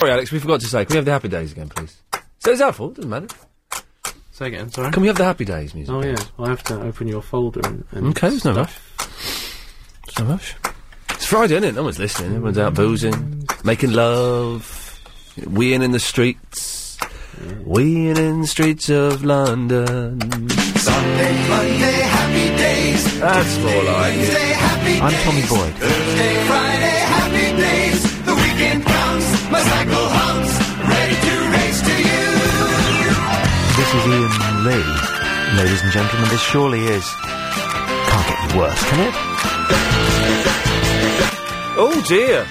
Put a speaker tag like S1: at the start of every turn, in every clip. S1: Sorry, Alex, we forgot to say. Can we have the happy days again, please? So it's our fault. Doesn't matter.
S2: Say again, sorry.
S1: Can we have the happy days music?
S2: Oh yeah, I have to open your folder and. and
S1: Okay, there's no
S2: stuff.
S1: It's not much. It's Friday, isn't it? No one's listening. Everyone's out boozing, making love, weeing in the streets, weeing in the streets of London.
S3: Sunday, Monday, happy days.
S1: That's more like it.
S3: Wednesday, happy
S1: I'm
S3: days.
S1: Tommy Boyd.
S3: Thursday, Friday, happy days. The weekend comes, my cycle hums, ready to race to you.
S4: This is Ian Lee. Ladies and gentlemen, this surely is. Can't get any worse, can it?
S1: Oh dear!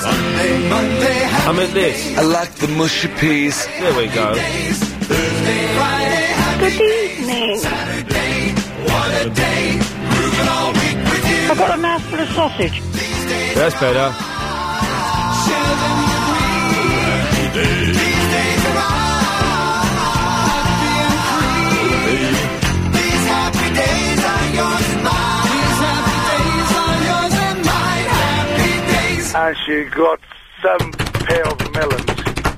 S3: Sunday, Monday, happy
S1: I'm at this.
S5: I like the mushy peas.
S1: There we go.
S3: days. Thursday, Friday, happy
S6: Good evening.
S3: Saturday. What a day. Grooving all week with you.
S6: I've got a mouthful of sausage.
S3: These days,
S1: That's better.
S3: children with me. These days are hard, being free. These happy days are yours and mine. These happy days are yours and mine. Happy days.
S7: and she got some peeled melons.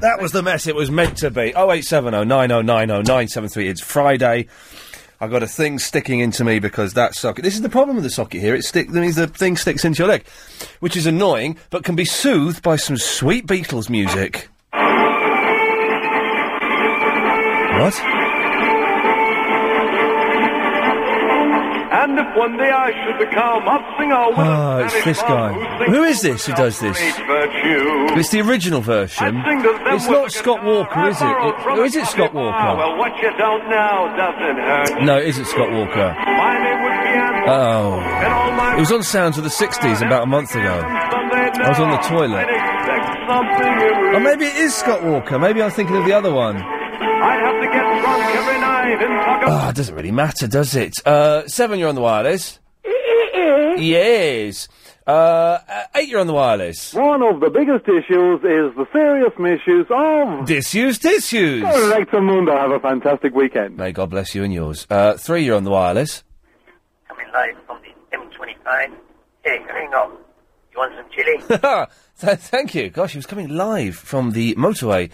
S1: That was the mess it was meant to be. 0870 9090 973. It's Friday. I got a thing sticking into me because that socket. This is the problem with the socket here. It stick. That means the thing sticks into your leg, which is annoying, but can be soothed by some sweet Beatles music. What?
S7: And if one day I should become a singer,
S1: Ah, it's this guy. Who is this who does this?
S7: Virtue.
S1: It's the original version.
S7: Sing to them
S1: It's
S7: with
S1: not
S7: a
S1: Scott
S7: guitar
S1: Walker,
S7: I
S1: is it?
S7: borrowed
S1: It-
S7: from
S1: or
S7: a
S1: is it
S7: coffee
S1: Scott
S7: bar.
S1: Walker?
S7: Oh, Well, what you don't know doesn't hurt.
S1: No, it isn't Scott Walker.
S7: My name would be Anne,
S1: Oh.
S7: and all my
S1: It was on Sounds of the 60s about a month ago.
S7: friends, someday now,
S1: was on the toilet.
S7: I'd expect something in return.
S1: Or maybe it is Scott Walker. Maybe I'm thinking of the other one.
S7: I'd have to get drunk every night and talk about
S1: Ah, it doesn't really matter, does it? Uh, seven, you're on the wireless. yes. Uh, uh, eight, you're on the wireless.
S8: One of the biggest issues is the serious issues of.
S1: Disuse, disuse.
S8: Rectamundo. Have a fantastic weekend.
S1: May God bless you and yours. Uh, three, you're on the wireless.
S9: Coming live from the M25. Hey, hang on. You want some chili?
S1: Th- Thank you. Gosh, he was coming live from the motorway.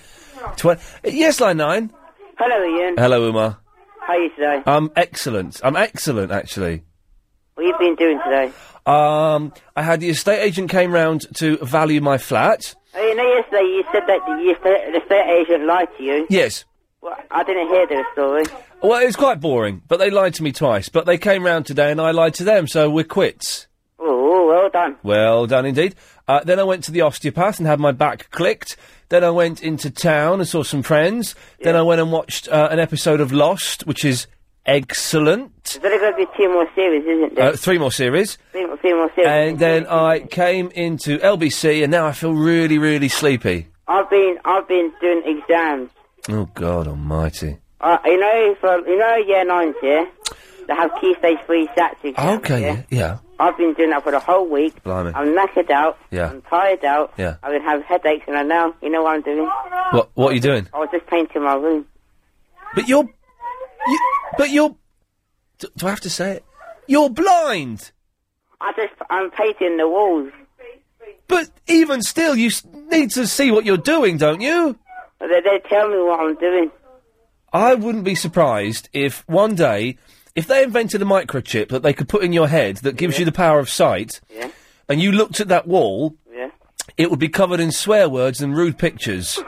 S1: Tw- yes, line nine.
S9: Hello, Ian.
S1: Hello, Uma.
S9: How are you today?
S1: I'm excellent. I'm excellent, actually.
S9: What have you been doing today?
S1: Um, I had the estate agent came round to value my flat.
S9: Oh, you know, yesterday you said that the the estate, the estate agent lied to you.
S1: Yes.
S9: Well, I didn't hear their story.
S1: Well, it's quite boring, but they lied to me twice. But they came round today and I lied to them, so we're quits.
S9: Oh, well done.
S1: Well done indeed. Uh, then I went to the osteopath and had my back clicked. Then I went into town and saw some friends. Then I went and watched uh, an episode of Lost, which is excellent.
S9: There's going to be two more series, isn't there?
S1: Uh, three more series.
S9: three, three more series.
S1: And then I came into LBC and now I feel really, really sleepy.
S9: I've been, I've been doing exams.
S1: Oh, God almighty.
S9: Uh, you know, for you know, year nines, yeah, they have key stage three SATs exams.
S1: Okay,
S9: yeah?
S1: yeah. yeah.
S9: I've been doing that for the whole week.
S1: Blimey.
S9: I'm knackered out.
S1: Yeah.
S9: I'm tired out.
S1: Yeah.
S9: I've been having headaches, and I now, you know what I'm doing?
S1: What, what are you doing?
S9: I was just painting my room.
S1: But you're. You, but you're. Do, do I have to say it? You're blind!
S9: I just, I'm painting the walls.
S1: But even still, you s- need to see what you're doing, don't you?
S9: They, they tell me what I'm doing.
S1: I wouldn't be surprised if one day, if they invented a microchip that they could put in your head that gives you the power of sight,
S9: Yeah.
S1: and you looked at that wall,
S9: Yeah.
S1: it would be covered in swear words and rude pictures.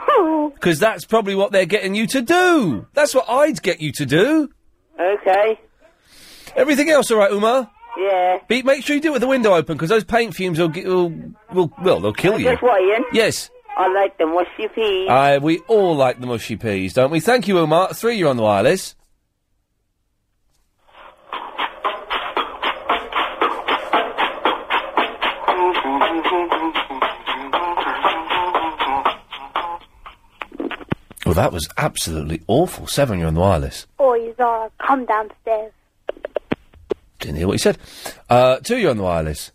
S1: Because that's probably what they're getting you to do. That's what I'd get you to do.
S9: Okay.
S1: Everything else, all right, Uma?
S9: Yeah.
S1: Be, make sure you do it with the window open, because those paint fumes will, gi- will, will, well, they'll kill you.
S9: Guess what, Ian?
S1: Yes.
S9: I like them. What's your pee?
S1: Uh, we all like the mushy peas, don't we? Thank you, Omar. Three, you're on the wireless. Well, that was absolutely awful. Seven, you're on the wireless.
S10: Boys are come downstairs.
S1: Didn't hear what you said. Uh, two, you're on the wireless.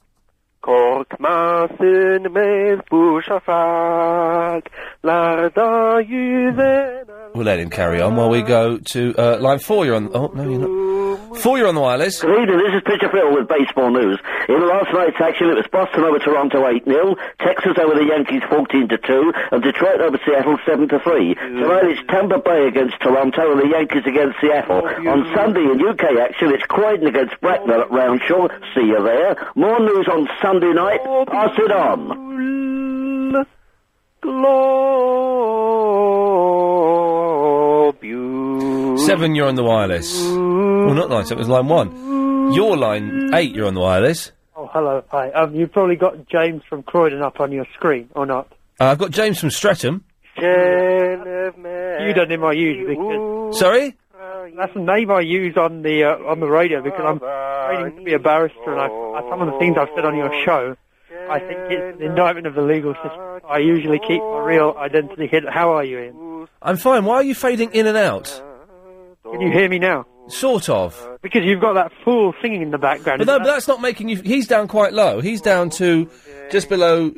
S8: Guck mal sin med bushafag, lärda ljusen
S1: We'll let him carry on while we go to uh, line four. You're on. Oh no, you're not. Four, you're on the wireless.
S11: Good evening, this is Pitcher Frittle with baseball news. In last night's action, it was Boston over Toronto 8 0, Texas over the Yankees 14 2, and Detroit over Seattle 7 3. Tonight it's Tampa Bay against Toronto and the Yankees against Seattle. On Sunday in UK action, it's Croydon against Bracknell at Roundshaw. See you there. More news on Sunday night. Pass it on.
S1: Seven, you're on the wireless. Well, not line seven, it was line one. Your line eight, you're on the wireless.
S12: Oh, hello. Hi. Um, you've probably got James from Croydon up on your screen, or not?
S1: Uh, I've got James from Streatham.
S12: You don't name I use because...
S1: Sorry?
S12: That's the name I use on the uh, on the radio because I'm training to be a barrister, and I, I, some of the things I've said on your show, I think it's an indictment of the legal system. I usually keep my real identity hidden. How are you, Ian?
S1: I'm fine. Why are you fading in and out?
S12: Can you hear me now?
S1: Sort of.
S12: Because you've got that fool singing in the background.
S1: But no, but that's not making you. He's down quite low. He's down to just below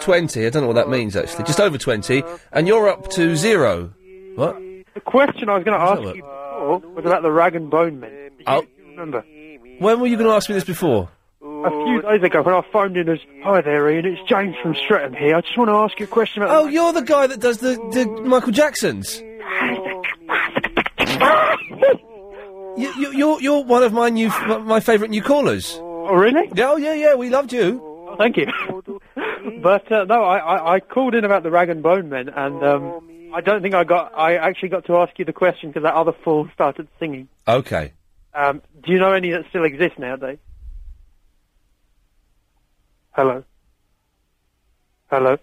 S1: 20. I don't know what that means, actually. Just over 20. And you're up to zero. What?
S12: The question I was going to ask you before was about the rag and bone men.
S1: Oh.
S12: Remember?
S1: When were you going to ask me this before?
S12: A few days ago, when I phoned in as, Hi there, Ian, it's James from Streatham here. I just want to ask you a question about.
S1: Oh, you're the guy that does the, the Michael Jacksons. you, you, you're you're one of my new f- my favourite new callers. Oh
S12: really?
S1: Yeah, oh yeah, yeah. We loved you.
S12: Oh, thank you. but uh, no, I, I, I called in about the rag and bone men, and um, I don't think I got. I actually got to ask you the question because that other fool started singing.
S1: Okay.
S12: Um, do you know any that still exist nowadays? Hello. Hello.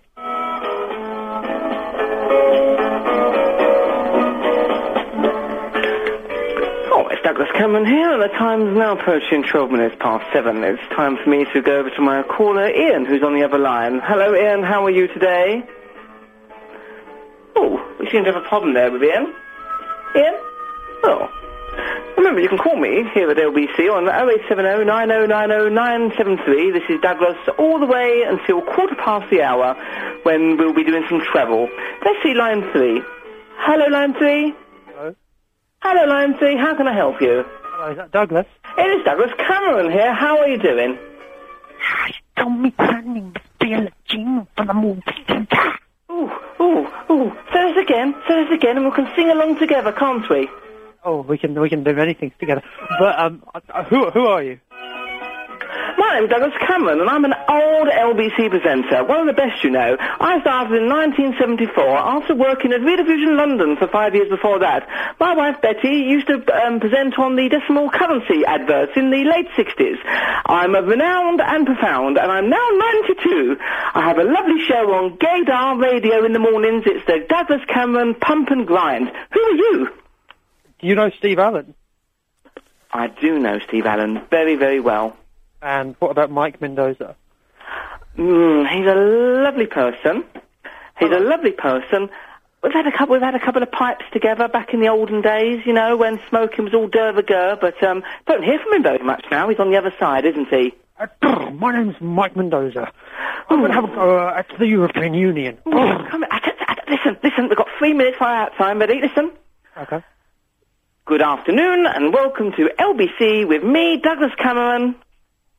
S6: Oh, it's Douglas Cameron here, and the time's now approaching 12 minutes past 7. It's time for me to go over to my caller, Ian, who's on the other line. Hello, Ian, how are you today? Oh, we seem to have a problem there with Ian. Ian? Oh. Remember, you can call me here at LBC on 0870 9090 973. This is Douglas, all the way until quarter past the hour, when we'll be doing some travel. Let's see line 3. Hello, line 3. Hello, Lion Three. How can I help you?
S12: Hello, is that Douglas?
S6: It is Douglas Cameron here. How are you doing?
S13: Tommy Canning, Bill Jim from the movie centre.
S6: Ooh, ooh, ooh. Say this again. Say this again, and we can sing along together, can't we?
S12: Oh, we can we can do many things together. But um, uh, who who are you?
S6: My name's Douglas Cameron, and I'm an old LBC presenter, one of the best you know. I started in 1974 after working at Rediffusion London for five years before that. My wife Betty used to um, present on the decimal currency adverts in the late 60s. I'm a renowned and profound, and I'm now 92. I have a lovely show on Gaydar Radio in the mornings. It's the Douglas Cameron Pump and Grind. Who are you?
S12: Do you know Steve Allen?
S6: I do know Steve Allen very, very well.
S12: And what about Mike Mendoza?
S6: Mm, he's a lovely person. He's a lovely person. We've had a couple. We've had a couple of pipes together back in the olden days, you know, when smoking was all dervager. But um, don't hear from him very much now. He's on the other side, isn't he?
S12: My name's Mike Mendoza. I'm going to have a go uh, at the European Union.
S6: Ooh, come here. I don't- I don't- Listen, listen. We've got three minutes for our time, ready? Listen.
S12: Okay.
S6: Good afternoon, and welcome to LBC with me, Douglas Cameron.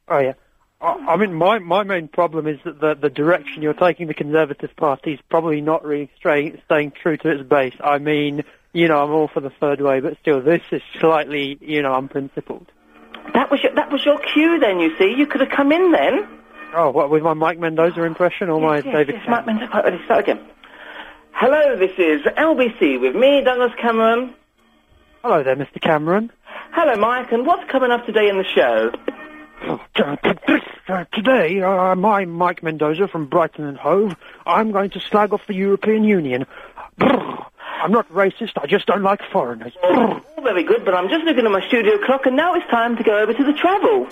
S12: Oh yeah. I, I mean, my my main problem is that the the direction you're taking the Conservative Party is probably not really straight, staying true to its base. I mean, you know, I'm all for the third way, but still, this is slightly, you know, unprincipled.
S6: That was your, that was your cue. Then you see, you could have come in then.
S12: Oh, what with my Mike Mendoza impression or my
S6: Yes, yes,
S12: David?
S6: yes, Mike Mendoza. Right, Let's start again. Hello, this is LBC with me, Douglas Cameron.
S12: Hello there, Mr. Cameron.
S6: Hello, Mike, and what's coming up today in the show?
S12: Uh, today, uh, I'm Mike Mendoza from Brighton and Hove. I'm going to slag off the European Union. Brr. I'm not racist. I just don't like foreigners. Brr.
S6: All very good, but I'm just looking at my studio clock, and now it's time to go over to the travel.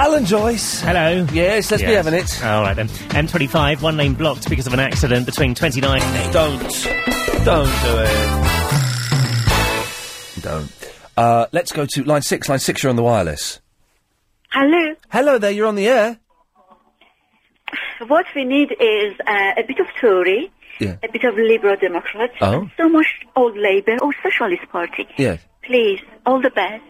S1: Alan Joyce.
S14: Hello.
S1: Yes, let's be having it.
S14: All right then. M25, one lane blocked because of an accident between 29 and 8.
S1: Don't. Don't do it. Don't. Uh, let's go to line six. Line six, you're on the wireless.
S15: Hello.
S1: Hello there, you're on the air.
S15: What we need is uh, a bit of Tory
S1: Yeah.
S15: a bit of Liberal Democrats,
S1: Oh.
S15: and so much old Labour or Socialist Party.
S1: Yes.
S15: Please, all the best.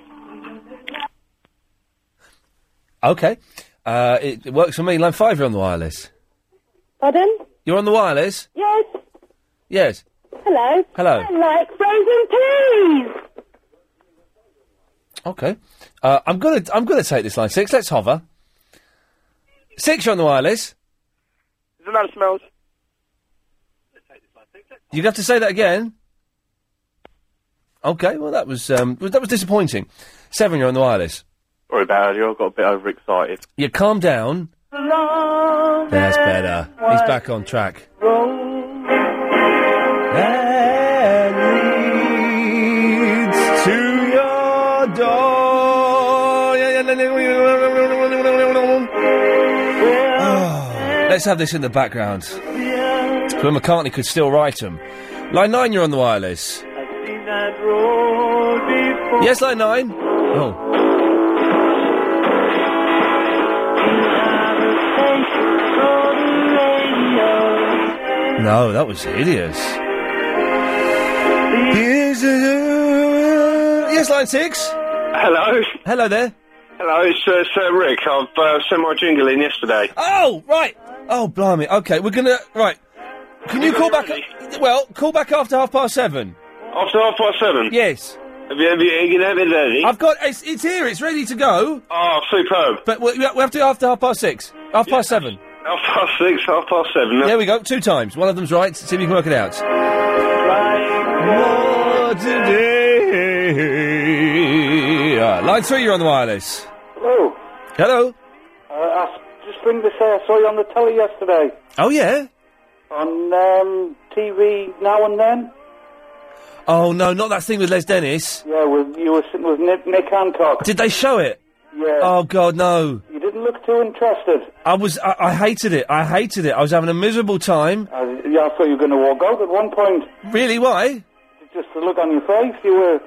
S1: Okay. Uh, it, it works for me. Line five, you're on the wireless.
S16: Pardon?
S1: You're on the wireless?
S16: Yes.
S1: Yes.
S16: Hello.
S1: Hello.
S16: I like frozen peas.
S1: Okay. Uh, I'm gonna I'm gonna take this line six. Let's hover. Six, you're on the wireless.
S17: Isn't that a smell?
S1: You have to say that again. Okay. Well, that was um, well, that was disappointing. Seven, you're on the wireless.
S18: Sorry about earlier, I got a bit overexcited.
S1: You calm down. That's better. He's back on track. leads to your door. Oh, let's have this in the background. So McCartney could still write them. Line 9, you're on the wireless. Yes, line 9. Oh. No, that was hideous. Yes, line 6.
S17: Hello.
S1: Hello there.
S17: Hello, it's uh, Sir Rick. I've uh, sent my jingle in yesterday.
S1: Oh, right. Oh, blimey. Okay, we're gonna. Right. Can you call back? Well, call back after half past seven.
S17: After half past seven?
S1: Yes.
S17: Have you, have you, you can have
S5: uh,
S17: it ready?
S1: I've got it's, it's here. It's ready to go.
S17: Oh, superb.
S1: But we, we have to do after half past six. Half past seven.
S17: Half past six, half past seven.
S1: There we go. Two times. One of them's right. See if you can work it out. More today. Uh, line three, you're on the wireless.
S19: Hello.
S1: Hello.
S19: Uh, I s- just bring this here. I saw you on the telly yesterday.
S1: Oh yeah.
S19: On um, TV now and then.
S1: Oh no, not that thing with Les Dennis.
S19: Yeah, with, you were sitting with Nick, Nick Hancock.
S1: Did they show it?
S19: Yeah.
S1: Oh god, no.
S19: You didn't look too interested.
S1: I was. I, I hated it. I hated it. I was having a miserable time.
S19: I, Uh, yeah, I thought you were going to walk out at one point.
S1: Really? Why?
S19: Just the look on your face. You were,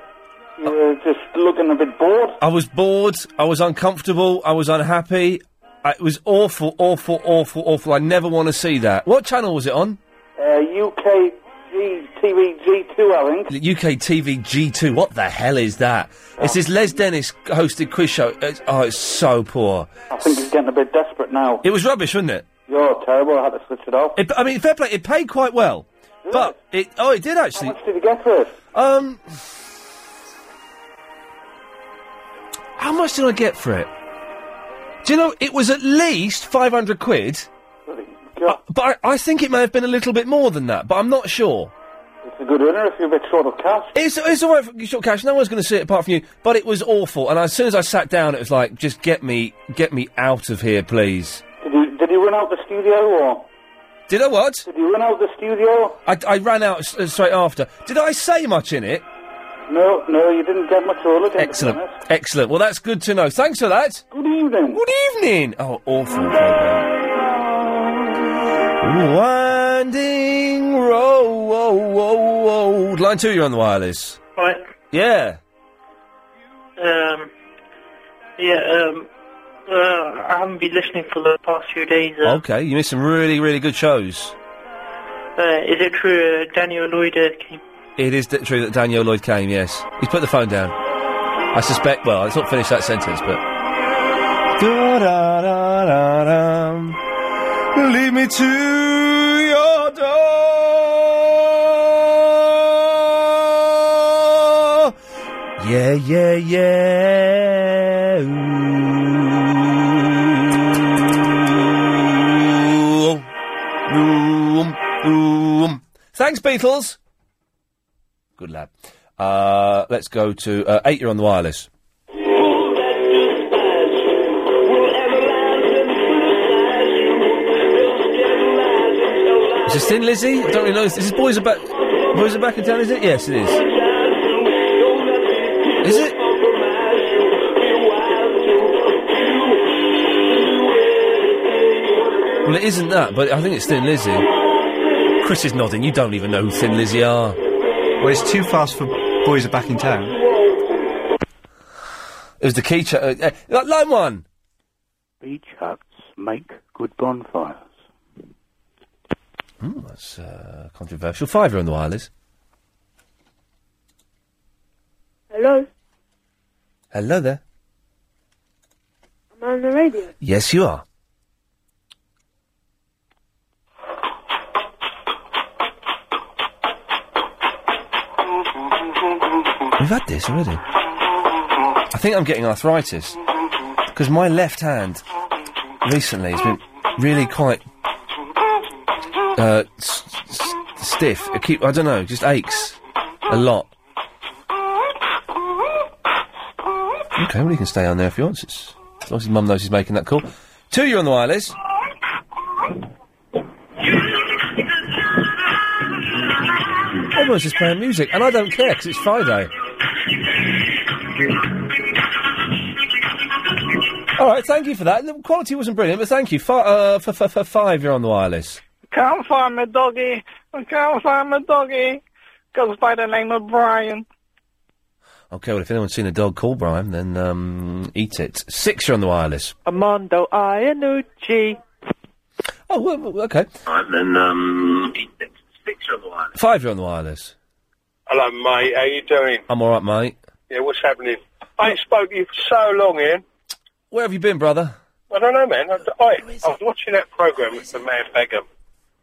S19: you were just looking a bit bored.
S1: I was bored. I was uncomfortable. I was unhappy. I, it was awful, awful, awful, awful. I never want to see that. What channel was it on?
S19: Uh, UKG TV G2, I think.
S1: The UK TV G2. What the hell is that? It's this Les Dennis hosted quiz show. It's, oh, it's so poor.
S19: I think he's getting a bit desperate now.
S1: It was rubbish, wasn't it?
S19: You're terrible. I had to switch it off.
S1: It, I mean, fair play. It paid quite well, but it. Oh, it did actually. How much
S19: did it get for it?
S1: Um, how much did I get for it? Do you know it was at least five hundred quid? Uh, but I, I think it may have been a little bit more than that, but I'm not sure.
S19: It's a good winner if you're a bit short of cash.
S1: It's it's all right for short cash. No one's going to see it apart from you. But it was awful, and as soon as I sat down, it was like, just get me get me out of here, please.
S19: Did you, did you run out the studio or?
S1: Did I what?
S19: Did you run out the studio?
S1: I, I ran out s- uh, straight after. Did I say much in it?
S19: No, no, you didn't get much roller.
S1: Excellent, excellent. Well, that's good to know. Thanks for that.
S19: Good evening.
S1: Good evening. Oh, awful. Winding road. Line two, you're on the wireless.
S2: Right.
S1: Yeah.
S2: Um, yeah, um, uh, I haven't been listening for the past few days. Uh,
S1: Okay, you missed some really, really good shows.
S2: uh, is it true uh, Daniel Lloyd uh, came?
S1: It is d- true that Daniel Lloyd came, yes. He's put the phone down. I suspect, well, let's not finish that sentence, but. Lead me to your door. Yeah, yeah, yeah. Ooh. Ooh. Ooh. Thanks, Beatles. Good lad. Uh, let's go to uh, eight. You're on the wireless. Is this Thin Lizzy? I don't really know. Is this Boys Are Back? Boys Are Back in Town? Is it? Yes, it is. Is it? Well, it isn't that, but I think it's Thin Lizzy. Chris is nodding. You don't even know who Thin Lizzy are.
S20: Well, it's too fast for boys are back in town.
S1: It was the key. Ch- uh, uh, line one.
S21: Beach huts make good bonfires.
S1: Hmm, that's uh, controversial. Five, you're on the wire, Liz.
S16: Hello,
S1: Hello there.
S16: I'm on the radio.
S1: Yes, you are. We've had this already. I think I'm getting arthritis. Because my left hand recently has been really quite uh, s- s- stiff. I keep, I don't know, just aches a lot. Okay, well, you can stay on there if you want. It's, as long as his mum knows he's making that call. Two, you're on the wireless. Oh, Everyone's just playing music, and I don't care because it's Friday. All right, thank you for that. The quality wasn't brilliant, but thank you. Fi uh, for, for, for five, you're on the wireless.
S8: Can't find my doggy. I can't find my doggy. Goes by the name of Brian.
S1: Okay, well, if anyone's seen a dog called Brian, then um, eat it. Six, you're on the wireless.
S22: Armando Iannucci.
S1: Oh, well, well, okay.
S5: Right, then, um, six on the line.
S1: Five, you're on the wireless.
S5: Hello, mate. How you doing?
S1: I'm all right, mate.
S5: Yeah, what's happening? I ain't spoken to you for so long, Ian.
S1: Where have you been, brother?
S5: I don't know, man. I, I, I was watching that program with the man Beckham.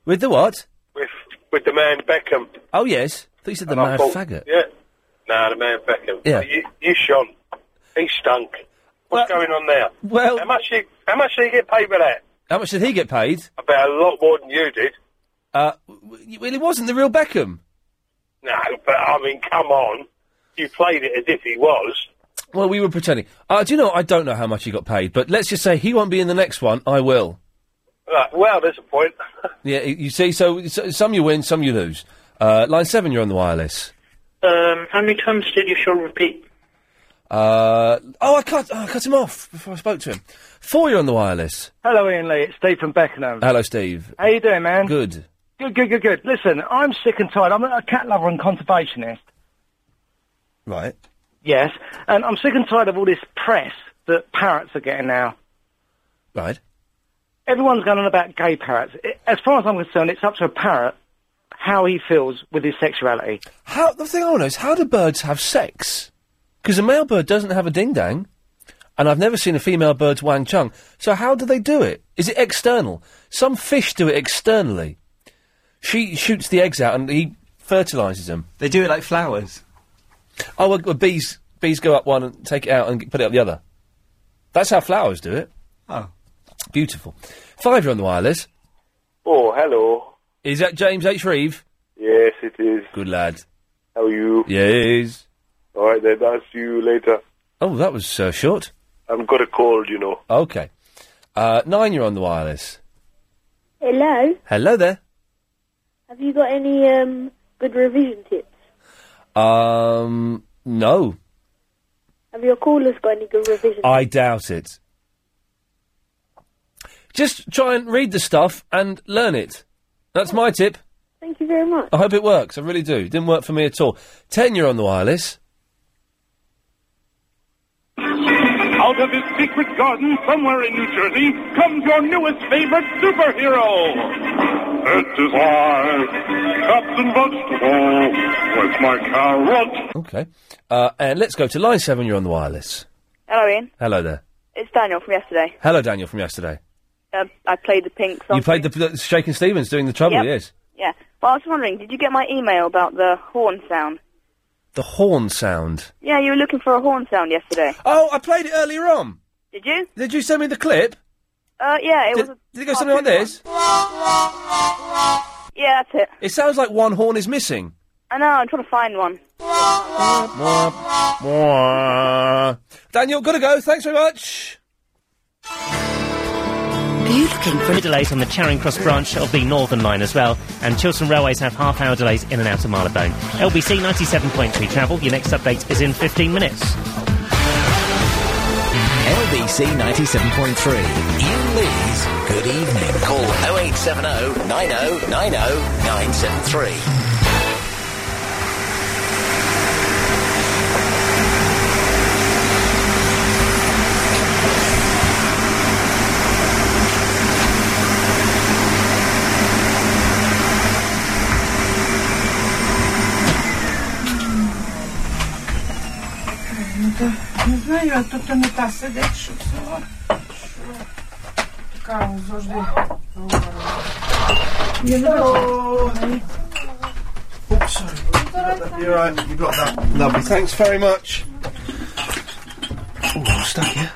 S1: With the what?
S5: With with the man Beckham.
S1: Oh, yes. I thought you said the
S5: And I
S1: mad
S5: thought,
S1: faggot.
S5: Yeah. No, the man Beckham.
S1: Yeah.
S5: You, you shone. He stunk. What's going on there?
S1: Well,
S5: how much you, how much do you get paid for that?
S1: How much did he get paid?
S5: I bet a lot more than you did.
S1: Uh, well, he wasn't the real Beckham.
S5: No, but I mean, come on. You played it as if he was.
S1: Well, we were pretending. Uh, do you know, I don't know how much he got paid, but let's just say he won't be in the next one. I will.
S5: Right, well, there's a point.
S1: Yeah, y- you see, so, so some you win, some you lose. Uh, line seven, you're on the wireless.
S23: Um, how many times did you show repeat?
S1: Uh, oh, I cut, oh, I cut him off before I spoke to him. Four, you're on the wireless.
S12: Hello, Ian Lee. It's Steve from Beckenham.
S1: Hello, Steve.
S12: How you doing, man?
S1: Good.
S12: Good, good, good, good. Listen, I'm sick and tired. I'm a cat lover and conservationist.
S1: Right.
S12: Yes, and I'm sick and tired of all this press that parrots are getting now.
S1: Right.
S12: Everyone's going on about gay parrots. I as far as I'm concerned, it's up to a parrot how he feels with his sexuality.
S1: How the thing I want to know is how do birds have sex? Because a male bird doesn't have a ding dang, and I've never seen a female bird's wang chung. So how do they do it? Is it external? Some fish do it externally. She shoots the eggs out, and he fertilizes them. They do it like flowers. Oh, well, well, bees bees go up one and take it out and g- put it up the other. That's how flowers do it.
S12: Oh.
S1: beautiful. Five, you're on the wireless.
S5: Oh, hello.
S1: Is that James H. Reeve?
S5: Yes, it is.
S1: Good lad.
S5: How are you?
S1: Yes.
S5: All right, then. I'll see you later.
S1: Oh, that was uh, short.
S5: I've got a cold, you know.
S1: Okay. Uh, nine, you're on the wireless.
S24: Hello,
S1: Hello there.
S24: have you got any um, good revision tips?
S1: Um, no,
S24: Have your callers got any good revision
S1: I doubt it. Just try and read the stuff and learn it. That's my tip.
S24: Thank you very much.
S1: I hope it works. I really do. Didn't work for me at all. Ten, you're on the wireless.
S20: Out of his secret garden somewhere in New Jersey comes your newest favorite superhero. It is I, Captain Vegetable. Where's my carrot?
S1: Okay. Uh, and let's go to line seven. You're on the wireless.
S9: Hello, Ian.
S1: Hello there.
S9: It's Daniel from yesterday.
S1: Hello, Daniel from yesterday.
S9: Um, I played the pink song.
S1: You played the, the Shaking Stevens doing the trouble.
S9: Yep.
S1: Yes.
S9: Yeah. Well, I was wondering, did you get my email about the horn sound?
S1: The horn sound.
S9: Yeah, you were looking for a horn sound yesterday.
S1: Oh, I played it earlier on.
S9: Did you?
S1: Did you send me the clip?
S9: Uh, yeah, it was.
S1: Did,
S9: A...
S1: did it go something like this?
S9: Yeah, that's it.
S1: It sounds like one horn is missing.
S9: I know. I'm trying to find one.
S1: Mwah, mwah. Daniel, gotta go. Thanks very much.
S14: Are you looking for delays on the Charing Cross branch of the Northern Line as well? And Chiltern Railways have half-hour delays in and out of Marylebone. LBC 97.3 travel. Your next update is in 15 minutes.
S6: LBC 97.3. Ian Lee's Good Evening. Call 0870 90 90 973.
S25: to, to, to nie ta sedeczka. Kao, zožde. Hello.
S1: Oops, sorry. You're right. You got that. Lovely. Thanks very much. Ooh, I'm stuck here.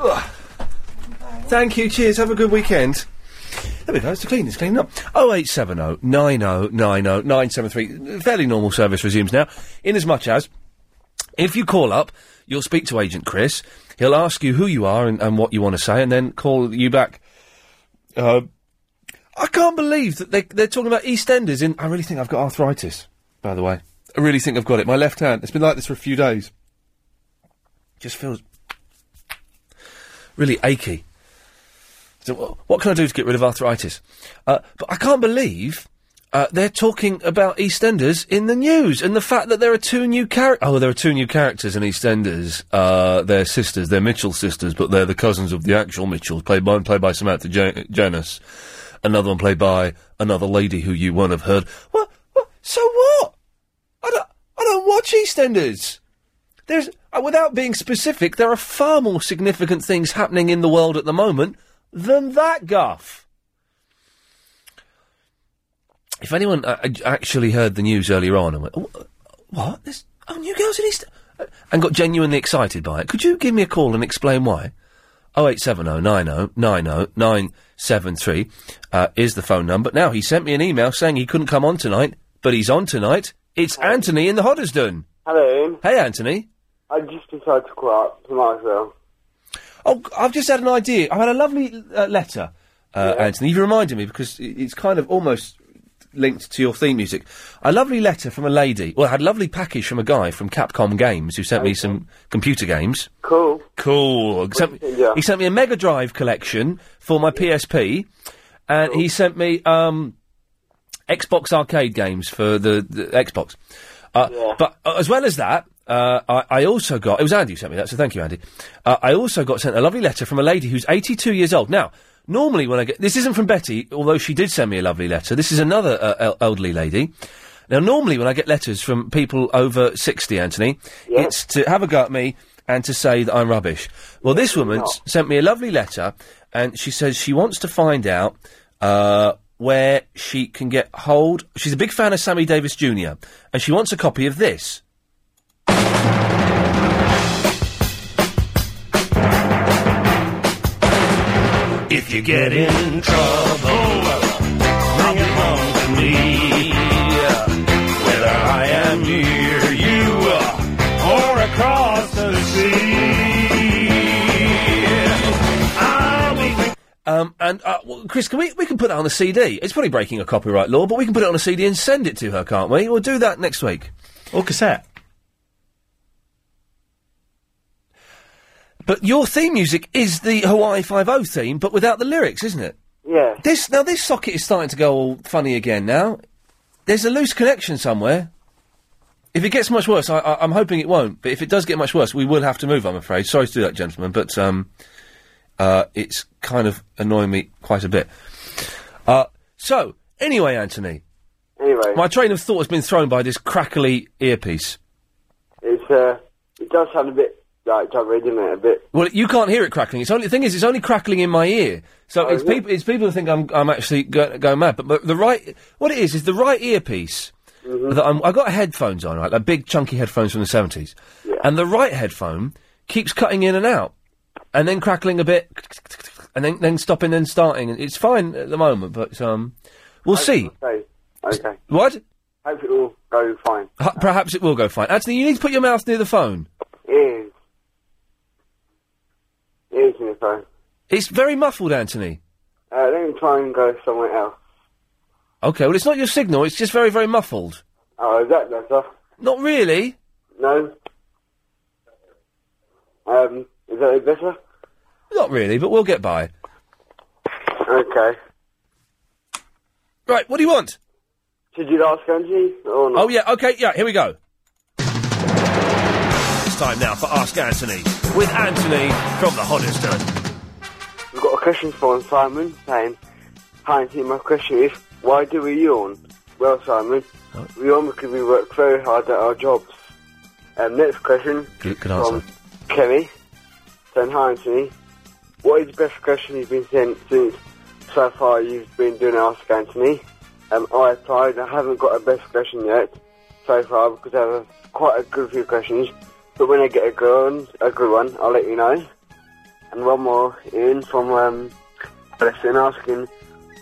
S1: Ugh. Thank you. Cheers. Have a good weekend. There we go. It's clean. It's cleaning up. Oh, 0870 9090 973. Fairly normal service resumes now. In as much as if you call up, you'll speak to Agent Chris. He'll ask you who you are and, and what you want to say, and then call you back. Uh, I can't believe that they, they're talking about EastEnders in. I really think I've got arthritis, by the way. I really think I've got it. My left hand. It's been like this for a few days. Just feels really achy. So, wh- what can I do to get rid of arthritis? Uh, but I can't believe uh, they're talking about EastEnders in the news and the fact that there are two new characters. Oh, there are two new characters in EastEnders. Uh, they're sisters. They're Mitchell sisters, but they're the cousins of the actual Mitchells. Played by one played by Samantha Ja- Janus, another one played by another lady who you won't have heard. What? what? So what? I don't. I don't watch EastEnders. There's, uh, without being specific, there are far more significant things happening in the world at the moment than that guff. If anyone uh, ac- actually heard the news earlier on and went, "Oh, uh, what? There's, oh, new girls in East. uh," and got genuinely excited by it, could you give me a call and explain why? 0870 90 90 973 uh, is the phone number. Now, he sent me an email saying he couldn't come on tonight, but he's on tonight. It's Anthony in the Hoddesdon.
S9: Hello.
S1: Hey, Anthony.
S9: I just decided to call out to myself.
S1: Oh, g- I've just had an idea. I've had a lovely uh, letter, uh, Anthony. You've reminded me because i- it's kind of almost linked to your theme music. A lovely letter from a lady. Well, I had a lovely package from a guy from Capcom Games who sent me some computer games.
S9: Cool.
S1: Cool. He sent, me, he sent me a Mega Drive collection for my PSP, and he sent me um, Xbox arcade games for the, the Xbox. Uh, But uh, as well as that, uh, I, I also got. It was Andy who sent me that, so thank you, Andy. Uh, I also got sent a lovely letter from a lady who's 82 years old. Now, normally when I get. This isn't from Betty, although she did send me a lovely letter. This is another uh, el- elderly lady. Now, normally when I get letters from people over 60, Anthony, it's to have a go at me and to say that I'm rubbish. Well, this woman s- sent me a lovely letter, and she says she wants to find out uh, where she can get hold. She's a big fan of Sammy Davis Jr., and she wants a copy of this.
S3: If you get in trouble, bring it home to me. Whether I am near you or across the sea, I'll be
S1: Um, and uh, well, Chris, can we we can put that on a CD? It's probably breaking a copyright law, but we can put it on a CD and send it to her, can't we? We'll do that next week. Or cassette. But your theme music is the Hawaii Five O theme, but without the lyrics, isn't it?
S9: Yeah.
S1: This now this socket is starting to go all funny again. Now there's a loose connection somewhere. If it gets much worse, I, I, I'm hoping it won't. But if it does get much worse, we will have to move. I'm afraid. Sorry to do that, gentlemen, but um, uh, it's kind of annoying me quite a bit. Uh, so anyway, Anthony,
S9: Anyway,
S1: my train of thought has been thrown by this crackly earpiece.
S9: it's uh, it does sound a bit like John Reed, doesn't it? A bit.
S1: Well, you can't hear it crackling. It's only the thing is, it's only crackling in my ear. So
S9: Oh,
S1: it's
S9: is it?
S1: people. It's people who think I'm I'm actually go- going mad. But, but the right, what it is, is the right earpiece. That I'm, I got headphones on, right? Like big chunky headphones from the seventies, and the right headphone keeps cutting in and out, and then crackling a bit, and then then stopping and starting. It's fine at the moment, but um, we'll see.
S9: Okay. Okay.
S1: What?
S9: Hope it will go fine.
S1: H- Perhaps it will go fine. Anthony, you need to put your mouth near the phone.
S9: It is. It is in the phone.
S1: It's very muffled, Anthony.
S9: Uh, let me try and go somewhere else.
S1: Okay, well, it's not your signal. It's just very very muffled.
S9: Oh, is that better?
S1: Not really.
S9: No. Um, is that any better?
S1: Not really, but we'll get by.
S9: Okay.
S1: Right, what do you want?
S9: Should you ask Angie or not?
S1: Oh, yeah, okay, yeah, here we go. It's time now for Ask Anthony with Anthony from the Hoddesdon.
S9: We've got a question from Simon saying, Hi, Anthony, my question is, why do we yawn? Well, Simon, we yawn because we work very hard at our jobs.
S11: Um, next question
S1: Good, good answer.
S11: Kenny, send hi to me. What is the best question you've been sent since so far you've been doing Ask Anthony? Um, I replied, I haven't got a best question yet so far because I have a- quite a good few questions. But when I get a good one, a good one I'll let you know. And one more in from um, Blessing asking,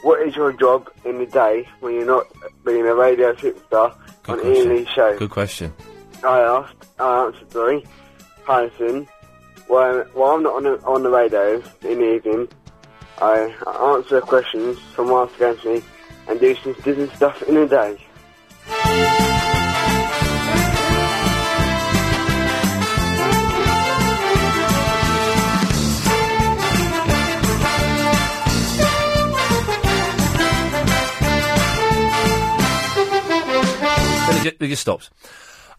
S11: what is your job in the day when you're not being a radio superstar on Ian Lee's show?
S1: Good question.
S11: I asked, I answered, sorry, Harrison, while, while I'm not on the, on the radio in the evening, I, I answer questions from Ask Anthony and do some different stuff in the day.
S1: Then it ju- it just, stops.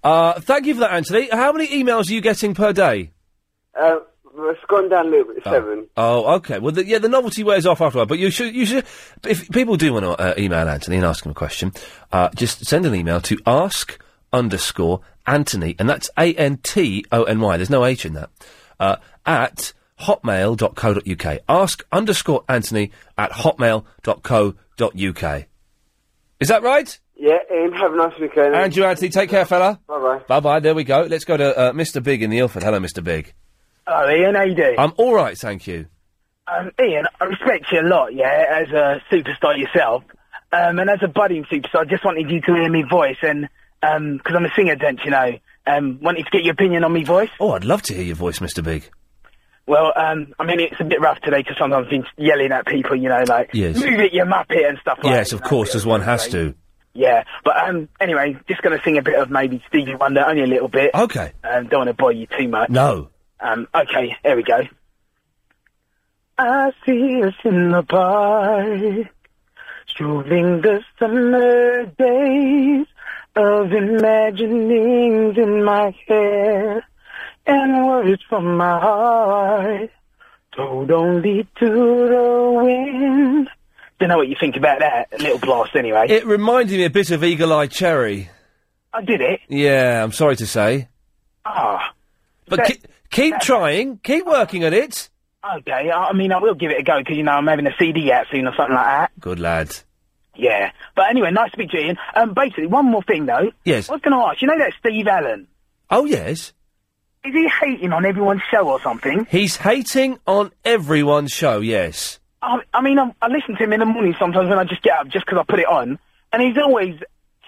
S1: Uh, thank you for that, Anthony. How many emails are you getting per day?
S11: Uh, it's gone down a little bit, seven.
S1: Oh, okay. Well, the, yeah, the novelty wears off after a while. But you should, you should. If people do want to uh, email Anthony and ask him a question, uh, just send an email to ask underscore Anthony, and that's A N T O N Y. There's no H in that. Uh, at hotmail.co.uk. Ask underscore Anthony at hotmail.co.uk. Is that right?
S11: Yeah, Ian, have a nice weekend.
S1: Andrew Anthony, take care, fella. Bye
S11: bye.
S1: Bye bye. There we go. Let's go to uh, Mr. Big in the Ilford. Hello, Mr. Big.
S26: Hello, Ian. How Oh, you doing?
S1: I'm all right, thank you.
S26: Um, Ian, I respect you a lot, yeah, as a superstar yourself. Um, and as a budding superstar, I just wanted you to hear me voice, and because I'm a singer, don't you know? Um, wanted to get your opinion on me voice.
S1: Oh, I'd love to hear your voice, Mr. Big.
S26: Well, um, I mean, it's a bit rough today because sometimes I've been yelling at people, you know, like,
S1: Yes.
S26: move it, you muppet, and stuff like
S1: yes, of course, as one has to.
S26: Yeah, but um, anyway, just going to sing a bit of maybe Stevie Wonder, only a little bit.
S1: Okay.
S26: Um, don't want to bore you too much.
S1: No.
S26: Um, okay, here we go.
S25: I see us in the park, strolling the summer days of imaginings in my head and words from my heart told only to the wind.
S26: Don't know what you think about that. A little blast, anyway.
S1: It reminded me a bit of Eagle Eye Cherry.
S26: I did it.
S1: Yeah, I'm sorry to say.
S26: Ah.
S1: But
S26: That- Oh.
S1: ke- keep trying, keep working at it.
S26: Okay, I I mean, I will give it a go because, you know, I'm having a CD out soon or something like that.
S1: Good lad.
S26: Yeah. But anyway, nice to meet you, Ian. Um, basically, one more thing, though.
S1: Yes.
S26: I was going to ask, you know that Steve Allen?
S1: Oh, yes.
S26: Is he hating on everyone's show or something?
S1: He's hating on everyone's show, yes.
S26: I, I mean, I, I listen to him in the morning sometimes when I just get up just because I put it on, and he's always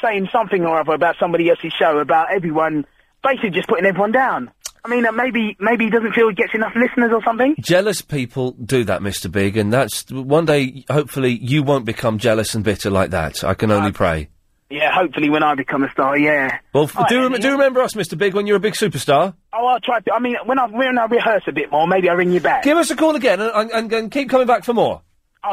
S26: saying something or other about somebody else's show, about everyone, basically just putting everyone down. I mean, uh, maybe maybe he doesn't feel he gets enough listeners or something.
S1: Jealous people do that, Mr. Big, and that's one day, hopefully, you won't become jealous and bitter like that. I can
S26: Uh,
S1: only pray.
S26: Yeah, hopefully when I become a star, yeah.
S1: Well, f- do, rem- do remember us, Mr. Big, when you're a big superstar.
S26: Oh, I'll try. To, I mean, when I when I rehearse a bit more, maybe I'll ring you back.
S1: Give us a call again and, and, and keep coming back for more.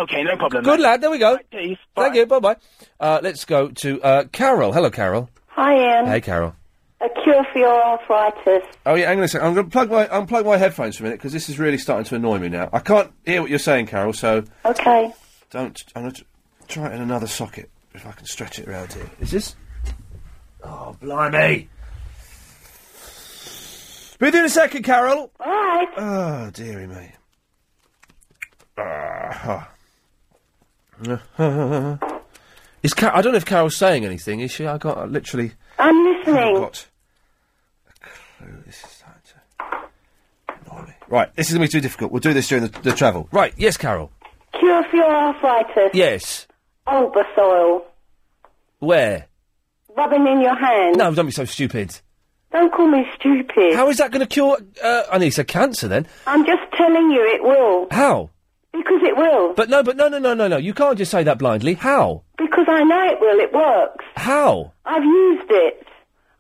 S26: Okay, no problem.
S1: Good
S26: mate.
S1: lad, there we go.
S26: Peace.
S1: Thank you, bye bye. Uh, let's go to uh, Carol. Hello, Carol.
S9: Hi, Ian.
S1: Hey, Carol.
S9: A cure for your arthritis.
S1: Oh yeah, hang on a second. I'm going to plug my unplug my headphones for a minute because this is really starting to annoy me now. I can't hear what you're saying, Carol. So
S9: Okay.
S1: don't. I'm going to try it in another socket if I can stretch it around here. Is this? Oh blimey! Be with you in a second, Carol.
S9: Right.
S1: Oh dearie me. Ah. Is Car- I don't know if Carol's saying anything. Is she? I got I literally.
S9: I'm
S1: haven't
S9: listening.
S1: got a clue. This is starting to annoy me. Right, this is going to be too difficult. We'll do this during the, the travel. Right, yes, Carol.
S9: Cure for your arthritis.
S1: Yes.
S9: Albus oil.
S1: Where?
S9: Rubbing in your hand.
S1: No, don't be so stupid.
S9: Don't call me stupid.
S1: How is that going to cure? Uh, I need to say cancer then.
S9: I'm just telling you it will. Oh.
S1: How?
S9: Because it will.
S1: But no, but no, no, no, no, no. You can't just say that blindly. How?
S9: Because I know it will. It works.
S1: How?
S9: I've used it.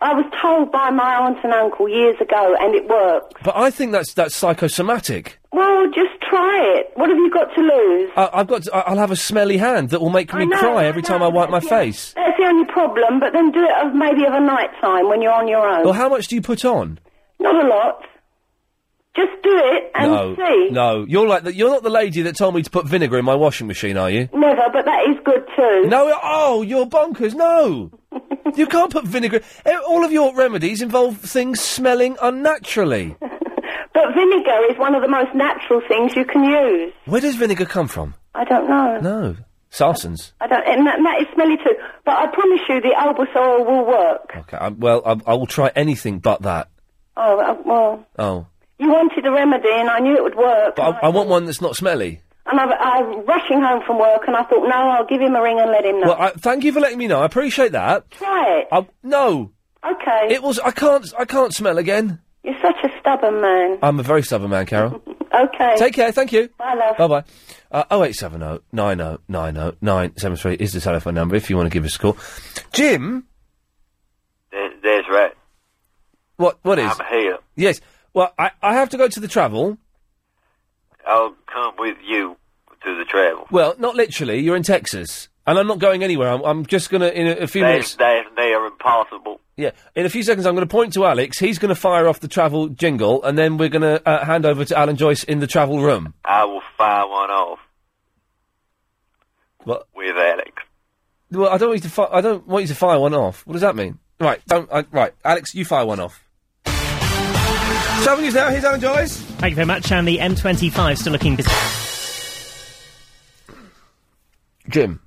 S9: I was told by my aunt and uncle years ago, and it worked.
S1: But I think that's that's psychosomatic.
S9: Well, just try it. What have you got to lose?
S1: I, I've got. To, I- I'll have a smelly hand that will make me
S9: know,
S1: cry
S9: I
S1: every time I wipe my face.
S9: That's the only problem, but then do it of maybe of a night time when you're on your own.
S1: Well, how much do you put on?
S9: Not a lot. Just do it and
S1: no,
S9: see.
S1: no. You're like the, you're not the lady that told me to put vinegar in my washing machine, are you?
S9: Never, but that is good too.
S1: No, oh, you're bonkers. No. you can't put vinegar. eh, All of your remedies involve things smelling unnaturally.
S5: But vinegar is one of the most natural things you can use.
S1: Where does vinegar come from?
S5: I don't know.
S1: No, Sarsens.
S5: I don't, and that, and that is smelly too. But I promise you, the Albus oil will work.
S1: Okay, I, well, um, I, I will try anything but that.
S5: Oh uh, well,
S1: Oh,
S5: you wanted a remedy, and I knew it would work.
S1: but I, I want one that's not smelly.
S5: And I, I'm rushing home from work, and I thought, no, I'll give him a ring and let him know.
S1: Well, I, thank you for letting me know. I appreciate that.
S5: Try it.
S1: I, no,
S5: Okay.
S1: it was. I can't. I can't smell again.
S5: You're such a stubborn man.
S1: I'm a very stubborn man, Carol.
S5: Okay.
S1: Take care. Thank you.
S5: Bye, love.
S1: Bye bye. Uh, 0870 90 90 973 is the telephone number if you want to give us a call. Jim?
S7: There, there's Rat.
S1: What? What is?
S7: I'm here.
S1: Yes. Well, I, I have to go to the travel.
S7: I'll come with you to the travel.
S1: Well, not literally. You're in Texas. And I'm not going anywhere. I'm, I'm just going to, in a, a few minutes.
S7: That's, that's near impossible.
S1: Yeah. In a few seconds, I'm going to point to Alex. He's going to fire off the travel jingle, and then we're going to uh, hand over to Alan Joyce in the travel room.
S7: I will fire one off.
S1: What?
S7: With Alex.
S1: Well, I don't want you to. Fi- I don't want you to fire one off. What does that mean? Right, don't. I, right, Alex, you fire one off. Travel news now. Here's Alan Joyce.
S14: Thank you very much. And the M25 still looking busy.
S1: Jim.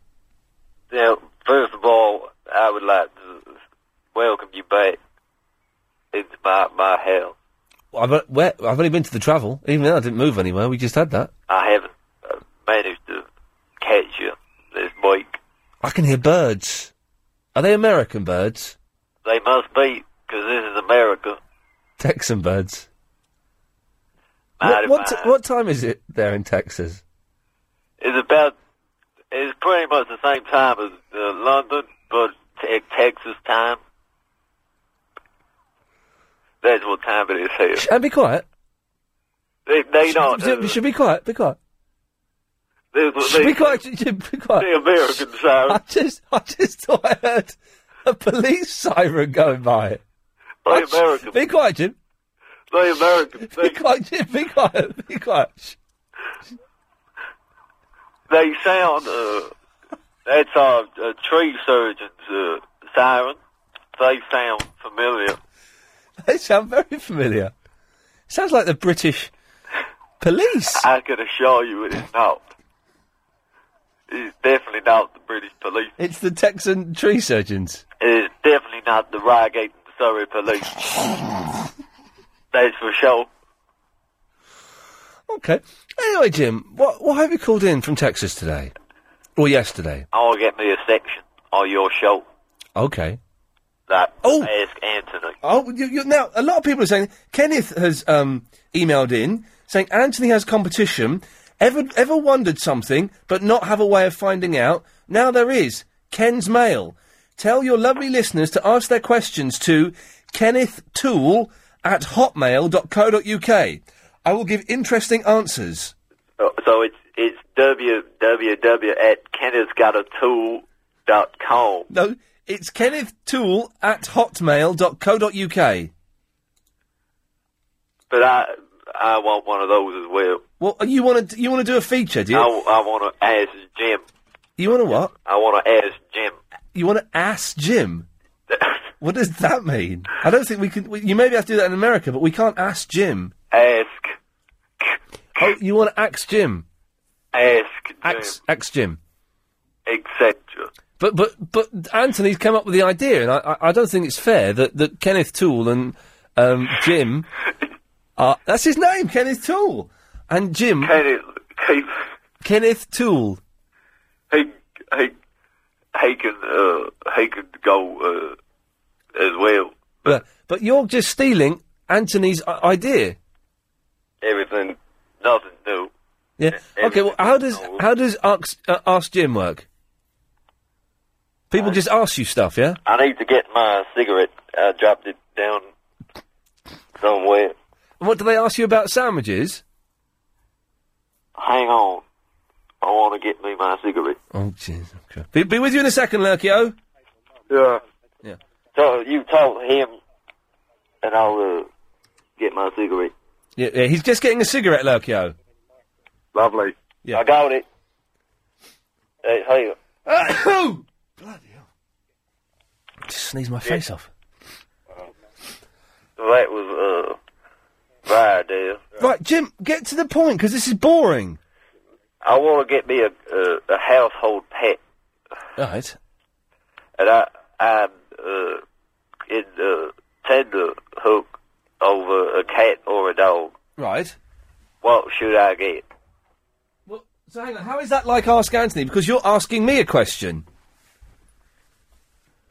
S7: Now, first of all, I would like to welcome you back into my, my house.
S1: Well, I've, uh, where, I've only been to the travel. Even then, I didn't move anywhere. We just had that.
S7: I haven't uh, managed to catch you this week.
S1: I can hear birds. Are they American birds?
S7: They must be, because this is America.
S1: Texan birds.
S7: Mighty
S1: What, what,
S7: fine.
S1: what time is it there in Texas?
S7: It's about, it's pretty much the same time as uh, London, but te- Texas time. That's what time it is here.
S1: And be quiet.
S7: They, they don't.
S1: Should, should be quiet. Be quiet.
S7: they, they,
S1: Should be quiet. Jim, Be quiet.
S7: The American siren.
S1: I just, I just thought I heard a police siren going by.
S7: They American.
S1: Be quiet, Jim.
S7: They American.
S1: Be quiet, Jim. Be quiet. Be quiet. Shh.
S7: They sound. Uh, that's our uh, tree surgeon's uh, siren. They sound familiar.
S1: They sound very familiar. Sounds like the British police.
S7: I can assure you, it is not. It's definitely not the British police.
S1: It's the Texan tree surgeons.
S7: It is definitely not the Reigate and Surrey police. That's for sure.
S1: Okay. Anyway, Jim, what what have you called in from Texas today or yesterday?
S7: I'll get me a section on your show.
S1: Okay.
S7: That
S1: Oh.
S7: ask Anthony.
S1: Oh, you, you, now a lot of people are saying Kenneth has um, emailed in saying Anthony has competition. Ever ever wondered something but not have a way of finding out? Now there is Ken's mail. Tell your lovely listeners to ask their questions to Kenneth Tool at hotmail.co.uk. I will give interesting answers.
S7: So- Uh, So it's it's www at kennethsgotatool dot com.
S1: No, it's Kenneth Tool at hotmail.co.uk.
S7: But I I want one of those as well.
S1: Well, you want to you want to do a feature, do you?
S7: I, want to ask Jim.
S1: You want to what?
S7: I want to ask Jim.
S1: You want to ass Jim? what does that mean? I don't think we can. We, you maybe have to do that in America, but we can't ask Jim.
S7: Ask
S1: Oh, you want to axe Jim?
S7: ask Jim,
S1: Axe, axe Jim.
S7: etc.
S1: But but but Anthony's come up with the idea, and I I, I don't think it's fair that, that Kenneth Toole and um, Jim are that's his name, Kenneth Toole, and Jim
S7: Kenneth he,
S1: Kenneth Toole.
S7: he he he can uh, he can go uh, as well.
S1: But, but you're just stealing Anthony's i- idea.
S7: Everything, nothing new.
S1: Yeah. Okay. Well, how does how does ask, uh, ask Jim work? People just ask you stuff, yeah.
S7: I need to get my cigarette. I dropped it down somewhere.
S1: What do they ask you about sandwiches?
S7: Hang on. I want to get me my cigarette.
S1: Oh, jeez. Okay. Be, be with you in a second, Lurkio.
S7: Yeah.
S1: Yeah.
S7: So you told him, and I'll uh, get my cigarette.
S1: Yeah, yeah. He's just getting a cigarette, Lurkio.
S7: Lovely.
S1: Yeah.
S7: I got it. Hey, hey.
S1: Bloody hell. sneeze my face off.
S7: So that was uh, right there.
S1: Right, Jim, get to the point because this is boring.
S7: I want to get me a, a a household pet,
S1: Right.
S7: and I I'm uh, in the tender hook over a cat or a dog.
S1: Right.
S7: What should I get?
S1: So hang on, how is that like Ask Anthony? Because you're asking me a question.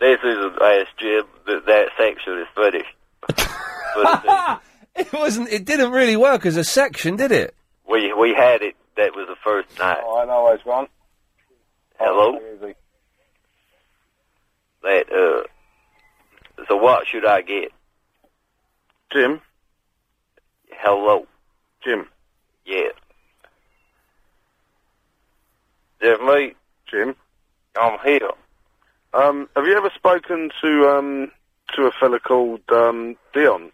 S7: This isn't asked, Jim. That that section is finished. but uh,
S1: It wasn't. It didn't really work as a section, did it?
S7: we we had it. That was the first night.
S27: Oh, I know it's one. Oh,
S7: Hello. That uh. So what should I get?
S27: Jim.
S7: Hello.
S27: Jim.
S7: Yeah. There's me.
S27: Jim.
S7: I'm here.
S27: Um, have you ever spoken to um, to a fella called um, Dion?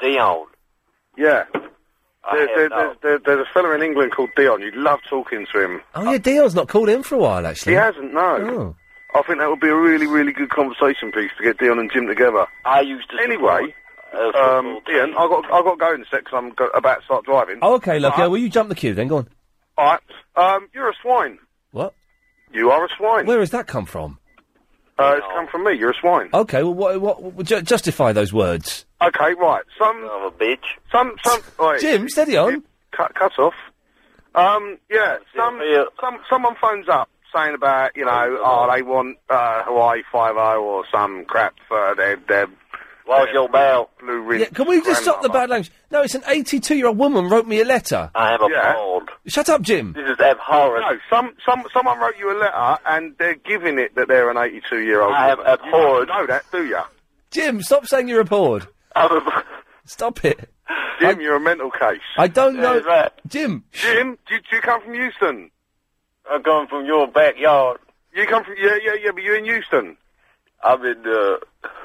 S7: Dion.
S27: Yeah.
S7: I
S27: There,
S7: have
S27: there,
S7: no-
S27: there's, there, there's a fella in England called Dion. You'd love talking to him.
S1: Oh yeah, Dion's not called in for a while actually. Oh.
S27: He hasn't, no. I think that would be a really, really good conversation piece to get Dion and Jim together.
S7: I used to. uh,
S27: Anyway, um, Dion, I got I got going in a sec 'cause I'm go- about to start driving.
S1: Oh, okay, look, yeah, will you jump the queue then? Go on.
S27: All right. Um, you're a swine.
S1: What?
S27: You are a swine.
S1: Where has that come from?
S27: Uh, it's come from me. You're a swine.
S1: Okay, well, what, what, what- ju- justify those words.
S27: Okay, right. Some.
S7: I'm a bitch.
S27: Some. Some. Right.
S1: Jim, steady on.
S27: Cut. Cut off. Um. Yeah. Some. Some. Someone phones up saying about you know oh they want uh, Hawaii Five O or some crap for their their.
S7: Where's your bell?
S27: Blue ring.
S1: Yeah, can we just stop the bad language? No, it's an 82-year-old woman wrote me a letter.
S7: I am
S27: Yeah.
S7: appalled.
S1: Shut up, Jim.
S7: This is abhorrent.
S27: No, some, some, someone wrote you a letter and they're giving it that they're an 82 year old.
S1: I am abhorred.
S27: You don't know that, do you?
S1: Jim, stop saying you're appalled. stop it.
S27: Jim, you're a mental case.
S1: I don't
S27: Yeah,
S1: know.
S27: is that-
S1: Jim.
S27: Jim, do you, do you come from Houston?
S7: I come from your backyard.
S27: You come from, yeah, yeah, yeah, but you're in Houston.
S7: I'm in, uh...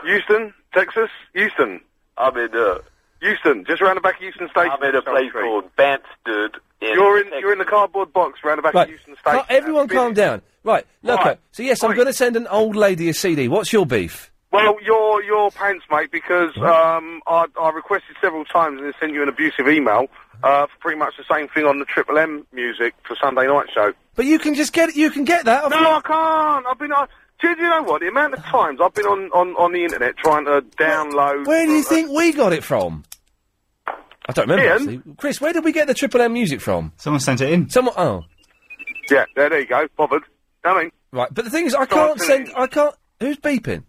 S27: Houston, Texas? Houston.
S7: I'm in, uh...
S27: Houston, just round the back of Houston Station.
S7: I'm in a place called Banstead. In
S27: You're in, you're in the cardboard box round the back
S1: Right.
S27: of Houston
S1: Cal-
S27: Station.
S1: everyone calm down. Right, look.
S27: Right.
S1: uh, So, yes, I'm going to send an old lady a CD. What's your beef?
S27: Well, your your pants, mate, because um, I, I requested several times and they sent you an abusive email uh, for pretty much the same thing on the Triple M music for Sunday night show.
S1: But you can just get you can get that.
S27: No, I can't. I've been. I, do you know what? The amount of times I've been on, on, on the internet trying to download.
S1: Where do you think we got it from? I don't remember.
S27: Ian?
S1: actually. Chris, where did we get the Triple M music from? Someone sent it in. Someone. Oh,
S27: Yeah, there, there you go. Bothered. I mean,
S1: right. But the thing is, I
S27: So I
S1: can't
S27: sent
S1: send. I can't. Who's beeping?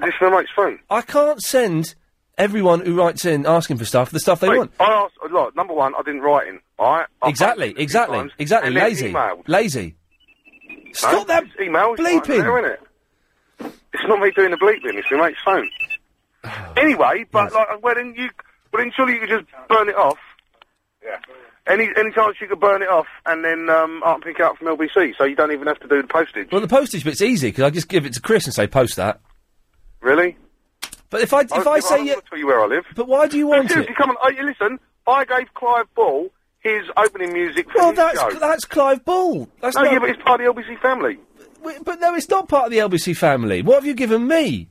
S27: This my mate's phone.
S1: I can't send everyone who writes in asking for stuff the stuff they
S27: Wait,
S1: want.
S27: I asked. Look, number one, I didn't write in. All right. I
S1: Exactly,
S27: phoned him a few
S1: exactly,
S27: times,
S1: exactly.
S27: and then
S1: Lazy,
S27: emailed.
S1: lazy.
S27: Stop that email bleeping. There, innit? It's not me doing the bleeping. It's my mate's phone. anyway, but like, well, then you, well, then surely you could just burn it off. Yeah. Any any chance you could burn it off and then um, I can pick it up from LBC, so you don't even have to do the postage.
S1: Well, the postage bit's easy because I just give it to Chris and say post that.
S27: Really?
S1: But if I if I,
S27: I
S1: say
S27: don't
S1: yeah,
S27: wanna tell you where I live.
S1: But why do you want
S27: Seriously,
S1: it?
S27: come on. Oh, you listen, I gave Clive Ball his opening music for
S1: Well,
S27: his
S1: that's
S27: show.
S1: that's Clive Ball. That's
S27: no,
S1: not-
S27: yeah, but it's part of the LBC family.
S1: Wait, But no, it's not part of the LBC family. What have you given me?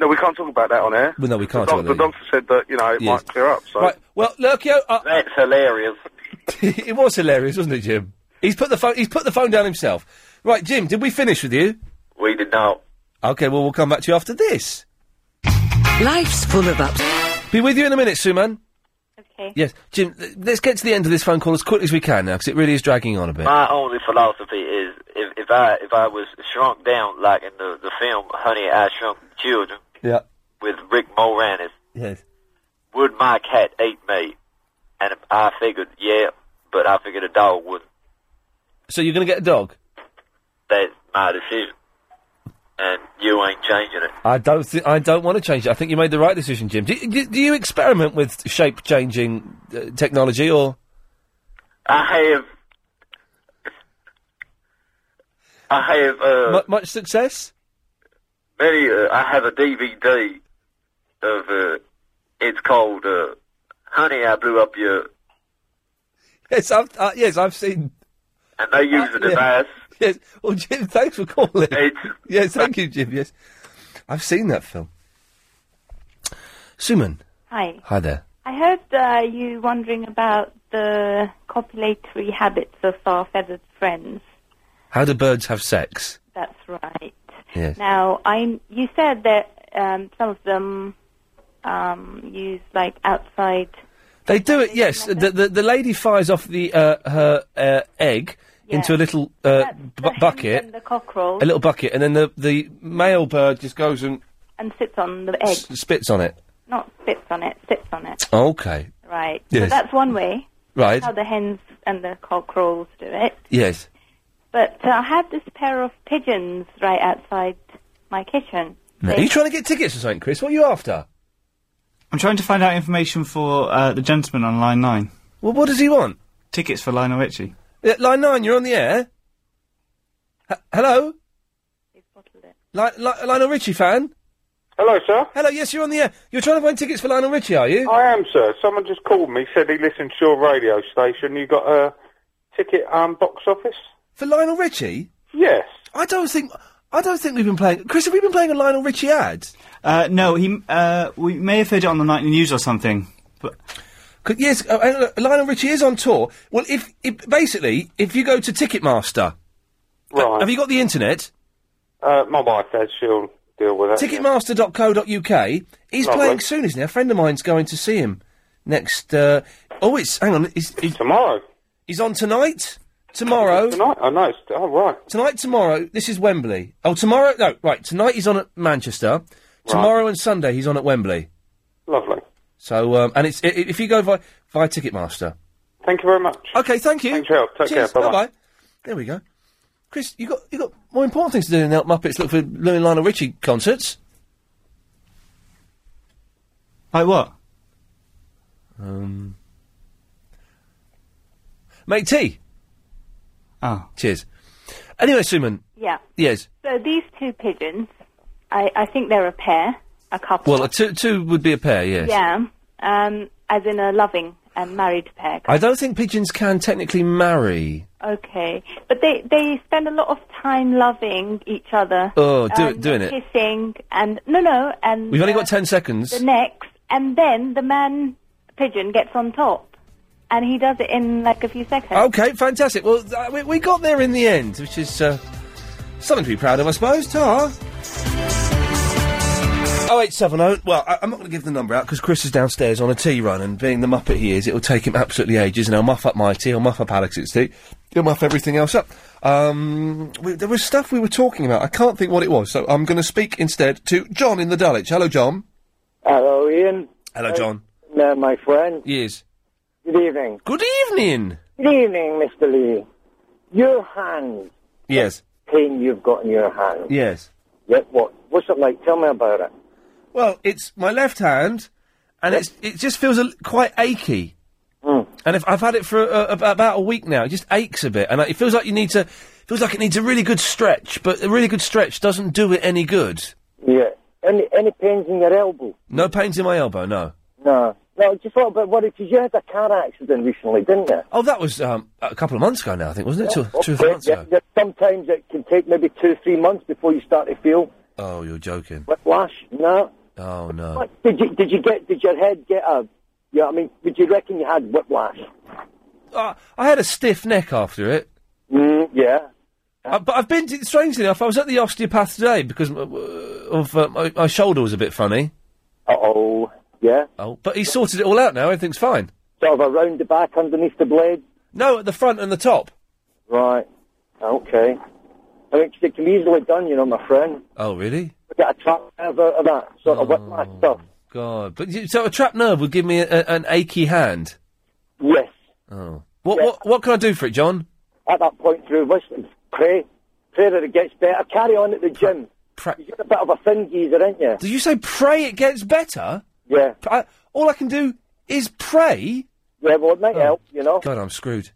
S27: No, we can't talk about that on air.
S1: Well, no, we
S27: The,
S1: can't.
S27: doc- the doctor said that you know it
S1: Yes.
S27: might clear up. So
S1: Right. Well, Lurkio. Uh,
S7: That's hilarious.
S1: it was hilarious, wasn't it, Jim? He's put the phone. He's put the phone down himself. Right, Jim. Did we finish with you?
S7: We did not.
S1: Okay. Well, we'll come back to you after this.
S11: Life's full of ups.
S1: Be with you in a minute, Suman.
S11: Okay.
S1: Yes, Jim. th- let's get to the end of this phone call as quickly as we can now, because it really is dragging on a bit.
S7: My only philosophy is if, if I if I was shrunk down like in the, the film Honey I Shrunk the Children
S1: yeah.
S7: with Rick Moranis,
S1: Yes.
S7: would my cat eat me? And I figured, yeah, but I figured a dog wouldn't.
S1: So you're going to get a dog?
S7: That's my decision, and you ain't changing it.
S1: I don't. Th- I don't want to change it. I think you made the right decision, Jim. Do, do, do you experiment with shape changing uh, technology, or
S7: I have. I have uh,
S1: mu- much success?
S7: many. Uh, I have a DVD of. Uh, it's called uh, "Honey, I Blew Up Your."
S1: Yes, I've, uh, yes, I've seen.
S7: and they use it as
S1: Yeah.
S7: ours.
S1: Yes. Well, Jim, thanks for calling. yes, thank you, Jim. Yes, I've seen that film. Suman,
S9: Hi.
S1: hi there.
S9: I heard uh, you wondering about the copulatory habits of our feathered friends.
S1: How do birds have sex?
S9: That's right.
S1: Yes.
S9: Now, I you said that um, some of them um, use like outside.
S1: They do it. Yes, the the, the lady fires off the uh, her uh, egg into a little uh, bu- bucket,
S9: and the cockerel
S1: a little bucket, and then the the male bird just goes and
S9: and sits on the egg.
S1: s- spits on it.
S9: Not sits on it, sits on it.
S1: Okay.
S9: Right. So
S1: Yes.
S9: that's one way.
S1: Right.
S9: How the hens and the cockerels do it.
S1: Yes.
S9: But uh, I had this pair of pigeons right outside my kitchen.
S1: Are you trying to get tickets or something, Chris? What are you after?
S12: I'm trying to find out information for uh, the gentleman on line nine.
S1: Well, what does he want?
S12: Tickets for Lionel Richie.
S1: Yeah, Eh, line nine, you're on the air. H- hello. Li- Li- Lionel Richie fan.
S5: Hello, sir.
S1: Hello. Yes, you're on the air. You're trying to find tickets for Lionel Richie, are you?
S5: I am, sir. Someone just called me, said he listened to your radio station. You got a ticket um, box office?
S1: For Lionel Richie?
S5: Yes.
S1: I don't think. I don't think we've been playing. Chris, have we been playing a Lionel Richie ad?
S12: Uh, no, he. Uh, we may have heard it on the nightly news or something. But
S1: Could- Yes, uh, and, uh, Lionel Richie is on tour. Well, if, if basically, if you go to Ticketmaster,
S5: right?
S1: have you got the internet?
S5: Uh, my wife has. She'll deal with that.
S1: Ticketmaster.co.uk. He's
S5: Lovely.
S1: playing soon, isn't he? A friend of mine's going to see him next. Uh, oh, it's hang on. It's,
S5: tomorrow.
S1: He's on tonight. Tomorrow.
S5: Tonight. I know. Oh, right.
S1: Tonight, tomorrow. This is Wembley. Oh, tomorrow. No, right. Tonight he's on at Manchester. Tomorrow and Sunday he's on at Wembley.
S5: Lovely.
S1: So, um, and it's i- i if you go via, via Ticketmaster.
S5: Thank you very much.
S1: Okay, thank you.
S5: Thanks for your help. Take
S1: Cheers.
S5: care. Bye-bye.
S1: Bye-bye. There we go. Chris, you got you got more important things to do than help Muppets look for Louis Lionel Richie concerts.
S12: like what?
S1: Um, make tea.
S12: Oh,
S1: cheers. Anyway, Suman.
S9: Yeah.
S1: Yes.
S9: So these two pigeons, I, I think they're a pair, a couple.
S1: Well, a two two would be a pair. Yes.
S9: Yeah. Um, as in a loving and married pair.
S1: I don't think pigeons can technically marry.
S9: Okay. But they, they spend a lot of time loving each other. Um,
S1: Oh, do it- doing it.
S9: Kissing and, no, no, and.
S1: We've only
S9: uh,
S1: got ten seconds.
S9: The next, and then the man pigeon gets on top. And he does it in like a few seconds.
S1: Okay, fantastic. Well, th- we, we got there in the end, which is uh, something to be proud of, I suppose. Ta. Oh, 0870. Well, I, I'm not going to give the number out because Chris is downstairs on a tea run, and being the muppet he is, it'll take him absolutely ages, and I'll muff up my tea, I'll muff up Alex's tea, he'll muff everything else up. Um, we, there was stuff we were talking about. I can't think what it was, so I'm going to speak instead to John in the Dulwich. Hello, John.
S12: Hello, Ian.
S1: Hello, John.
S12: No, my friend.
S1: Yes.
S12: Good evening.
S1: Good e- evening.
S12: Good evening, Mr. Lee. Your hands.
S1: Yes.
S12: Pain you've got in your hands.
S1: Yes.
S12: Yet what? What's it like? Tell me about it.
S1: Well, it's my left hand, and it's it just feels a, l- quite achy. And if, I've had it for uh, ab- about a week now. It just aches a bit, and uh, it feels like you need to. Feels like it needs a really good stretch, but a really good stretch doesn't do it any good.
S12: Yeah. Any any pains in your elbow?
S1: No pains in my elbow, no.
S12: No. No, just a little bit worried because you had a car accident recently, didn't you?
S1: Oh, that was um, a couple of months ago now, I think, wasn't it? Two, two or three
S12: Yeah,
S1: months
S12: yeah,
S1: ago.
S12: yeah, sometimes it can take maybe two, three months before you start to feel
S1: Oh, you're joking.
S12: whiplash. No.
S1: Oh no.
S12: What? Did you did you get did your head get a? Yeah, I mean, would you reckon you had whiplash?
S1: Uh, I had a stiff neck after it.
S12: Mm, yeah.
S1: Uh, but I've been to, strangely enough. I was at the osteopath today because uh, of uh, my, my shoulder was a bit funny.
S12: Uh oh. Yeah.
S1: Oh, but he sorted it all out now. Everything's fine.
S12: Sort of around the back underneath the blade?
S1: No, at the front and the top.
S12: Right. Okay. I mean, 'cause it can be easily done, you know, my friend.
S1: Oh, really?
S12: Get a trap nerve out of that sort of whiplash
S1: Oh.
S12: stuff.
S1: God. But you- so a trapped nerve would give me a, a- an achy hand.
S12: Yes.
S1: Oh. What what what can I do for it, John?
S12: At that point through, listen, pray. Pray that it gets better. Carry on at the gym.
S1: you
S12: get a bit of a thin geezer, ain't you?
S1: Did you say pray it gets better?
S12: Yeah.
S1: I, all I can do is pray. Oh,
S12: Yeah, well, it might help, you know.
S1: God, Oh. I'm screwed.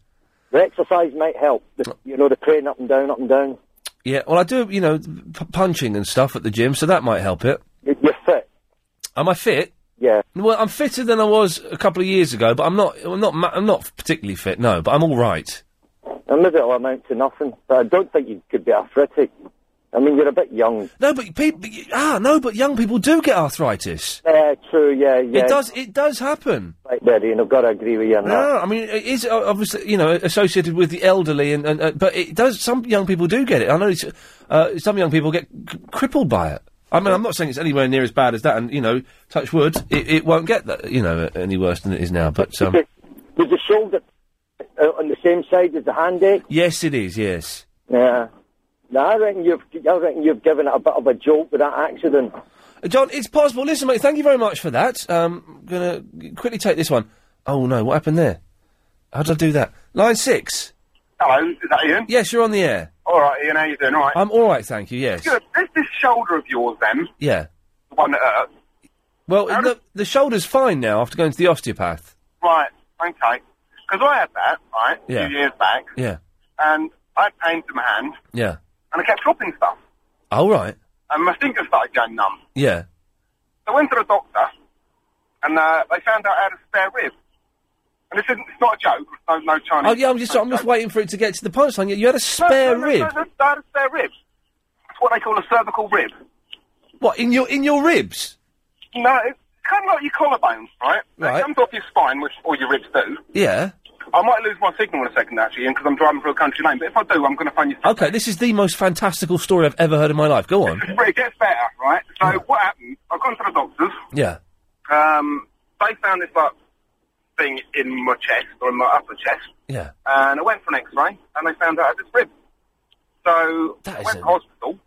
S12: The exercise might help. The, you know, the praying up and down, up and down.
S1: Yeah. Well, I do you know p- punching and stuff at the gym, so that might help it.
S12: You- You're fit.
S1: Am I fit?
S12: Yeah.
S1: Well, I'm fitter than I was a couple of years ago, but I'm not. I'm not. ma- I'm not particularly fit. No, but I'm all right.
S6: And maybe it'll amount to nothing. But I don't think you could be arthritic. I mean, you're a bit young.
S1: No, but people. Ah, no, but young people do get arthritis.
S6: Yeah, true. Yeah, yeah.
S1: It does. It does happen.
S6: Right there, Ian. I've got to agree with you on that.
S1: No, I mean it is uh, obviously you know associated with the elderly, and, and uh, but it does. Some young people do get it. I know it's, uh, some young people get c- crippled by it. I mean, I'm not saying it's anywhere near as bad as that, and you know, touch wood, it, it won't get that, you know any worse than it is now. But um,
S6: Was the shoulder uh, on the same side as the hand ache?
S1: yes, it is. Yes.
S6: Yeah. No, I reckon you've I reckon you've given it a bit of a jolt with that accident.
S1: Uh, John, it's possible. Listen, mate, thank you very much for that. Um, gonna quickly take this one. Oh no, what happened there? How did I do that? Line six.
S20: Hello, is that Ian?
S1: Yes, you're on the air.
S20: All right, Ian, how you doing? All right.
S1: I'm all right, thank you. Yes.
S20: Good. There's this shoulder of yours, then,
S1: Yeah.
S20: the one that hurt.
S1: Well, the, the shoulder's fine now after going to the osteopath.
S20: Right, okay. Because I had that, right,
S1: Yeah.
S20: a few years back,
S1: Yeah.
S20: and I had pains in my hand,
S1: Yeah.
S20: and I kept dropping stuff,
S1: All right.
S20: and my fingers started going numb.
S1: Yeah.
S20: I went to the doctor, and uh, they found out I had a spare rib. And this isn't, it's not a joke, it's no, no Chinese.
S1: Oh yeah, I'm just I'm just waiting for it to get to the punchline. You- You had a
S20: No,
S1: spare
S20: no, no,
S1: rib.
S20: No, no, I had a spare rib. It's what they call a cervical rib.
S1: What in your in your ribs?
S20: No, it's kind of like your collarbones, right? It
S1: Right.
S20: comes off your spine, which all your ribs do.
S1: Yeah.
S20: I might lose my signal in a second, actually, because I'm driving through a country lane. But if I do, I'm going to phone you.
S1: Okay, this is the most fantastical story I've ever heard in my life. Go on.
S20: But it gets better, right? So what happened? I've gone to the doctors.
S1: Yeah.
S20: Um, they found this like thing in my chest or in my upper chest,
S1: Yeah.
S20: and I went for an X-ray, and they found out I had this rib. So I went to hospital,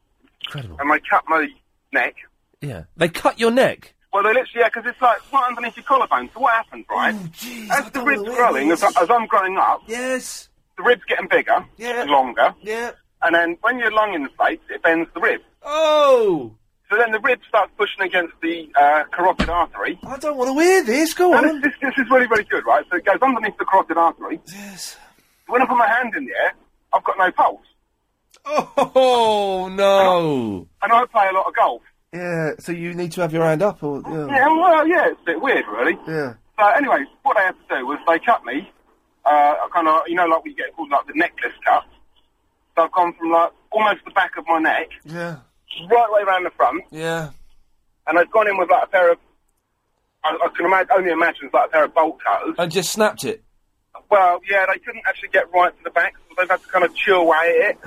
S20: and they cut my neck.
S1: Yeah. They cut your neck.
S20: Well, they literally, yeah, because it's like right underneath your collarbone. So what happens, right?
S1: Oh,
S20: as the ribs growing, as, as I'm growing up,
S1: yes,
S20: the ribs getting bigger,
S1: yeah,
S20: longer,
S1: yeah,
S20: and then when your lung inflates, it bends the rib.
S1: Oh.
S20: So then the rib starts pushing against the uh, carotid artery.
S1: I don't want to hear this. Go
S20: on. This, this is really, really good, right? So it goes underneath the carotid artery.
S1: Yes.
S20: When I put my hand in the air, I've got no pulse,
S1: Oh no.
S20: and I play a lot of golf.
S1: Yeah. So you need to have your hand up, or
S20: Yeah, well, yeah, it's a bit weird, really.
S1: Yeah.
S20: So anyway, what they had to do was they cut me. Uh, I kind of, you know, like we get called like the necklace cut. So I've gone from like almost the back of my neck,
S1: Yeah.
S20: right way around the front,
S1: Yeah.
S20: and I've gone in with like a pair of. I, I can imagine, only imagine it's like a pair of bolt cutters.
S1: And just snapped it.
S20: Well, yeah, they couldn't actually get right to the back, so they've had to kind of chew away at it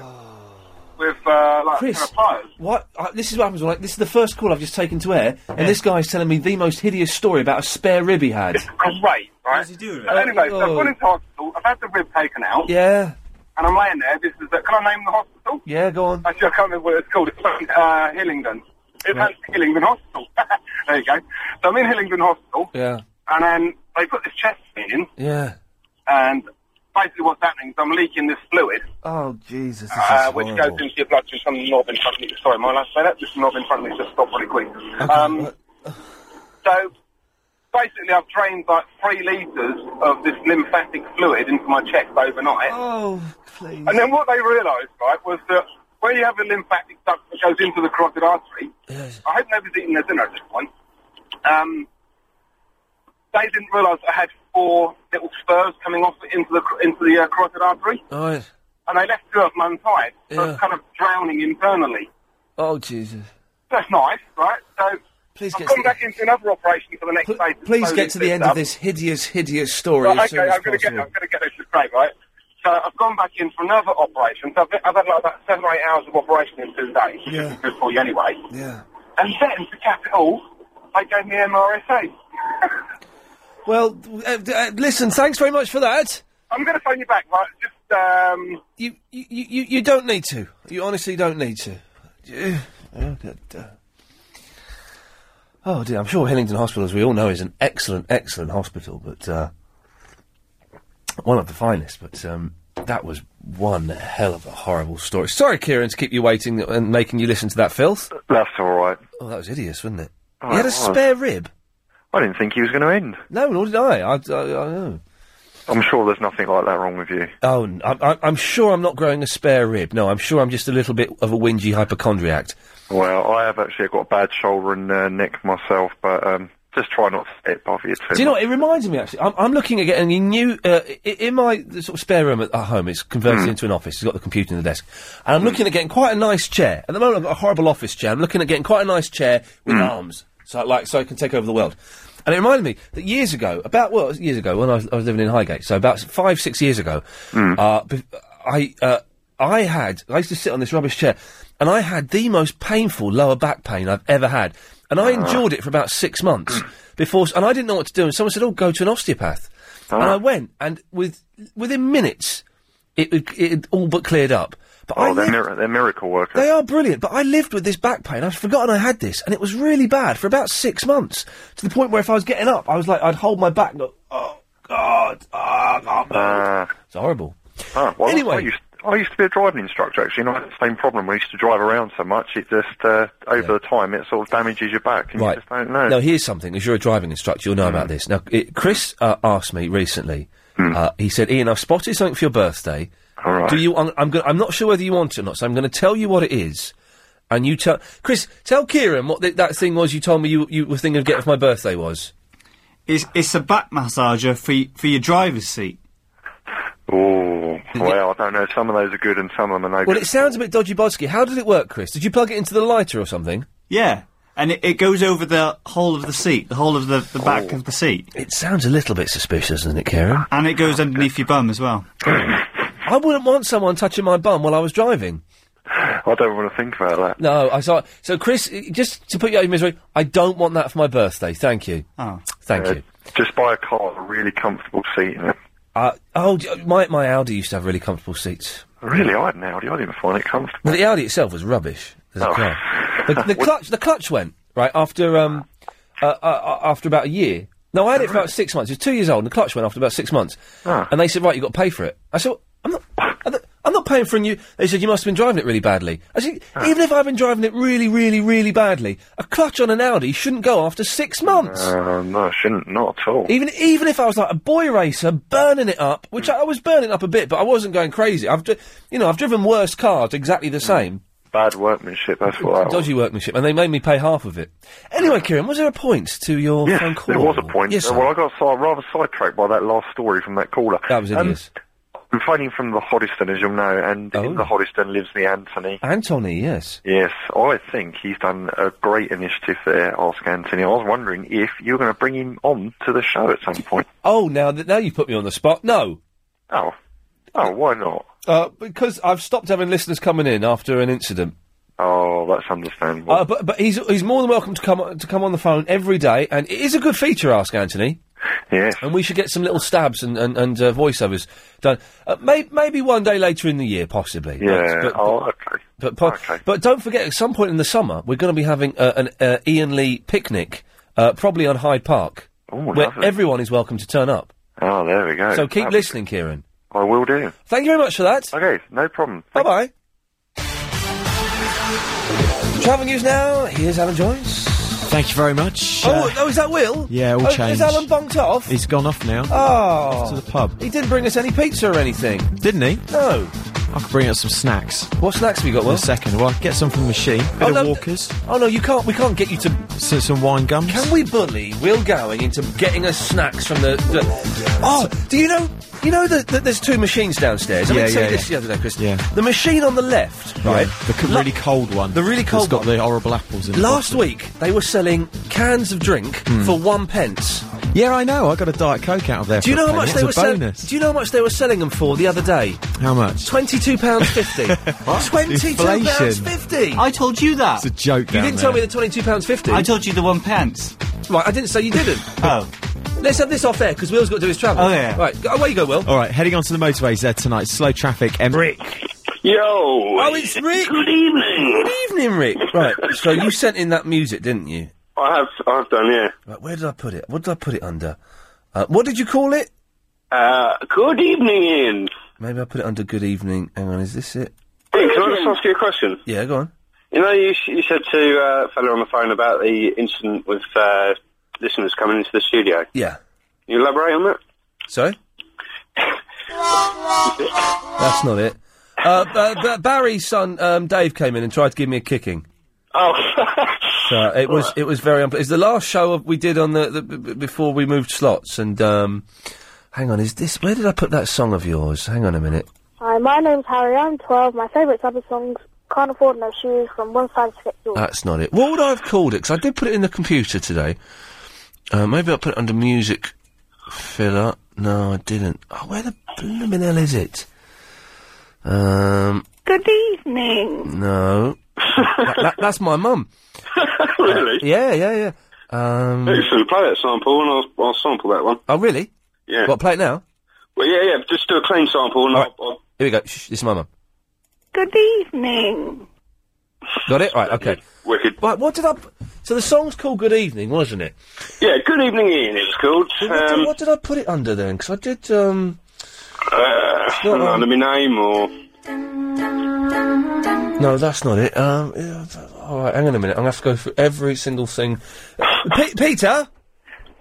S20: with uh,
S1: Oh.
S20: like
S1: Chris.
S20: kind of pliers.
S1: What? Uh, this is what happens. Like this is the first call I've just taken to air, and this guy's telling me the most hideous story about a spare rib he had.
S20: Great, right? What he doing? So anyway, so I've
S1: Oh.
S20: gone into hospital. I've had the rib taken out,
S1: yeah.
S20: and I'm laying there. This is. Uh, can I name the hospital?
S1: Yeah. Go on.
S20: Actually, I can't remember what it's called. It's like, uh, Hillingdon. It's
S1: Right.
S20: at Hillingdon Hospital. there you go. So I'm in Hillingdon Hospital,
S1: Yeah.
S20: and then they put this chest thing in,
S1: Yeah.
S20: and basically what's happening is I'm leaking this fluid,
S1: Oh Jesus. This is
S20: uh, which
S1: horrible.
S20: goes into your blood through some knob in front of me. Sorry, my last say that. This knob in front of me just stopped really quick. um, so basically, I've drained like three litres of this lymphatic fluid into my chest overnight.
S1: Oh, please.
S20: And then what they realised, right, was that where you have a lymphatic duct that goes into the carotid artery, I hope nobody's eating their dinner at this point. Um, they didn't realise I had four little spurs coming off into the into the uh, carotid artery,
S1: Right.
S20: and they left two of them untied, so I was kind of drowning internally.
S1: Oh Jesus.
S20: That's nice, right? So
S1: please
S20: I've come back into another operation for the next day.
S1: Please
S20: slowly
S1: get to the
S20: fix
S1: end of
S20: up.
S1: this hideous, hideous story
S20: Right,
S1: as
S20: okay,
S1: soon as
S20: I'm going to get, I'm
S1: possible.
S20: going to get this straight, right? So I've gone back in for another operation. So I've, I've had like about seven or eight hours of operation in two days.
S1: Yeah.
S20: Good for you anyway.
S1: Yeah.
S20: And then to cap it all, they gave me MRSA.
S1: Well, uh, d- uh, listen. Thanks very much for that.
S20: I'm going to phone you back, right? Just um.
S1: You you you, you don't need to. You honestly don't need to. Yeah. Oh, d- d- oh dear, I'm sure Hillingdon Hospital, as we all know, is an excellent, excellent hospital, but uh, one of the finest. But um, that was one hell of a horrible story. Sorry, Kieran, to keep you waiting and making you listen to that filth.
S13: That's all right.
S1: Oh, that was hideous, wasn't it?
S13: Oh,
S1: he had
S13: it
S1: a
S13: was.
S1: spare rib.
S13: I didn't think he was going to end.
S1: No, nor did I. I, I, I know.
S13: I'm sure there's nothing like that wrong with you.
S1: Oh, n- I'm, I'm- I'm sure I'm not growing a spare rib. No, I'm sure I'm just a little bit of a whingy hypochondriac.
S13: Well, I have actually got a bad shoulder and uh, neck myself, but um, Just try not to let it bother you too
S1: Do you know
S13: much.
S1: what? It reminds me, actually. I'm, I'm looking at getting a new. Uh, i- in my sort of spare room at, at home, it's converted into an office. It's got the computer and the desk. And I'm looking at getting quite a nice chair. At the moment, I've got a horrible office chair. I'm looking at getting quite a nice chair with arms. So, I- like, so I can take over the world. And it reminded me that years ago, about, well, it was years ago, when I was, I was living in Highgate, so about s- five, six years ago, uh, bef- I, uh, I had, I used to sit on this rubbish chair, and I had the most painful lower back pain I've ever had. And I endured it for about six months before, and I didn't know what to do. And someone said, "Oh, go to an osteopath,"
S13: Oh.
S1: and I went, and with within minutes, it it, it all but cleared up. But I
S13: Oh, they're,
S1: lived-
S13: mir- they're miracle workers.
S1: they are brilliant, but I lived with this back pain. I'd forgotten I had this, and it was really bad for about six months to the point where if I was getting up, I was like, I'd hold my back and go, oh, God, ah, I can't move." It's horrible.
S13: Ah, Uh, well,
S1: Anyway.
S13: I used, I used to be a driving instructor, actually, and I had the same problem. We used to drive around so much, it just, uh, over the time, it sort of damages your back, and
S1: Right.
S13: you just Hmm. don't know.
S1: Now, here's something. As you're a driving instructor, you'll know about this. Now, it, Chris uh, asked me recently.
S13: Hmm.
S1: Uh, he said, "Ian, I've spotted something for your birthday. Do you? I'm, I'm, gonna, I'm not sure whether you want it or not. So I'm going to tell you what it is, and you tell Chris. Tell Kieran what th- that thing was you told me you you were thinking of getting for my birthday was.
S12: It's, it's a back massager for, y- for your driver's seat.
S13: Oh, well, I don't know. Some of those are good, and some of them are no
S1: Well,
S13: good.
S1: it sounds a bit dodgy, Bodsky. How did it work, Chris? Did you plug it into the lighter or something?
S12: Yeah, and it, it goes over the whole of the seat, the whole of the, the back of the seat.
S1: Oh, It sounds a little bit suspicious, doesn't it, Kieran?
S12: And it goes underneath your bum as well.
S1: I wouldn't want someone touching my bum while I was driving.
S13: I don't want to think about that.
S1: No, I saw. So, Chris, i- just to put you out of your misery, I don't want that for my birthday. Thank you.
S12: Oh,
S1: thank
S13: Uh,
S1: you.
S13: Just buy a car with a really comfortable seat in it.
S1: Uh, oh, d- my my Audi used to have really comfortable seats.
S13: Really, I had an Audi. I didn't find it comfortable. Oh.
S1: Well, the Audi itself was rubbish. as a car. The, the clutch, the clutch went right after um, uh, uh, uh, after about a year. No, I had it for about six months. It was two years old, and the clutch went after about six months.
S13: Ah.
S1: And they said, "Right, you have got to pay for it." I said, "I'm not, I'm not- I'm not paying for a new." They said, "You must have been driving it really badly." I said,
S13: Ah.
S1: "Even if I've been driving it really, really, really badly, a clutch on an Audi shouldn't go after six months."
S13: Uh, no, I shouldn't. Not at all.
S1: Even even if I was like a boy racer burning it up, which I, I was burning up a bit, but I wasn't going crazy. I've dri- you know I've driven worse cars exactly the same.
S13: Bad workmanship. That's what. I was.
S1: Dodgy workmanship, and they made me pay half of it. Anyway, Kieran, was there a point to your
S13: Yes,
S1: phone call?
S13: there was a point.
S1: Yes,
S13: Uh, well, I got si- rather sidetracked by that last story from that caller. Um,
S1: That was hideous. Oh.
S13: I'm phoning from the Hoddesdon, as you'll know, and in the Hoddesdon lives the Anthony.
S1: Anthony, yes.
S13: Yes, I think he's done a great initiative there, Ask Anthony. I was wondering if you were going to bring him on to the show at some point.
S1: Oh, now that now you put me on the spot. No.
S13: Oh. Oh, why not?
S1: Uh, because I've stopped having listeners coming in after an incident.
S13: Oh, that's understandable.
S1: Uh, but but he's he's more than welcome to come on- to come on the phone every day, and it is a good feature. Ask Anthony.
S13: Yes.
S1: And we should get some little stabs and and, and uh, voiceovers done. Uh, may, maybe one day later in the year, possibly. But-
S13: yeah.
S1: But,
S13: oh, okay.
S1: but, po- but don't forget, at some point in the summer, we're going to be having uh, an uh, Ian Lee picnic, uh, probably on Hyde Park, where
S13: lovely.
S1: everyone is welcome to turn up.
S13: Oh, there we go.
S1: so keep
S13: That'd be-
S1: listening, Kieran.
S13: I will do.
S1: Thank you very much for that.
S13: Okay, no problem.
S1: Bye bye. Travel news now. Here's Alan Joyce.
S15: Thank you very much.
S1: Oh, oh, is that Will?
S15: yeah, all
S1: oh, Is
S15: changed.
S1: Alan bunked off?
S15: He's gone off now.
S1: Oh.
S15: To the pub.
S1: He didn't bring us any pizza or anything.
S15: Didn't he?
S1: No.
S15: I could bring out some snacks.
S1: What snacks have you got,
S15: In
S1: Will?
S15: a second. Well, I'll get some from the machine. Bit
S1: Oh,
S15: of
S1: no,
S15: Walkers.
S1: Oh no, you can't. We can't get you to.
S15: So, some wine gums.
S1: Can we bully Will Gowing into getting us snacks from the? the oh, do you know? You know that that there's two machines downstairs. I
S15: Yeah,
S1: mean, so
S15: yeah,
S1: this
S15: yeah.
S1: the other day, Chris.
S15: Yeah.
S1: The machine on the left, right?
S15: Yeah, the co- really cold one.
S1: The really cold
S15: It's got
S1: one.
S15: the horrible apples in it.
S1: Last week they were selling cans of drink for one pence.
S15: Yeah, I know. I got a Diet Coke out of there.
S1: Do you
S15: for a
S1: know how much
S15: penny.
S1: they were
S15: It's a
S1: selling?
S15: bonus.
S1: Do you know how much they were selling them for the other day?
S15: How much?
S1: Twenty-two pounds fifty.
S15: What?
S1: Twenty-two pounds
S15: Inflation.
S1: fifty.
S12: I told you that.
S15: It's a joke
S1: You
S15: down
S1: didn't tell me
S15: there.
S1: the twenty-two pounds fifty.
S12: I told you the one pence.
S1: Right, I didn't say you didn't.
S12: oh.
S1: Let's have this off air because Will's got to do his travel.
S15: Oh, yeah.
S1: Right, go- away you go, Will.
S15: All right, heading on to the motorways there tonight. Slow traffic. And Rick.
S1: Yo. Oh, it's Rick. Good evening. Good evening, Rick. Right. So you sent in that music, didn't you?
S18: I have, I've done, yeah.
S1: Right. Where did I put it? What did I put it under? Uh, what did you call it?
S18: Uh, good evening, Ian.
S1: Maybe I put it under Good Evening. Hang on, is this it?
S18: Ian, can I just ask you a question?
S1: Yeah, go on.
S18: You know, you, s- you said to uh, a fellow on the phone about the incident with uh, listeners coming into the studio.
S1: Yeah.
S18: Can you elaborate on that?
S1: Sorry. That's not it. Uh, b- b- Barry's son, um, Dave, came in and tried to give me a kicking.
S18: Oh,
S1: uh, it was it was very. Unpl- it's the last show of- we did on the, the b- b- before we moved slots. And um, hang on, is this where did I put that song of yours? Hang on a minute.
S10: Hi, my name's Harry. I'm 12. My favourite type of songs, Can't Afford No Shoes, from One Side to Door.
S1: That's not it. What would I have called it? Because I did put it in the computer today. Uh, maybe I'll put it under music filler. No, I didn't. Oh, where the blooming hell is it? Um,
S28: Good evening.
S1: no. That- that- that's my mum. really? yeah, yeah, yeah. Um,
S27: Excellent. Play that uh, sample and I'll, I'll sample that one.
S1: Oh, really?
S27: Yeah.
S1: What, play it now?
S27: Well, yeah, yeah. Just do a clean sample and I'll, I'll
S1: Here we go. Shh, this is my mum.
S28: Good evening.
S1: Got it? Right, okay.
S27: Wicked.
S1: Right, what did I. p- So the song's called Good Evening, wasn't it?
S27: Yeah, Good Evening Ian it was called.
S1: Well, What,
S27: Um,
S5: Mm.
S1: did, what did I put it under then? Because I did. um...
S27: uh,
S1: not
S27: not
S1: on.
S27: under my name or...
S1: No, that's not it. Um, yeah, th- all right, hang on a minute. I'm going to have to go through every single thing. Uh, Pe- Peter?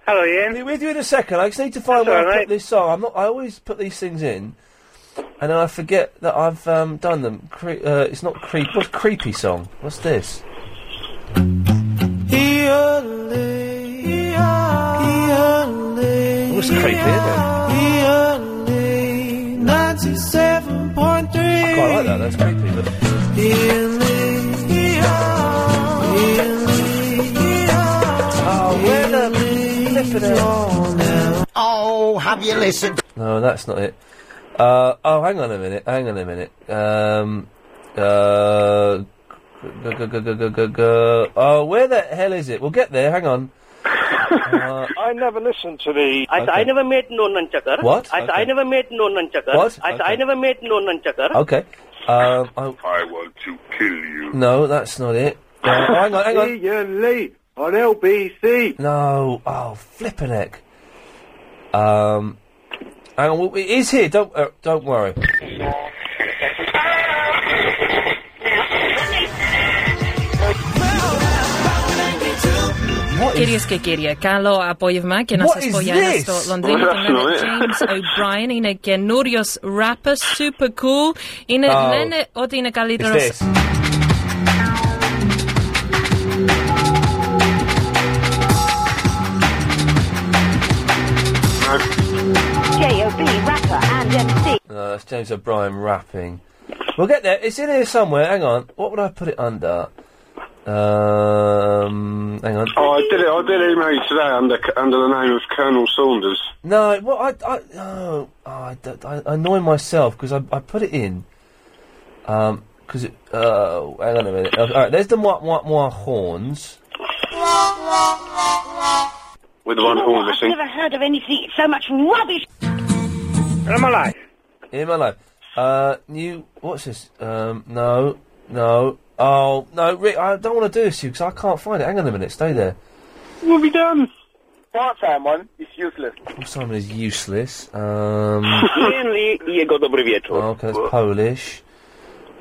S19: Hello, Ian.
S1: I'll be with you in a second. I just need to find
S19: That's
S1: where
S19: all
S1: I
S19: right.
S1: put this song. I'm not, I always put these things in, and then I forget that I've um, done them. Cre- uh, it's not creep. What's creepy song? What's this?
S3: What's
S1: creepy, isn't
S3: Ninety-seven point three.
S1: I quite like that. That's creepy. But...
S3: Oh, Oh, have you listened?
S1: No, that's not it. Uh, oh, hang on a minute. Hang on a minute. Um, uh, g- g- g- g- g- g- g- oh, where the hell is it? We'll get there. Hang on. Uh,
S19: I never listened to the. I,
S1: Okay.
S19: I never made no nunchakar.
S1: What?
S19: I, I
S1: Okay.
S19: never made no nunchakar.
S1: What?
S19: I, I
S1: Okay.
S19: never made no nunchakar.
S1: okay. Um, I,
S19: want to kill you.
S1: no, that's not it. Uh, oh, hang on, hang on.
S19: Ian Lee on LBC.
S1: No. Oh, flippin' heck. Um, hang on. well, It is here. Don't uh, don't worry.
S2: Κυρίες και κύριοι, καλό απόγευμα και να
S3: What
S2: σας πω
S3: is
S2: για ένα
S3: this?
S2: στο Λονδίνο.
S3: Ωραία,
S2: Τον λένε
S3: ωραία.
S2: James O'Brien, είναι καινούριος rapper, super cool. Είναι,
S3: Oh.
S2: λένε ότι είναι
S3: It's
S2: καλύτερος.
S3: this.
S19: J.O.B. rapper and MC.
S1: No, Uh, that's James O'Brien rapping. We'll get there. It's in here somewhere. Hang on. What would I put it under? Um, hang on.
S27: Oh, I did it. I did email you today under c- under the name of Colonel Saunders.
S1: No, well, I, I, no, oh, I, don't- I annoy myself because I, I put it in. Um, because it, uh, hang on a minute. Uh, all right, there's the moi, moi, moi horns.
S27: With the one horn missing.
S21: never heard of anything so much rubbish.
S1: In my life. In my life. Uh, new, what's this? Um, no, no. Oh, no, Rick, I don't want to do this to you because I can't find it. Hang on a minute, stay there.
S19: We'll be done. What, Simon? It's useless.
S1: Oh, Simon is useless. Um.
S19: Ian Lee, jego dobry wieczór.
S1: Okay, that's Polish.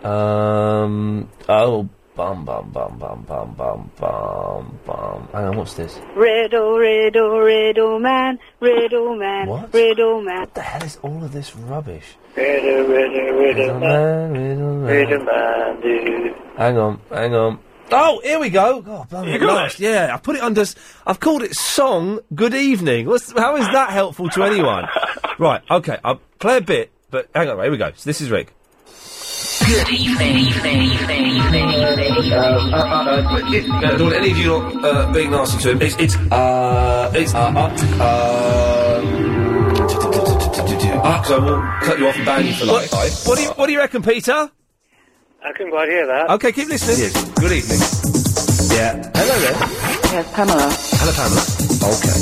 S1: Um, oh, bum, bum, bum, bum, bum, bum, bum, bum. Hang on, what's this?
S21: Riddle, riddle, riddle man, riddle man,
S1: What?
S21: riddle man. What
S1: the hell is all of Oh, this rubbish?
S21: Riddle, riddle,
S1: Riddle man, riddle man. Hang on, hang on. Oh, here we go. Oh, blimey,
S3: You got
S1: nice. Yeah, I put it under. s- I've called it song. Good evening. What's, how is that helpful to anyone? right. Okay. I'll play a bit, but hang on. Here we go. So this is Rick.
S3: Good evening.
S1: don't any of you not uh, being nasty to him. It's it's uh it's uh uh. uh so I will cut you off and ban you for life. What, do you what do you reckon, Peter?
S19: I couldn't quite hear that.
S1: Okay, keep listening. Good evening. Yeah. Hello there.
S19: Yes, Pamela.
S1: Hello, Pamela. Okay.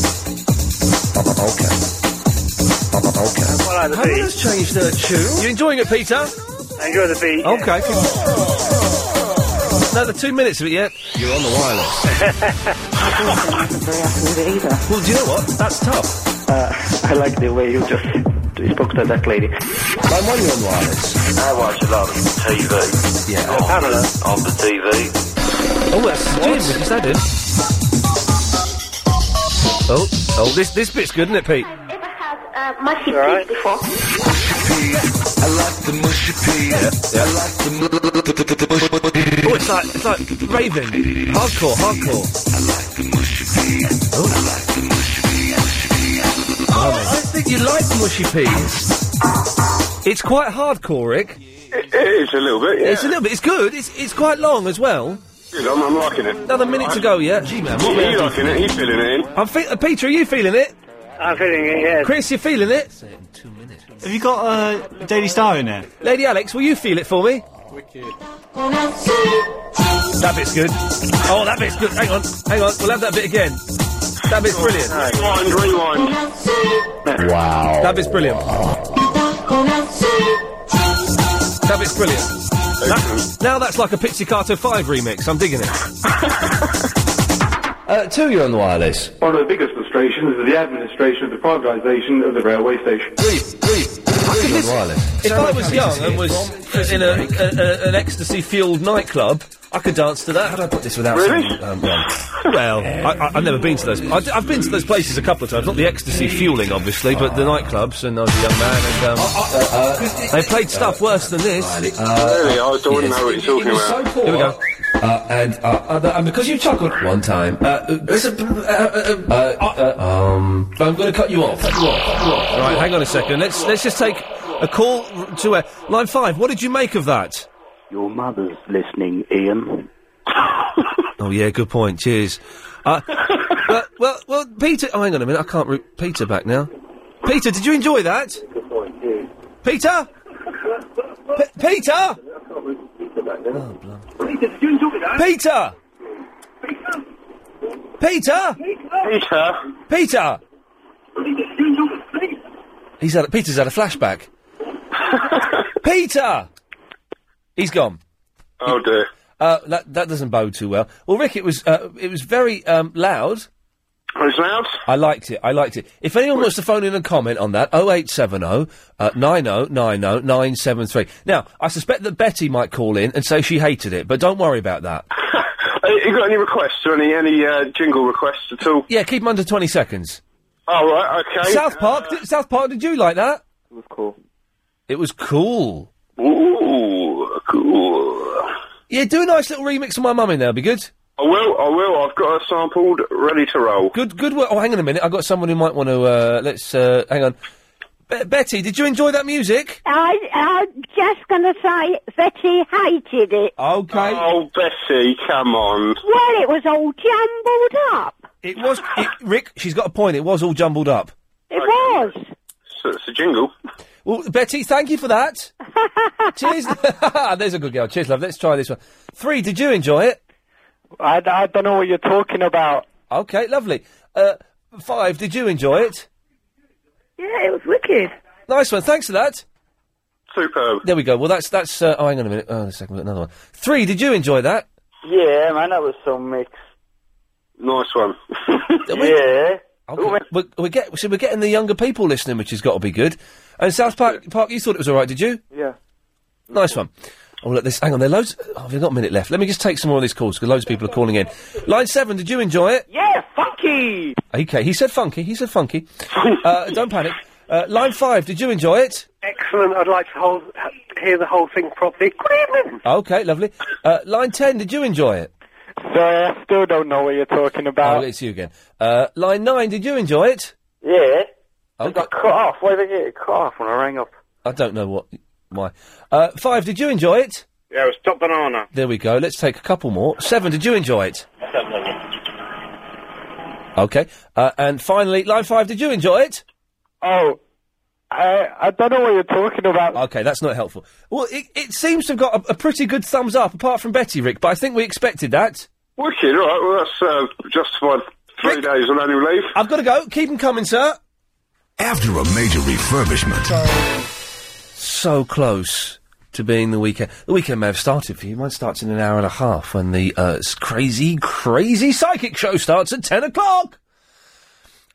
S1: Okay. Okay. Pamela's changed her tune. You enjoying it, Peter?
S19: Enjoy the beat.
S1: Okay. keep- No, the two minutes of it yet. You're on the wireless.
S19: Very happy with it either.
S1: Well, do you know what? That's tough.
S19: Uh, I like the way you just spoke to that lady.
S1: My money on wireless.
S7: I watch a lot of TV.
S1: Yeah.
S7: On, on the TV.
S1: Oh, that's Jim. Is that him? Oh, oh, this this bit's good, isn't it, Pete?
S21: Uh, mushy
S1: Alright.
S21: before.
S1: I like the mushy pea. I like the Oh, it's like it's like raving, hardcore, hardcore. Oh, I think you like mushy peas. It's quite hardcore, Rick.
S27: It, it is a little bit. Yeah.
S1: It's a little bit. It's good. It's it's quite long as well.
S27: Good, I'm, I'm liking it.
S1: Another minute to go yet. Gee, man, what
S27: You-
S1: we
S27: you
S1: have-
S27: liking it? You feeling it? In?
S1: I'm fe- uh, Peter, are you feeling it?
S27: I'm feeling it. Yeah.
S1: Chris, you feeling it?
S12: Have you got a uh, Daily Star in there?
S1: Lady Alex, will you feel it for me? Uh, That bit's good. Oh, that bit's good. Hang on, hang on. We'll have that bit again. That bit's brilliant.
S27: Rewind, rewind.
S1: Wow. That bit's brilliant. That bit's brilliant. That- now that's like a Pizzicato 5 remix. I'm digging it. uh, two, you're on the wireless.
S25: One of the biggest frustrations is the administration of the privatisation of the railway station.
S1: If I was young and was in a, a, a, an ecstasy fueled nightclub, I could dance to that. How do I put this without
S27: Really?
S1: some, um, wrong? Well, I, I, I've never been to those. I, have been to those places a couple of times. Not the ecstasy fueling, obviously, but the nightclubs. And I was a young man, and um, uh, they played stuff worse than this.
S27: really, I don't know what you're talking about.
S1: Here we go.
S3: Uh, and uh, other, and because you chuckled one time, uh, uh, it's a, uh, uh, uh, uh, um, I'm going to cut you off. Cut you off. Cut you off.
S1: All right, hang on a second. Let's let's just take a call to uh, line five. What did you make of that?
S9: Your mother's listening, Ian.
S1: Oh yeah, good point. Cheers. Uh, well, well, well, Peter. Oh, hang on a minute. I can't root Peter back now. Peter, did you enjoy that? Good point. Peter. P- Peter.
S3: Peter, did you enjoy that?
S1: Peter. Peter.
S27: Peter.
S1: Peter. He's had a, Peter's had a flashback. Peter. He's gone.
S27: Oh dear.
S1: Uh, that that doesn't bode too well. Well, Rick, it was uh, it was very um, loud.
S27: It was loud.
S1: I liked it. I liked it. If anyone wants to phone in and comment on that, 0870 uh, 9090973. Now, I suspect that Betty might call in and say she hated it, but don't worry about that.
S27: Uh, you got any requests or any any uh, jingle requests at all?
S1: Yeah, keep them under 20 seconds.
S27: Oh right, okay. Uh,
S1: South Park, did, South Park, did you like that? It was cool. It was cool.
S27: Ooh, cool.
S1: Yeah, do a nice little remix of my mum in there, it'd be good.
S27: I will, I will. I've got her sampled, ready to roll.
S1: Good, good work. Oh, hang on a minute. I've got someone who might want to, uh, let's, uh, hang on. Be- Betty, did you enjoy that music?
S16: I, I'm just going to say that he hated it.
S1: Okay.
S27: Oh, Bessie, come on.
S16: Well, it was all jumbled up.
S1: It was, it, Rick, she's got a point. It was all jumbled up.
S16: It was.
S27: So it's a jingle.
S1: Well, Betty, thank you for that. Cheers. There's a good girl. Cheers, love. Let's try this one. Three, did you enjoy it? I, I don't know what you're talking about. Okay, lovely. Uh, five, did you enjoy it?
S16: Yeah, it was wicked.
S1: Nice one. Thanks for that.
S27: Superb.
S1: There we go. Well, that's that's. Uh, oh, hang on a minute. Oh, a second. Another one. Three, did you enjoy that?
S9: Yeah, man, that was some mix.
S27: Nice one.
S9: yeah.
S1: Okay. We're, we're get, so we're getting the younger people listening, which has got to be good. And South Park, Park, you thought it was all right, did you?
S9: Yeah.
S1: Nice one. Oh, look, this. Hang on, there are loads. Oh, we've got a minute left. Let me just take some more of these calls because loads of people are calling in. Line seven, did you enjoy it?
S9: Yeah, funky!
S1: Okay, he said funky. He said funky. uh, don't panic. Uh, line five, did you enjoy it?
S19: Excellent. I'd like to hold, hear the whole thing properly. Good evening.
S1: Okay, lovely. Uh, line ten, did you enjoy it?
S9: Uh,
S19: Sorry, I still don't know what you're talking
S1: Oh, it's you again. Uh, line nine, did you enjoy it?
S9: Yeah.
S1: I got
S9: cut off. Why did I get it cut off when I rang up?
S1: I don't know what, why. Uh, five, did you enjoy it?
S9: Yeah, it was top banana.
S1: There we go. Let's take a couple more. Seven, did you enjoy it? Okay. Uh, and finally, line five, did you enjoy it?
S19: Oh, I, I don't know what you're talking about.
S1: Okay, that's not helpful. Well, it, it seems to have got a, a pretty good thumbs up, apart from Betty, Rick, but I think we expected that.
S27: Wicked, all right. Well, that's uh, justified three days on annual leave.
S1: I've got to go. Keep them coming, sir.
S8: After a major refurbishment.
S1: So close to being the weekend. The weekend may have started for you. Mine starts in an hour and a half when the uh, s- crazy, crazy psychic show starts at 10 o'clock.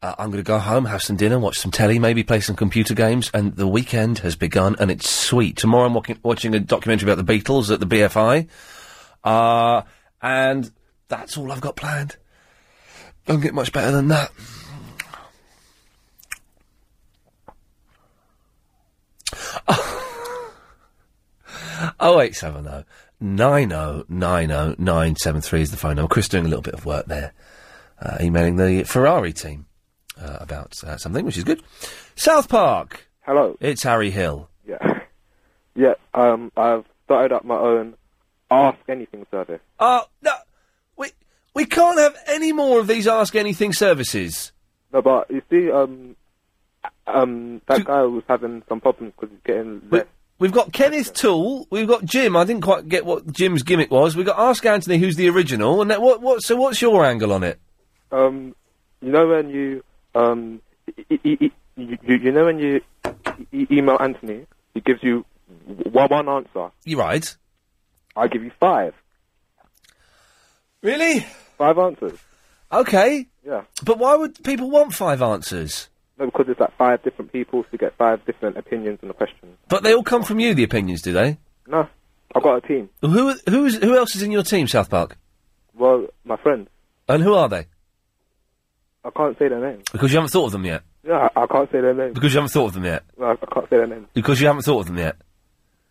S1: Uh, I'm going to go home, have some dinner, watch some telly, maybe play some computer games, and the weekend has begun, and it's sweet. Tomorrow I'm walking, watching a documentary about the Beatles at the BFI, uh, and that's all I've got planned. Don't get much better than that. Oh, 0870 9090973 is the phone number. Chris doing a little bit of work there, uh, emailing the Ferrari team uh, about uh, something, which is good. South Park.
S29: Hello.
S1: It's Harry Hill.
S29: Yeah. Yeah, um, I've started up my own Ask Anything service.
S1: Oh, no. We, we can't have any more of these Ask Anything services.
S29: No, but you see, um, um, that guy was having some problems because he's getting less.
S1: We've got Kenneth Toole. We've got Jim. I didn't quite get what Jim's gimmick was. We've got Ask Anthony, who's the original. And that, what, what, so what's your angle on it?
S29: Um, you know when you, um, e- e- e- you, you you know when you e- email Anthony, he gives you one, one answer.
S1: You're right.
S29: I give you five.
S1: Really?
S29: Five answers.
S1: Okay.
S29: Yeah.
S1: But why would people want five answers?
S29: No, because it's like five different people, so you get five different opinions on the question.
S1: But they all come from you, the opinions, do they?
S29: No, I've got a team.
S1: Who who's who else is in your team, South Park?
S29: Well, my friends,
S1: And who are they?
S29: I can't say their names.
S1: Because you haven't thought of them yet.
S29: Yeah, I, I can't say their names.
S1: Because you haven't thought of them yet.
S29: No, I, I can't say their names.
S1: Because you haven't thought of them yet.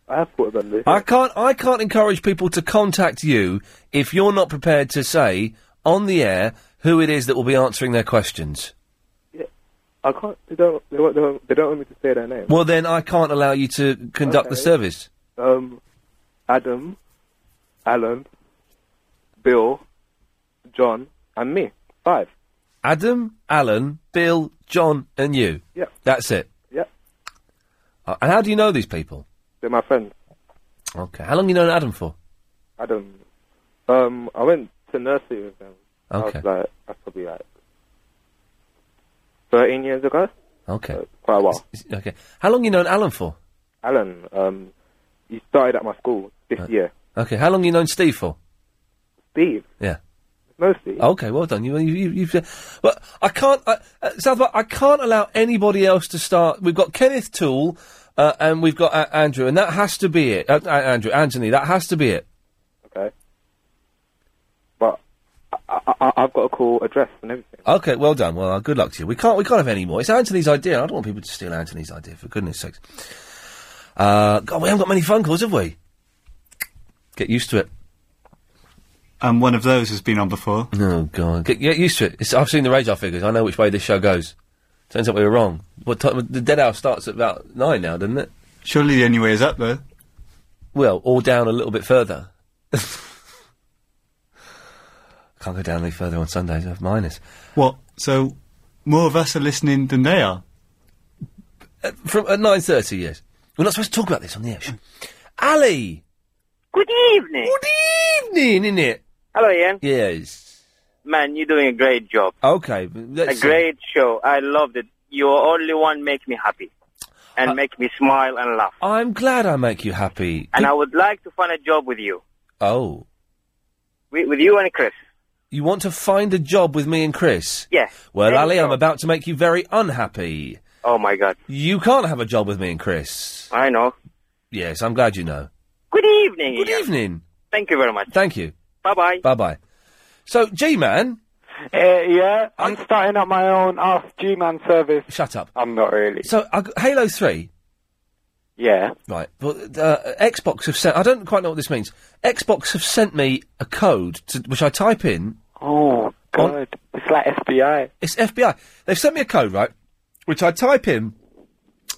S29: I have thought about this.
S1: I can't I can't encourage people to contact you if you're not prepared to say on the air who it is that will be answering their questions.
S29: I can't. They don't. They don't. They don't, they don't want me to say their names.
S1: Well then I can't allow you to conduct the
S29: Okay.
S1: service.
S29: Um, Adam, Alan, Bill, John, and me. Five.
S1: Adam, Alan, Bill, John and you.
S29: Yeah.
S1: That's it.
S29: Yeah.
S1: Uh, and how do you know these people?
S29: They're my friends.
S1: Okay. How long you known Adam for?
S29: Adam. Um, I went to nursery with them.
S1: Okay.
S29: I was like, that's probably like thirteen years ago.
S1: Okay.
S29: Quite a while.
S1: Okay. How long you known Alan for?
S29: Alan, um, he started at my school this year.
S1: Okay. How long you known Steve for?
S29: Steve,
S1: Yeah.
S29: mostly.
S1: Okay, well done. You, you, you, you've, uh, but I can't, uh, uh, South Park, I can't allow anybody else to start. We've got Kenneth Toole, uh, and we've got uh, Andrew, and that has to be it. Uh, uh, Andrew, Anthony, that has to be it.
S29: Okay. But I, I, I- I've got a cool address and everything.
S1: Okay, well done. Well, uh, good luck to you. We can't, we can't have any more. It's Anthony's idea. I don't want people to steal Anthony's idea, for goodness sakes. Uh, God, we haven't got many phone calls, have we? Get used to it.
S30: And one of those has been on before.
S1: Oh god, get, get used to it. It's, I've seen the radar figures. I know which way this show goes. Turns out we were wrong. What time? The dead hour starts at about nine now, doesn't it?
S30: Surely the only way is up though.
S1: Well, or down a little bit further. Can't go down any further on Sundays. I have minus.
S30: What? So more of us are listening than they are.
S1: Uh, from at nine thirty, yes. We're not supposed to talk about this on the air. shh. Ali.
S12: Good evening.
S1: Good evening, innit?
S12: Hello, Ian.
S1: Yes.
S12: Man, you're doing a great job.
S1: Okay. Let's
S12: a great show. I loved it. You're only one make me happy
S1: Uh,
S12: and make me smile and laugh.
S1: I'm glad I make you happy.
S12: And I would like to find a job with you,
S1: Oh,
S12: with, with you and Chris.
S1: you want to find a job with me and Chris?
S12: Yes.
S1: Well, Ali, I'm about to make you very unhappy.
S12: Oh my God.
S1: You can't have a job with me and Chris.
S12: I know.
S1: Yes, I'm glad you know.
S12: Good evening.
S1: Good evening.
S12: Thank you very much.
S1: Thank you.
S12: Bye bye.
S1: Bye bye. So, G Man.
S5: Uh, yeah, I'm starting up my own Ask G-Man service.
S1: Shut up.
S5: I'm not really.
S1: So, I g Halo 3.
S5: Yeah.
S1: Right. Well, uh, Xbox have sent. I don't quite know what this means. Xbox have sent me a code to, which I type in.
S5: Oh, God. it's like FBI.
S1: It's FBI. They've sent me a code, right? Which I type in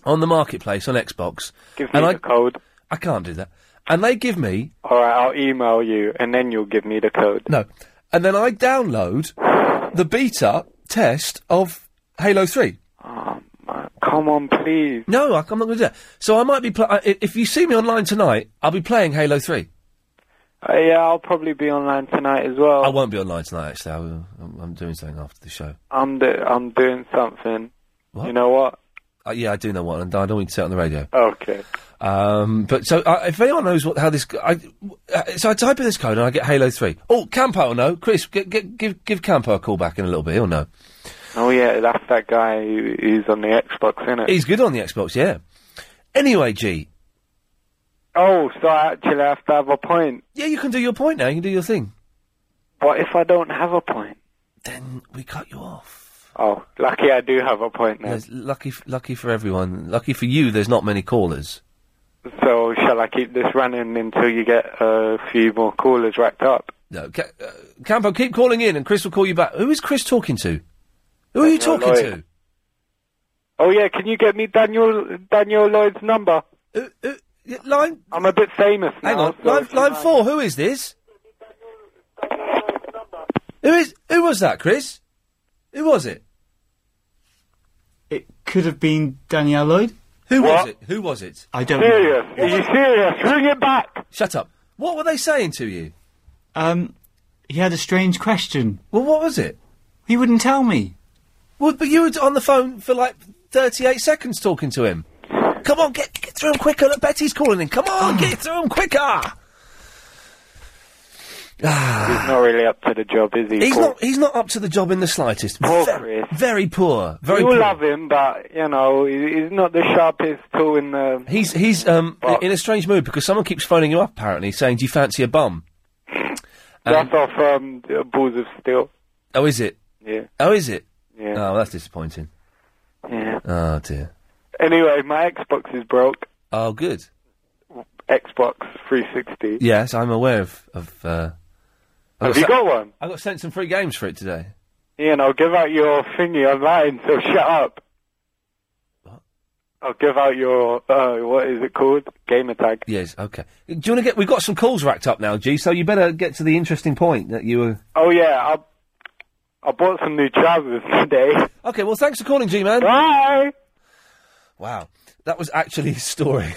S1: on the marketplace on Xbox.
S5: Give me
S1: and
S5: the
S1: I,
S5: code.
S1: I can't do that. And they give me
S5: All right, I'll email you, and then you'll give me the code.
S1: No. And then I download the beta test of Halo 3.
S5: Ah, Come on, please.
S1: No, I, I'm not going to do that. So I might be. Pl- I, i- if you see me online tonight, I'll be playing Halo 3.
S5: Uh, yeah, I'll probably be online tonight as well.
S1: I won't be online tonight, actually. I will, Uh, I'm, I'm doing something after the show.
S5: I'm do- I'm doing something. You know what?
S1: Uh, yeah, I do know what. and I don't want you to say it on the radio.
S5: Okay.
S1: Um, but so uh, if anyone knows what how this, g- I, w- uh, so I type in this code and I get Halo Three. Oh, Campo, will know. Chris, g- g- give give Campo a call back in a little bit. He'll know.
S5: Oh yeah, that's that guy who, who's on the Xbox, isn't it?
S1: He's good on the Xbox, yeah. Anyway, G.
S5: Oh, so I actually have to have a point.
S1: Yeah, you can do your point now. You can do your thing.
S5: What if I don't have a point?
S1: Then we cut you off.
S5: Oh, lucky I do have a point now.
S1: There's lucky, f- lucky for everyone. Lucky for you, there's not many callers.
S5: So shall Shall I keep this running until you get a few more callers racked up?
S1: No, ca- uh, Campo, keep calling in, and Chris will call you back. Who is Chris talking to? Who are you
S5: Daniel
S1: talking
S5: Lloyd.
S1: to?
S5: Oh yeah, can you get me Daniel Daniel Lloyd's number?
S1: Uh, line.
S5: I'm a bit famous.
S1: Hang
S5: now,
S1: on,
S5: so
S1: line,
S5: if you
S1: line
S5: mind.
S1: four. Oh, Who is this? Who is? Who was that, Chris? Who was it?
S12: It could have been Danielle Lloyd.
S1: Who was it? Who was it?
S12: I don't Serious?
S1: Are you
S5: serious? Ring it back.
S1: Shut up. What were they saying to you?
S12: Um, he had a strange question.
S1: Well, what was it?
S12: He wouldn't tell me.
S1: Well, but you were on the phone for like 38 seconds talking to him. Come on, get, get through him quicker. Look, Betty's calling in. Come on, get through him quicker.
S5: He's not really up to the job, is he?
S1: He's
S5: Paul?
S1: not. He's not up to the job in the slightest.
S5: Poor
S1: Ve-
S5: Chris.
S1: Very poor. Very
S5: you
S1: poor.
S5: love him, but you know he- he's not the sharpest tool in the.
S1: He's he's um in a strange mood because someone keeps phoning him up apparently saying, "Do you fancy a bum?"
S5: That's off um, the Balls of Steel.
S1: Oh, is it?
S5: Yeah.
S1: Oh, is it?
S5: Yeah.
S1: Oh, that's disappointing.
S5: Yeah.
S1: Oh dear.
S5: Anyway, my Xbox is broke.
S1: Oh, good.
S5: Xbox 360.
S1: Yes, I'm aware of of. Uh, I
S5: Have you
S1: se-
S5: got one?
S1: I got sent some free games for it today.
S5: Ian, I'll give out your thingy online, so shut up. I'll give out your, uh, what is it called? Gamer tag.
S1: Yes, okay. Do you want to get? We've got some calls racked up now, G. So you better get to the interesting point that you were.
S5: Oh, yeah, I, I bought some new trousers today.
S1: Okay, well, thanks for calling, G Man.
S5: Bye!
S1: Wow, that was actually his story.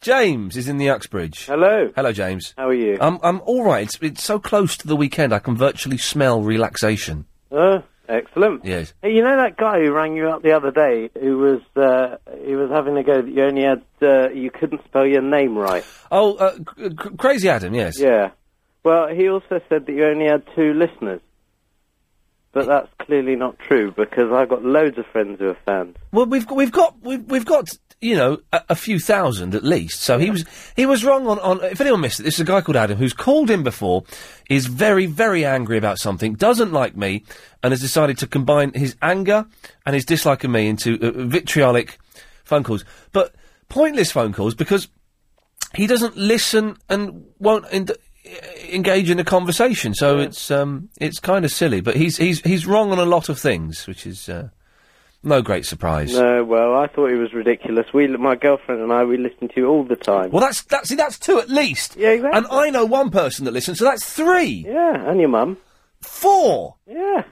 S1: James is in the Uxbridge.
S17: Hello.
S1: Hello, James.
S17: How are you?
S1: I'm I'm all right. It's, it's so close to the weekend, I can virtually smell relaxation.
S17: Uh, excellent.
S1: Yes.
S17: Hey, you know that guy who rang you up the other day who was uh, he was having a go that you only had uh, you couldn't spell your name right.
S1: Oh, uh, c- c- Crazy Adam. Yes.
S17: Yeah. Well, he also said that you only had two listeners. But that's clearly not true because I've got loads of friends who are fans.
S1: Well, we've g- we've got we've we've got you know a, a few thousand at least. So he was he was wrong on on. If anyone missed it, this is a guy called Adam who's called in before, is very very angry about something, doesn't like me, and has decided to combine his anger and his dislike of me into uh, vitriolic phone calls, but pointless phone calls because he doesn't listen and won't en- engage in a conversation. So it's um, it's kind of silly. But he's he's he's wrong on a lot of things, which is uh, no great surprise.
S17: No, well, I thought it was ridiculous. We, my girlfriend and I, we listen to you all the time.
S1: Well, that's that's see, that's two at least. Yeah, exactly. And I know one person that listens, so that's three.
S17: Yeah, and your mum.
S1: Four.
S17: Yeah.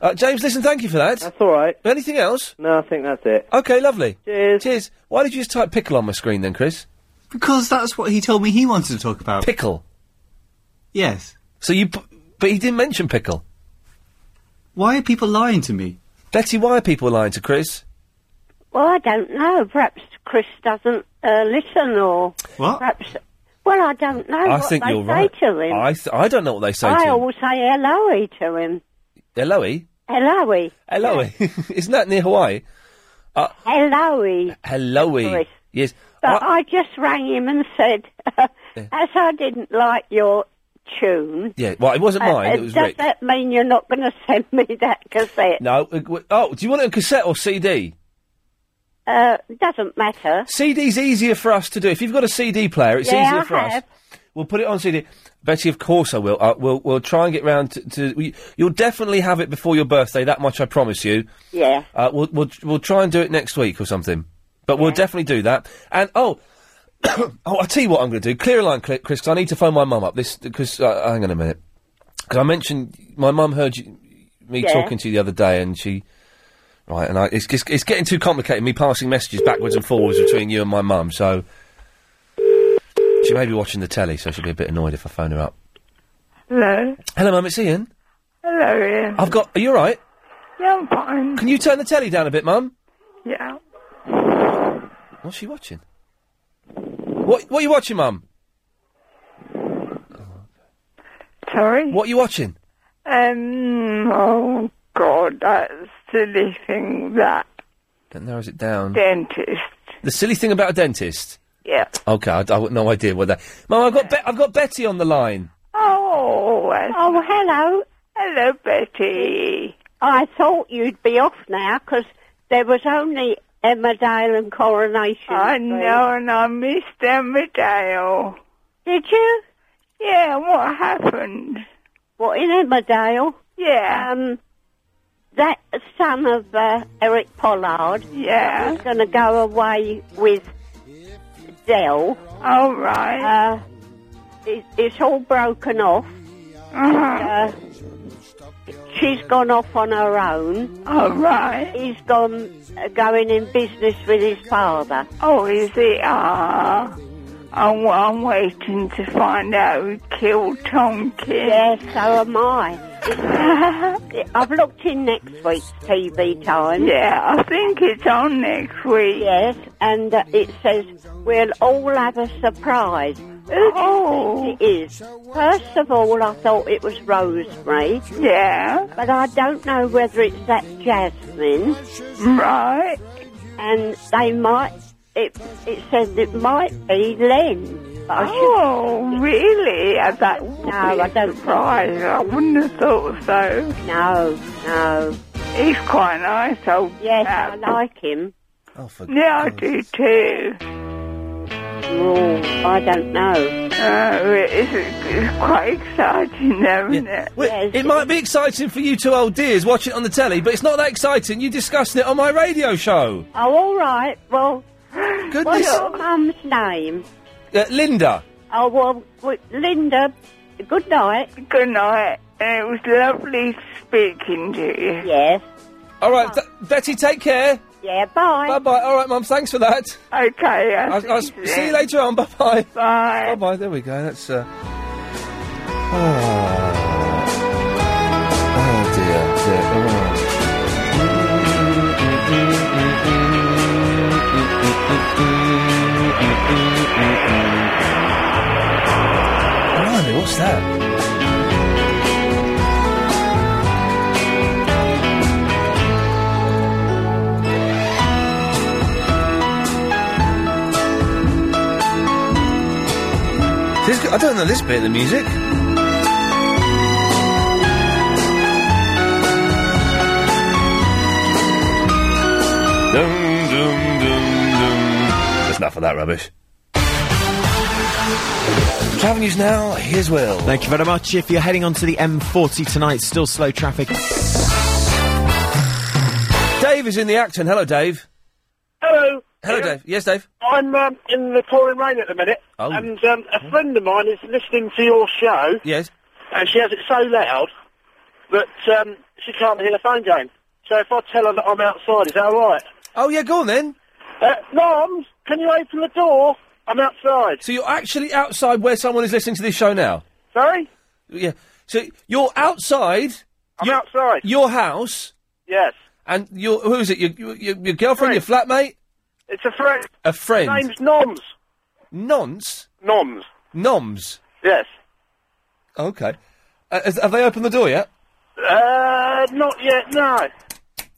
S1: Uh, James, listen, thank you for that. That's
S17: all right.
S1: Anything else?
S17: No, I think that's it.
S1: Okay, lovely.
S17: Cheers.
S1: Cheers. Why did you just type pickle on my screen then, Chris?
S12: Because that's what he told me he wanted to talk about.
S1: Pickle.
S12: Yes.
S1: So you, p- but he didn't mention pickle.
S12: Why are people lying to me?
S1: Betty, why are people lying to Chris?
S16: Well, I don't know. Perhaps Chris doesn't uh, listen, or
S1: What?
S16: perhaps. Well, I don't know.
S1: I
S16: what
S1: think
S16: they
S1: you're
S16: say
S1: right.
S16: To him.
S1: I th- I don't know what they say
S16: I
S1: to him. E.
S16: always say hello to him.
S1: Helloy,
S16: Hello.
S1: helloy. Isn't that near Hawaii? Uh,
S16: Hello.
S1: helloy.
S16: Chris.
S1: Yes.
S16: But I just rang him and said, as I didn't like your tune.
S1: Yeah. Well, it wasn't
S16: uh,
S1: mine.
S16: uh,
S1: it was
S16: does
S1: Rick.
S16: that mean you're not going to send me that cassette?
S1: No. uh, w- Oh, do you want it on cassette or CD?
S16: Uh, doesn't matter.
S1: CD's easier for us to do. If you've got a CD player, it's
S16: Yeah,
S1: easier
S16: I
S1: for us.
S16: have.
S1: We'll put it on CD. Betty, of course I will. Uh, we'll we'll try and get round to. to we, you'll definitely have it before your birthday. That much I promise you.
S16: Yeah.
S1: Uh, we'll we'll we'll try and do it next week or something. But we'll definitely do that. And oh. oh, I'll tell you what I'm going to do. Clear a line, Cl- Chris, 'cause I need to phone my mum up. This, because, uh, hang on a minute. Because I mentioned, my mum heard you, me
S11: Yeah.
S1: talking to you the other day, and she, right, and I, it's, it's, it's getting too complicated, me passing messages backwards and forwards between you and my mum, so. She may be watching the telly, so she'll be a bit annoyed if I phone her up.
S11: Hello.
S1: Hello, mum, it's Ian.
S11: Hello, Ian.
S1: I've got, are you alright?
S11: Yeah, I'm fine.
S1: Can you turn the telly down a bit, mum?
S11: Yeah.
S1: What's she watching? What, what are you watching, mum?
S11: Sorry?
S1: What are you watching?
S11: Um, oh, God, that silly thing, that
S1: That narrows it down.
S11: dentist.
S1: The silly thing about a dentist.
S11: Yeah.
S1: Okay, I, I have no idea what that. Mum, I've got Be- I've got Betty on the line.
S11: Oh,
S16: Oh, hello.
S11: Hello, Betty.
S16: I thought you'd be off now because there was only Emmerdale and Coronation.
S9: I
S16: Street.
S9: know, and I missed Emmerdale.
S16: Did you?
S9: Yeah, what happened?
S16: What, in Emmerdale? Yeah. Um, that son of uh, Eric Pollard.
S9: Yeah.
S16: Is going to go away with Dell.
S9: All right.
S16: Uh, it, it's all broken off.
S9: Uh-huh.
S16: Uh, she's gone off on her own.
S9: All Oh, right.
S16: He's gone uh, going in business with his father.
S9: Oh, is it? Ah. I'm, I'm waiting to find out who killed Tonkin.
S16: Yeah, so am I. I've looked in next week's TV time.
S9: Yeah, I think it's on next week.
S16: Yes, and uh, it says we'll all have a surprise. Who do
S9: Oh.
S16: you think it is? First of all, I thought it was Rosemary.
S9: Yeah.
S16: But I don't know whether it's that Jasmine.
S9: Right.
S16: And they might. It it says it might be Len. But I should-
S9: Oh, really? Uh, That would
S16: No,
S9: be
S16: I don't.
S9: surprised. I wouldn't have thought so.
S16: No, no.
S9: He's quite nice, old
S16: Yes,
S9: chap.
S16: I like him.
S1: Oh, for
S9: Yeah, I do too.
S16: Oh, I don't know.
S9: Oh, it's, it's quite exciting, though, isn't it?
S1: Well, it might be exciting for you two old dears watching it on the telly, but it's not that exciting. You discussing it on my radio show.
S16: Oh, all right. Well, what's your mum's name?
S1: Uh, Linda.
S16: Oh, well, w- Linda, good night.
S9: Good night. It was lovely speaking to you.
S16: Yes.
S1: All right, th- Betty, take care.
S16: Yeah, bye.
S1: Bye bye. All right, Mum, thanks for that.
S9: Okay.
S1: I'll, I'll s- see you later on. Bye bye. Bye. Bye bye. There we go. That's. Uh... Oh. Oh, dear. dear. Oh. Blimey, what's that? This, I don't know this bit of the music. Dum, dum, dum, dum. That's enough of that rubbish. Travel news now. Here's Will.
S3: Thank you very much. If you're heading onto the M40 tonight, still slow traffic.
S1: Dave is in the Acton. Hello, Dave.
S8: Hello.
S1: Hello, Dave. Yes, Dave.
S8: I'm um, in the pouring rain at the minute,
S1: Oh.
S8: and um, a friend of mine is listening to your show,
S1: Yes.
S8: and she has it so loud that um, she can't hear the phone going. So if I tell her that I'm outside, is that all right?
S1: Oh yeah, go on then.
S8: Uh, Noms, can you open the door? I'm outside.
S1: So you're actually outside where someone is listening to this show now.
S8: Sorry.
S1: Yeah. So you're outside. I'm
S8: outside.
S1: Your house.
S8: Yes.
S1: And your who is it? Your your, your your girlfriend, your flatmate,
S8: It's a friend.
S1: a friend.
S8: Name's Noms.
S1: Nonce.
S8: Noms.
S1: Noms.
S8: Yes.
S1: Okay. Uh, has- have they opened the door yet?
S8: Uh, not yet. No.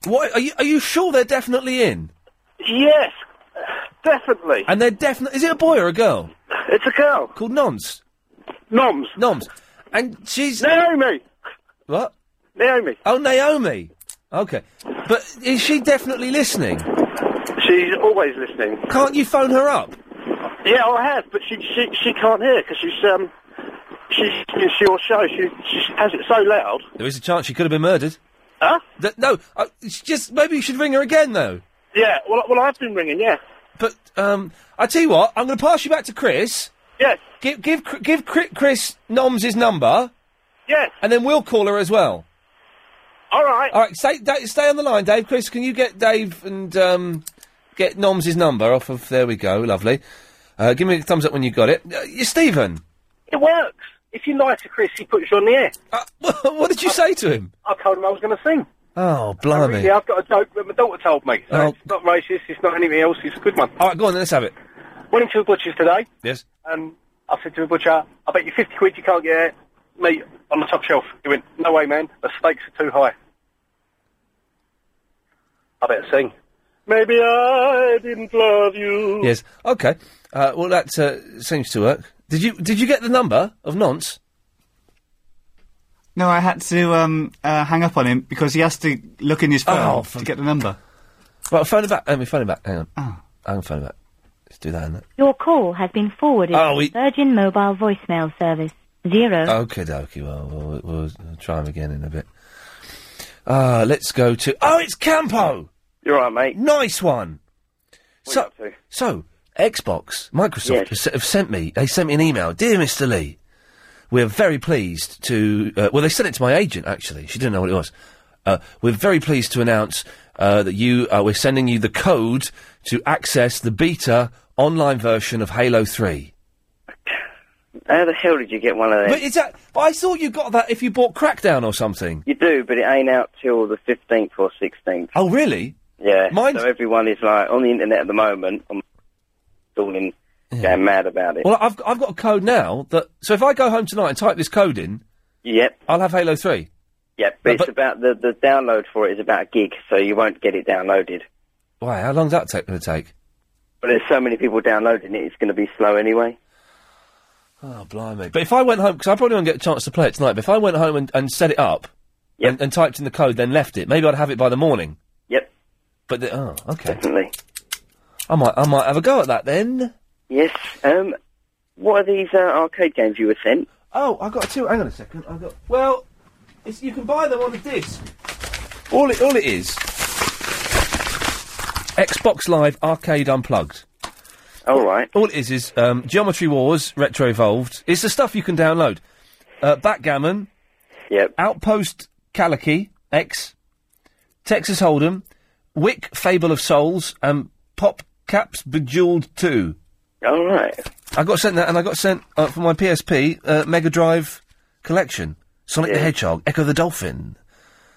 S1: What are you? Are you sure they're definitely in?
S8: Yes. Definitely.
S1: And they're definitely. Is it a boy or a girl?
S8: It's a girl
S1: called Noms.
S8: Noms.
S1: Noms. And she's
S8: Naomi.
S1: What?
S8: Naomi.
S1: Oh, Naomi. Okay. But is she definitely listening?
S8: She's always listening.
S1: Can't you phone her up?
S8: Yeah, I have, but she she, she can't hear because she's um she's listening to your show. She she has it so loud.
S1: There is a chance she could have been murdered.
S8: Huh?
S1: That, no. Uh, it's just maybe you should ring her again though.
S8: Yeah. Well, well, I've been ringing. Yeah.
S1: But um, I tell you what, I'm going to pass you back to Chris.
S8: Yes.
S1: Give give Chr- give Chri- Chris Noms his number.
S8: Yes.
S1: And then we'll call her as well.
S8: All right.
S1: All right. Stay da- stay on the line, Dave. Chris, can you get Dave and um, get Noms his number off of? There we go. Lovely. Uh, give me a thumbs up when you got it. Uh, you Stephen.
S8: It works. If you lie to Chris, he puts you on the air.
S1: Uh, what did you say to him?
S8: I told him I was going to sing.
S1: Oh, blimey.
S8: Yeah, I've got a joke that my daughter told me. So
S1: Oh.
S8: It's not racist. It's not anything else. It's a good one.
S1: All right, go on. then, Let's have it.
S8: Went into a butcher's today.
S1: Yes.
S8: Um, I said to the butcher, "I bet you fifty quid you can't get meat on the top shelf." He went, "No way, man. The stakes are too high." I better sing. Maybe I didn't love you.
S1: Yes. Okay. Uh, well, that uh, seems to work. Did you did you get the number of Nonce?
S31: No, I had to um, uh, hang up on him because he has to look in his phone to get the number.
S1: Well, Oh, phone him back. Let me phone him back. Hang on. Hang on, phone him back. Let's do that. Innit?
S9: Your call has been forwarded
S1: Oh,
S9: to
S1: we-
S9: Virgin Mobile voicemail service. Zero.
S1: Okay, dokie. Well, we'll, we'll try him again in a bit. Uh, let's go to. Oh, it's Campo!
S12: You're right, mate.
S1: Nice one! so, so, Xbox, Microsoft
S12: Yes.
S1: has s- have sent me, they sent me an email. Dear Mr. Lee, we're very pleased to. Uh, well, they sent it to my agent, actually. She didn't know what it was. Uh, we're very pleased to announce uh, that you uh, we're sending you the code to access the beta online version of Halo 3.
S12: How the hell did you get one of
S1: But
S12: those?
S1: is that. But I thought you got that if you bought Crackdown or something.
S12: You do, but it ain't out till the 15th or 16th.
S1: Oh, really?
S12: Yeah. So everyone is like on the internet at the moment. I'm all in, going mad about it.
S1: Well, I've, I've got a code now that. So if I go home tonight and type this code in,
S12: yep,
S1: I'll have Halo 3.
S12: yep. But, it's about the, the download for it is about a gig, so you won't get it downloaded.
S1: Why? How long's that take, going to take?
S12: But there's so many people downloading it, it's going to be slow anyway.
S1: Oh, blimey. But if I went home, because I probably won't get a chance to play it tonight, but if I went home and, and set it up and, and typed in the code, then left it, maybe I'd have it by the morning.
S12: Yep.
S1: But, the, oh, okay.
S12: Definitely.
S1: I might, I might have a go at that then.
S12: Yes. Um, what are these uh, arcade games you were sent?
S1: Oh, I got two. Hang on a second. I got. Well, it's, you can buy them on a disc. All it, all it is Xbox Live Arcade Unplugged.
S12: All right.
S1: All it is is um, Geometry Wars Retro Evolved. It's the stuff you can download. Uh, Backgammon.
S12: Yep.
S1: Outpost Kaliki X. Texas Hold'em. Wick Fable of Souls and Pop Caps Bejeweled Two.
S12: All right.
S1: I got sent that, and I got sent uh, for my PSP uh, Mega Drive collection: Sonic the
S12: Yeah.
S1: Hedgehog, Echo the Dolphin.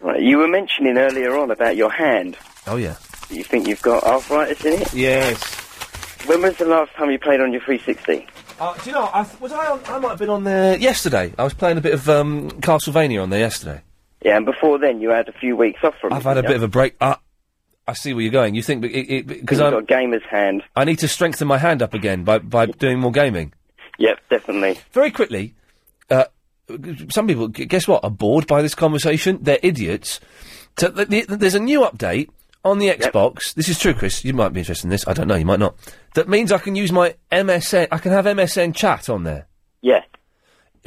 S12: Right. You were mentioning earlier on about your hand.
S1: Oh yeah.
S12: that You think you've got arthritis in it?
S1: Yes.
S12: When was the last time you played on your 360?
S1: Uh, do you know? I th- was I on? I might have been on there yesterday. I was playing a bit of um, Castlevania on there yesterday.
S12: Yeah, and before then you had a few weeks off from it.
S1: I've had a
S12: didn't
S1: bit of
S12: you?
S1: a break. Uh, I see where you're going. You think because
S12: You've
S1: I
S12: got a gamer's hand.
S1: I need to strengthen my hand up again by by doing more gaming.
S12: Yep, definitely.
S1: Very quickly, uh, some people gu- guess what are bored by this conversation. They're idiots. So th- th- there's a new update on the Xbox. This is true, Chris. You might be interested in this. I don't know. You might not. That means I can use my MSN. I can have MSN chat on there.
S12: Yeah.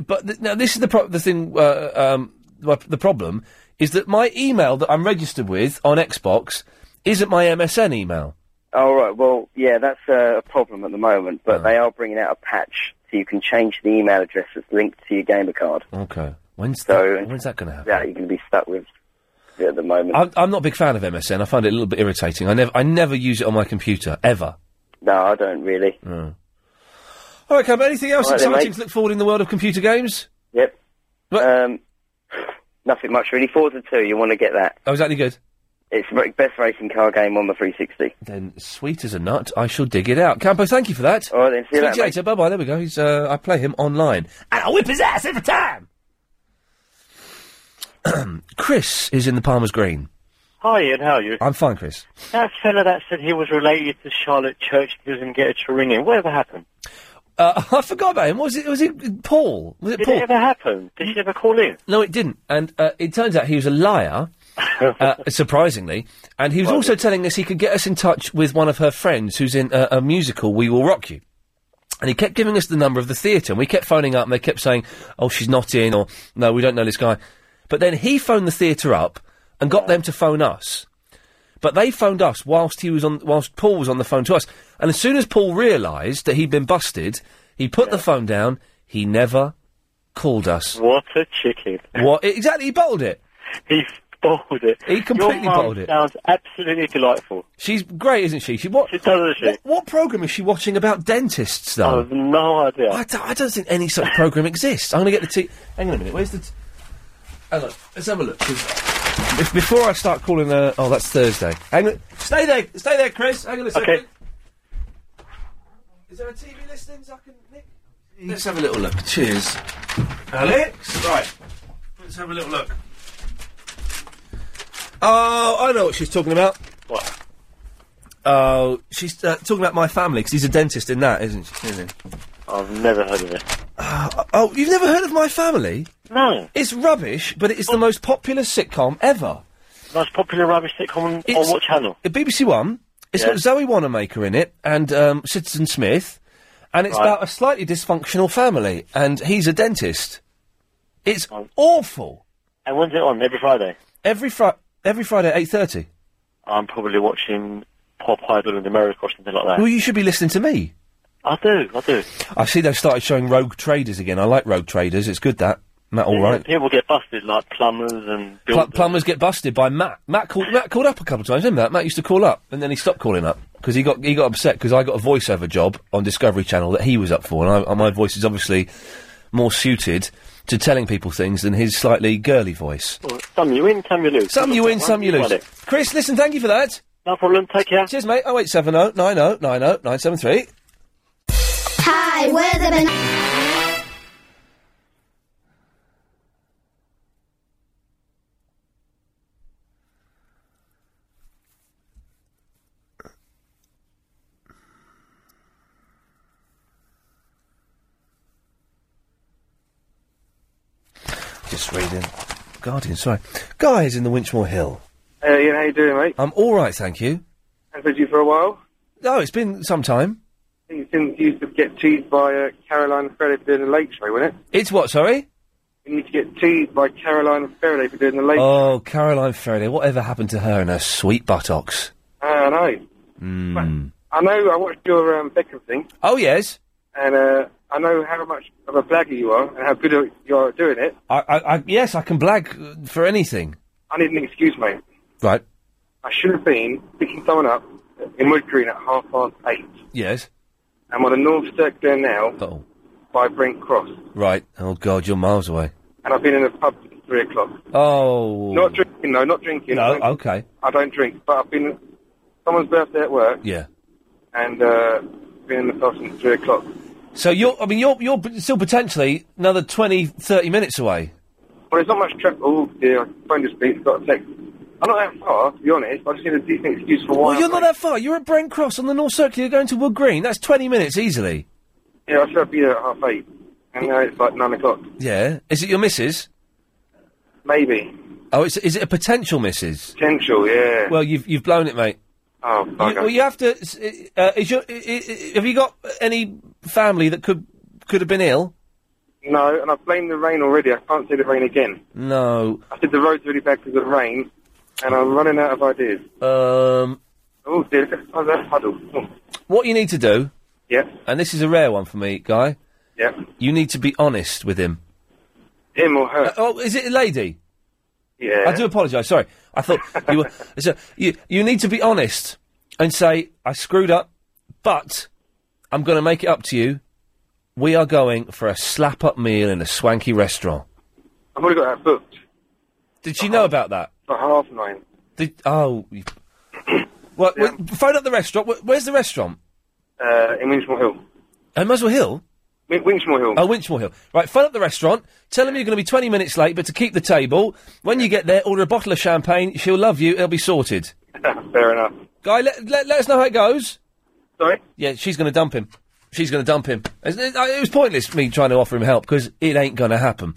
S1: But th- now this is the pro- the thing. Uh, um, the the problem is that my email that I'm registered with on Xbox isn't my MSN email.
S12: All Oh, right. Well, yeah, that's uh, a problem at the moment,
S1: Oh.
S12: but they are bringing out a patch so you can change the email address that's linked to your gamer card.
S1: Okay. When's
S12: So
S1: that, when's that going to happen?
S12: Yeah, you're going to be stuck with it at the moment.
S1: I'm, I'm not a big fan of MSN. I find it a little bit irritating. I never I never use it on my computer ever.
S12: no, I don't really.
S1: Mm. All right, Cam. Anything else
S12: All right then,
S1: exciting
S12: mate.
S1: to look forward in the world of computer games?
S12: Yep. Um, nothing much really. Forza 2, you want to get that.
S1: Oh, is that any good?
S12: It's the re- best racing car game on the 360.
S1: Then sweet as a nut, I shall dig it out. Campo, thank you for that.
S12: All right, then. See
S1: Speak
S12: you
S1: to
S12: later,
S1: you later. Bye bye. There we go. He's uh, I play him online, and I whip his ass every time. Chris is in the Palmer's Green.
S19: Hi, Ian. How are you?
S1: I'm fine, Chris.
S19: That fella that said he was related to Charlotte Church doesn't get a ringing. Whatever happened?
S1: Uh, I forgot about him. Was it? Was it Paul? Was it
S19: Did
S1: Paul?
S19: it ever happen? Um, Did she ever call in?
S1: No, it didn't. And uh, it turns out he was a liar, uh, surprisingly. And he was also telling us he could get us in touch with one of her friends who's in a, a musical, We Will Rock You. And he kept giving us the number of the theatre, and we kept phoning up, and they kept saying, "Oh, she's not in," or "No, we don't know this guy." But then he phoned the theatre up and got them to phone us. But they phoned us whilst he was on, whilst Paul was on the phone to us. And as soon as Paul realised that he'd been busted, he put the phone down. He never called us.
S19: What a chicken.
S1: What? e, Exactly, he bottled it.
S19: He bottled it.
S1: He completely
S19: Your mum
S1: bottled it.
S19: sounds absolutely delightful.
S1: She's great, isn't she? She what? She
S19: does, she?
S1: What, what program is she watching about dentists,
S19: I
S1: though?
S19: have no idea.
S1: I, don't, I don't think any such program exists. I'm going to get the t. Hang on a minute. Where's the? T- hang on. Let's have a look. 'cause If, before I start calling her, oh, that's Thursday. Hang on. Stay there. Stay there, Chris. Hang on a second. Is there a TV listings I can nick? Let's have a little look. Cheers. Alex? Right. Let's have a little look. Oh, I know what she's talking about.
S19: What?
S1: Oh, she's uh, talking about my family because he's a dentist in that, isn't she? Isn't he?
S19: I've never heard of it.
S1: Oh, oh, you've never heard of my family?
S19: No.
S1: It's rubbish, but it's the most popular sitcom ever.
S14: Most popular rubbish sitcom on, on what channel?
S1: Uh, BBC One. It's
S14: Yeah.
S1: got Zoe Wanamaker in it and um, Citizen Smith, and it's
S14: Right.
S1: about a slightly dysfunctional family, and he's a dentist. It's awful.
S14: And when's it on? Every Friday.
S1: Every Friday. Every Friday at eight thirty.
S14: I'm probably watching Pop Idol in America or something like that.
S1: Well, you should be listening to me.
S14: I do, I do.
S1: I see they've started showing Rogue Traders again. I like Rogue Traders. It's good that Matt. All right.
S14: People get busted like plumbers and
S1: Pl- plumbers get busted by Matt. Matt called Matt called up a couple of times, didn't Matt? Matt used to call up, and then he stopped calling up because he got he got upset because I got a voiceover job on Discovery Channel that he was up for, and I, my voice is obviously more suited to telling people things than his slightly girly voice.
S14: Some you win, some you lose.
S1: Some you win, some you lose. Chris, listen, thank you for that.
S14: No problem. Take care.
S1: Cheers, mate. Oh eight seven oh nine oh nine oh nine seven three.
S3: Hi, we're the banana.
S1: Just reading. Guardian, sorry. Guys in the Winchmore Hill.
S27: Hey, Ian, how you doing, mate?
S1: I'm all right, thank you.
S27: I've had you for a while.
S1: No, Oh, it's been some time.
S27: I think since you used to get teased by uh, Caroline Faraday for doing the late show, wasn't it?
S1: It's what? Sorry.
S27: You used to get teased by Caroline Faraday for doing the late
S1: Oh, Caroline Faraday. Whatever happened to her and her sweet buttocks?
S27: show. Uh, I know.
S1: Mm.
S27: I know, I watched your um, Beckham thing,
S1: Oh yes.
S27: and uh, I know how much of a blagger you are and how good you are at doing it.
S1: I, I, I yes, I can blag uh, for anything.
S27: I need an excuse, mate.
S1: Right.
S27: I should have been picking someone up in Wood Green at half past eight.
S1: Yes.
S27: I'm on the North Circular now
S1: Oh.
S27: by Brent Cross,
S1: Right. Oh God, you're miles away.
S27: and I've been in a pub since three o'clock.
S1: Oh.
S27: Not drinking, no, not drinking.
S1: No.
S27: I, don't,
S1: Okay.
S27: I don't drink, but I've been someone's birthday at work,
S1: Yeah.
S27: and uh, been in the pub since three o'clock.
S1: So you're. I mean, you're. You're p- still potentially another 20, 30 minutes away.
S27: Well, there's not much traffic. Oh dear, my phone just beeped. Got a text. I'm not that far, to be honest. I just need a decent excuse for why.
S1: well, you're not that far. You're at Brent Cross on the North Circular. You're going to Wood Green. That's twenty minutes easily.
S27: Yeah, I should have been there at half eight, and now it's like nine o'clock.
S1: Yeah. Is it your missus?
S27: Maybe
S1: Oh, it's, is it a potential missus?
S27: potential. Yeah.
S1: Well, you've you've blown it, mate.
S27: Oh,
S1: You, well, you have to. s- Uh, is your, i i have you got any family that could could have been ill?
S27: No, and I blame the rain already. I can't see the rain again.
S1: No.
S27: I said the road's really bad because of the rain, and I'm running out of ideas.
S1: Um.
S27: Oh dear, look at that puddle. Oh,
S1: What you need to do,
S27: yeah,
S1: and this is a rare one for me, guy.
S27: yeah.
S1: You need to be honest with him.
S27: Him or her?
S1: oh, is it a lady?
S27: Yeah.
S1: I do apologise. Sorry, I thought you were. So you you need to be honest and say I screwed up, but I'm going to make it up to you. We are going for a slap up meal in a swanky restaurant.
S27: I've already got that booked
S1: Did she know about that?
S27: for half nine.
S1: Did, oh, you- well, well, phone up the restaurant. Wh- Where's the restaurant?
S27: Uh, in Winchmore Hill.
S1: In Muswell Hill.
S27: Win- Winchmore Hill.
S1: Oh, Winchmore Hill. Right, phone up the restaurant. Tell them you're going to be 20 minutes late, but to keep the table, when you get there, order a bottle of champagne. She'll love you. It'll be sorted.
S27: Fair enough.
S1: Guy, let, let, let us know how it goes.
S27: Sorry?
S1: Yeah, she's going to dump him. She's going to dump him. It's- It, uh, it was pointless me trying to offer him help because it ain't going to happen.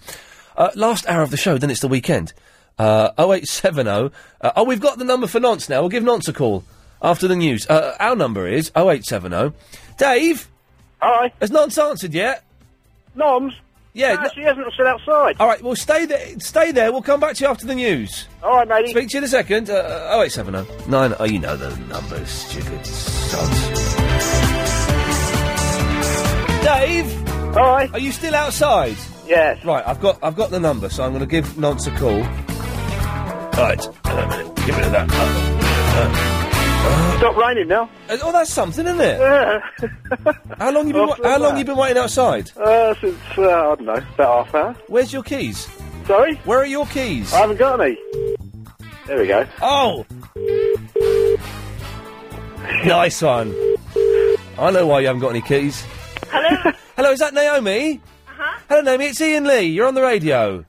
S1: Uh, last hour of the show, then it's the weekend. Uh, 0870. Uh, oh, we've got the number for Nonce now. We'll give Nonce a call after the news. Uh, our number is 0870. oh. Dave?
S14: Hi.
S1: Has Nonce answered yet?
S14: Noms?
S1: Yeah.
S14: she hasn't said outside.
S1: All right, well, stay there. Stay there. We'll come back to you after the news.
S14: All right, matey.
S1: Speak to you in a second. Uh, Uh, 0870. 9. Oh, you know the numbers, stupid sods. Dave.
S14: Hi.
S1: Are you still outside?
S14: Yes.
S1: Right. I've got I've got the number, so I'm going to give Nonce a call. All right. Hang on a minute. Give me that.
S14: Stop raining now.
S1: oh, that's something, isn't it?
S14: Yeah.
S1: How long you been wa-
S14: After
S1: How long
S14: that.
S1: you been waiting outside?
S14: Uh, since, uh, I don't know, about half hour.
S1: Where's your keys?
S14: Sorry?
S1: Where are your keys?
S14: I haven't got any. There we go.
S1: Oh. Nice one. I know why you haven't got any keys.
S10: Hello?
S1: Hello, is that Naomi? Uh-huh. Hello, Naomi. It's Ian Lee. You're on the radio.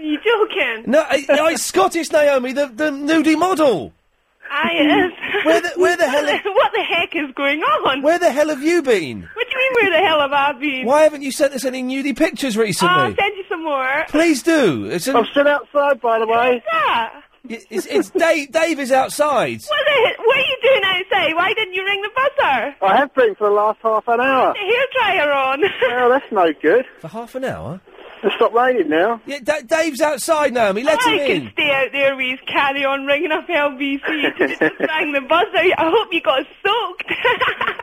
S10: you joking?
S1: No, I, I Scottish Naomi, the the nudie model.
S10: I am.
S1: Where the where the hell?
S10: what the heck is going on?
S1: Where the hell have you been?
S10: What do you mean, where the hell have I been? Oh,
S1: Why haven't you sent us any nudie pictures
S10: I'll
S1: recently?
S10: send you some more.
S1: Please do. It's an,
S14: I'm still outside, by the way.
S10: What's that?
S1: It's, it's Dave. Dave is outside.
S8: Ah, What, the, he- what are you doing outside? Why didn't you ring the buzzer?
S12: I have been for the last half an hour.
S8: The hairdryer on.
S12: Well, that's no good.
S1: For half an hour?
S12: It's stopped raining now.
S1: Yeah, da- Dave's outside, Naomi. Let
S8: I
S1: him in.
S8: can stay out there with his carry on ringing up LBC to just rang the buzzer. I hope you got soaked.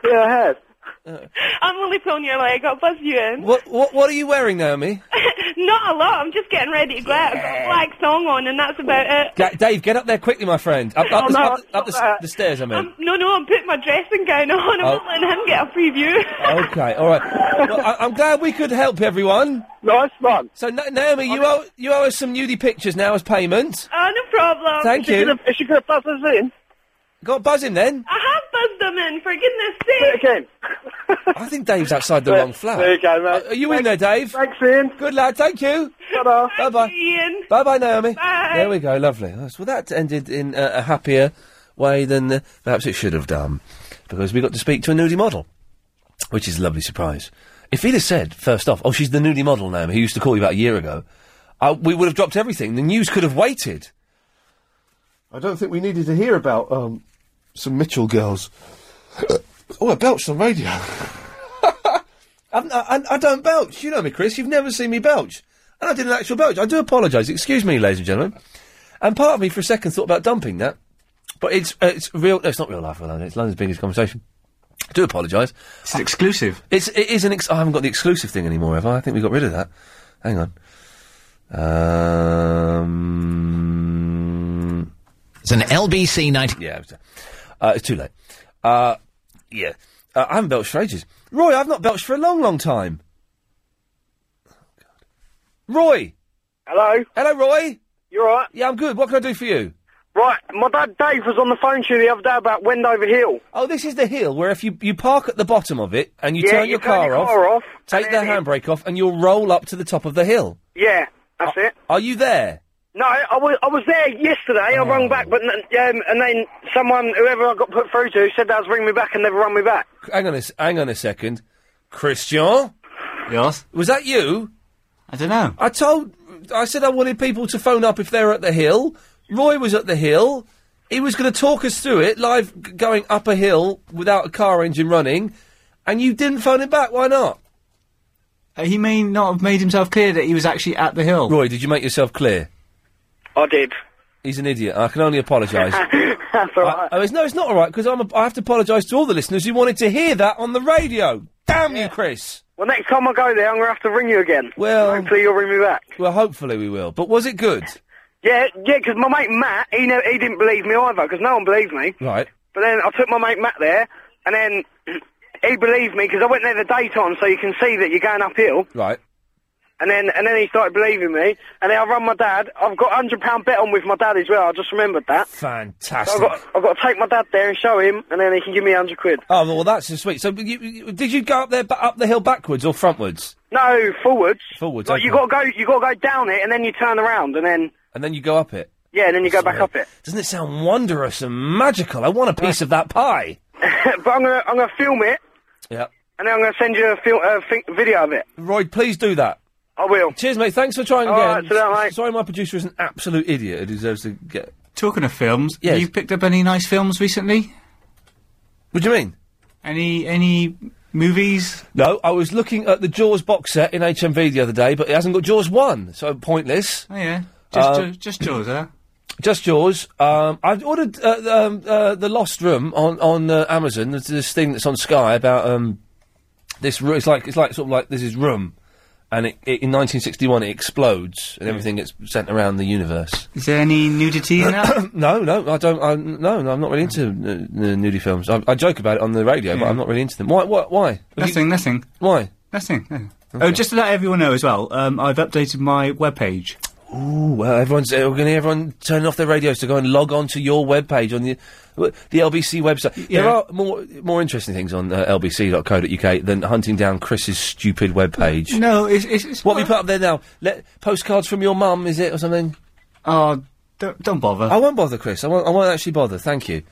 S8: Uh,
S12: yeah, I have.
S8: I'm only pulling your leg. I'll buzz you in.
S1: What, what What are you wearing, Naomi?
S8: Not a lot. I'm just getting ready to go out. I've got a black song on, and that's about it.
S1: Ga- Dave, get up there quickly, my friend. Up, up,
S8: Oh,
S1: the,
S8: no,
S1: up, the- up the,
S8: stop that.
S1: the stairs, I mean.
S8: No, no, I'm putting my dressing gown on. I'm
S1: Oh.
S8: not letting him get a preview.
S1: okay, all right. Well, I, I'm glad we could help everyone.
S12: Nice one.
S1: So, Na- Naomi, you owe you owe us some nudie pictures now as payment.
S8: Oh, no problem.
S1: Thank you.
S12: is she going to buzz us in?
S1: Got buzz in then.
S8: I have buzzed them in, for goodness sake.
S12: Again.
S1: I think Dave's outside the wrong flat.
S12: There you go, mate.
S1: Are you in there, Dave? Thanks,
S12: Ian.
S1: Good lad. Thank you.
S12: Ta-da.
S1: Bye bye.
S8: Ian.
S1: Bye bye, Naomi.
S8: Bye.
S1: There we go. Lovely. Nice. Well, that ended in uh, a happier way than uh, perhaps it should have done, because we got to speak to a nudie model, which is a lovely surprise. If he'd have said first off, "Oh, she's the nudie model, Naomi," who used to call you about a year ago, uh, we would have dropped everything. The news could have waited.
S3: I don't think we needed to hear about um, some Mitchell girls. oh, I belched on radio.
S1: I'm, I, I don't belch. You know me, Chris. You've never seen me belch. And I did an actual belch. I do apologise. Excuse me, ladies and gentlemen. And part of me for a second thought about dumping that. But it's uh, it's real. no, It's not real life alone. It's London's biggest conversation. I do apologise. It's an exclusive. It's it is an. Ex- I haven't got the exclusive thing anymore. Have I? I think we got rid of that. Hang on. Um, it's an LBC ninety. Yeah, it was, uh, it's too late. Uh, yeah, uh, I haven't belched for ages. Roy, I've not belched for a long, long time. Roy.
S12: Hello.
S1: Hello, Roy.
S12: You alright?
S1: Yeah, I'm good. What can I do for you?
S12: Right, my dad Dave was on the phone to you the other day about Wendover Hill.
S1: Oh, this is the hill where if you, you park at the bottom of it and you
S12: Yeah,
S1: turn
S12: you
S1: your
S12: turn
S1: car
S12: your
S1: off,
S12: car off,
S1: take
S12: and
S1: the
S12: then
S1: handbrake off, and you'll roll up to the top of the hill.
S12: Yeah, that's it.
S1: Are you there?
S12: No, I was I was there yesterday. I
S1: Oh.
S12: rung back, but n- um, and then someone, whoever I got put through to, said they was ring me back and never rung me back.
S1: Hang on a s- hang on a second, Christian. Yes. Was that you? I don't know. I told I said I wanted people to phone up if they're at the hill. Roy was at the hill. He was going to talk us through it live, g- going up a hill without a car engine running, and you didn't phone him back. Why not?
S11: Uh, He may not have made himself clear that he was actually at the hill.
S1: Roy, did you make yourself clear?
S12: I did.
S1: He's an idiot. I can only apologise.
S12: That's all right.
S1: I was, no, Uh, oh, it's not all right because I'm. A, I have to apologise to all the listeners who wanted to hear that on the radio. Damn you, Chris.
S12: Well, next time I go there, I'm gonna have to ring you again.
S1: Well,
S12: hopefully you'll ring me back.
S1: Well, hopefully we will. But was it good?
S12: Yeah, yeah, because my mate Matt, he ne- he didn't believe me either, because no one believed me.
S1: right.
S12: But then I took my mate Matt there, and then he believed me because I went there the daytime, so you can see that you're going uphill.
S1: Right.
S12: And then and then he started believing me, and then I run my dad. I've got a hundred pound bet on with my dad as well. I just remembered that.
S1: Fantastic.
S12: So I've got I've got to take my dad there and show him, and then he can give me a hundred quid.
S1: Oh well, that's so sweet. So you, you, did you go up there, ba- up the hill backwards or frontwards?
S12: No, forwards.
S1: Forwards.
S12: Like
S1: okay.
S12: you got to go, you got to go down it, and then you turn around, and then
S1: and then you go up it.
S12: yeah, and then you go back up it.
S1: Doesn't it sound wondrous and magical? I want a piece of that pie.
S12: but I'm gonna I'm gonna film it,
S1: Yeah.
S12: and then I'm gonna send you a film uh, thi- video of it.
S1: Roy, please do that.
S12: I will.
S1: Cheers, mate. Thanks for trying
S12: All
S1: again.
S12: right, so that,
S1: S- Sorry, my producer is an absolute idiot who deserves to get.
S11: Talking of films,
S1: Yes.
S11: you picked up any nice films recently?
S1: What do you mean?
S11: Any any movies?
S1: No, I was looking at the Jaws box set in HMV the other day, but it hasn't got Jaws one, so pointless.
S11: Oh yeah,
S3: uh,
S11: just
S1: Um,
S11: ju- just Jaws, huh?
S1: Just Jaws. Um, I've ordered uh, the, um, uh, the Lost Room on on uh, Amazon. There's this thing that's on Sky about um, this. Ro- it's like it's like sort of like this is room, and it, it, in 1961 it explodes and everything gets sent around the universe.
S11: Is there any nudity in that?
S1: no, no, I don't. I, no, no, I'm not really into n- n- nudie films. I, I joke about it on the radio, but
S11: Yeah.
S1: I'm not really into them. Why? Why? Why? Have you-
S11: Nothing, nothing.
S1: Why?
S11: Nothing. no. Oh, just to let everyone know as well, um, I've updated my webpage.
S1: Ooh, well, everyone's uh, going to hear everyone turning off their radios to go and log on to your webpage on the the LBC website. There
S11: yeah.
S1: are more more interesting things on uh, lbc.co.uk than hunting down Chris's stupid webpage.
S11: No, it's it's, it's
S1: what we put up there now? Let, postcards from your mum, is it, or something?
S11: Oh, don't, don't bother.
S1: I won't bother, Chris. I won't, I won't actually bother. Thank you.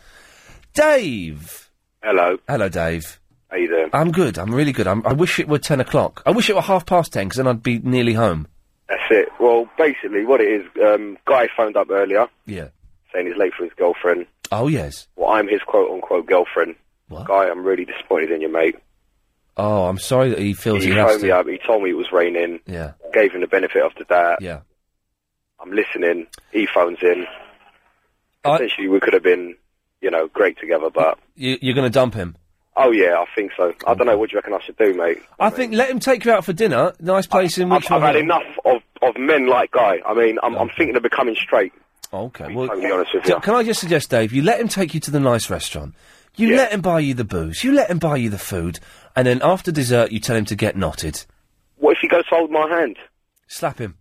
S1: Dave!
S5: Hello.
S1: Hello, Dave.
S5: How you doing?
S1: I'm good. I'm really good. I'm, I wish it were 10 o'clock. I wish it were half past 10, because then I'd be nearly home.
S5: That's it. Well, basically, what it is, um, guy phoned up earlier.
S1: Yeah.
S18: saying he's late for his girlfriend.
S1: Oh yes.
S18: Well, I'm his quote unquote girlfriend. Guy, I'm really disappointed in you, mate.
S1: Oh, I'm sorry that he feels
S18: He
S1: he has
S18: phoned me
S1: to.
S18: up. He told me it was raining.
S1: Yeah.
S18: Gave him the benefit of the doubt.
S1: Yeah.
S18: I'm listening. He phones in. Potentially, we could have been, you know, great together. But
S1: You, you're going to dump him.
S18: oh yeah, I think so. I don't know. What do you reckon I should do, mate?
S1: I think let him take you out for dinner. Nice place in which.
S18: I've had enough of, of men like Guy. I mean, I'm, I'm thinking of becoming straight.
S1: Okay. Well,
S18: to be honest with
S1: D-
S18: you.
S1: Can I just suggest, Dave? You let him take you to the nice restaurant. You let him buy you the booze. You let him buy you the food, and then after dessert, you tell him to get knotted.
S18: What if he goes to hold my hand?
S1: Slap him.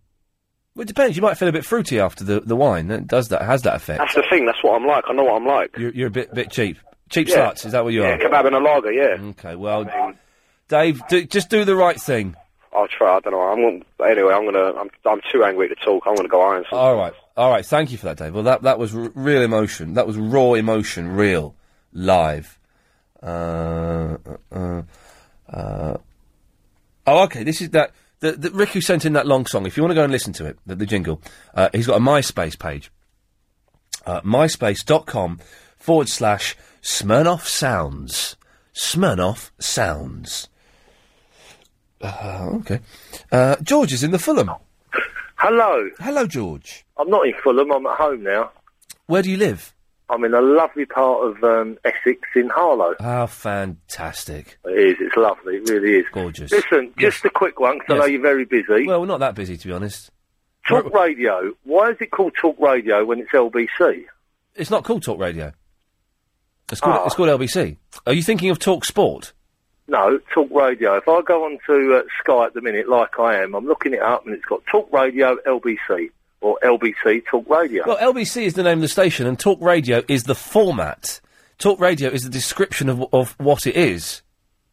S1: Well, it depends. You might feel a bit fruity after the, the wine. That does that has that effect.
S18: That's the thing. That's what I'm like. I know what I'm like.
S1: You're, you're a bit bit cheap. Cheap
S18: Yeah.
S1: sluts. Is that what you
S18: Yeah,
S1: are?
S18: kebab and a lager. Yeah.
S1: Okay. Well, Dave, do, just do the right thing.
S18: I'll try. I don't know. I'm gonna, anyway. I'm gonna. I'm, I'm too angry to talk. I'm gonna go iron. some-
S1: All right, all right. Thank you for that, Dave. Well, that that was r- real emotion. That was raw emotion, real, live. Uh, uh, uh, oh, okay. This is that. The, the Rick who sent in that long song. If you want to go and listen to it, the, the jingle, uh, he's got a MySpace page. Uh, MySpace.com forward slash Smirnoff Sounds. Smirnoff Sounds. Uh, okay. Uh, George is in the Fulham.
S2: Hello.
S1: Hello, George.
S2: I'm not in Fulham. I'm at home now.
S1: Where do you live?
S2: I'm in a lovely part of um, Essex in Harlow.
S1: How fantastic.
S2: It is. It's lovely. It really is.
S1: Gorgeous.
S2: Listen, just a quick one because I know
S1: Yes.
S2: you're very busy.
S1: Well, we're not that busy, to be honest.
S2: Talk radio. Why is it called talk radio when it's LBC?
S1: It's not called Talk Radio. It's called,
S2: Ah.
S1: it's called LBC. Are you thinking of Talk Sport?
S2: No, talk radio. If I go on to uh, Sky at the minute, like I am, I'm looking it up and it's got talk radio LBC or LBC talk radio.
S1: Well, LBC is the name of the station, and Talk Radio is the format. Talk Radio is the description of, of what it is.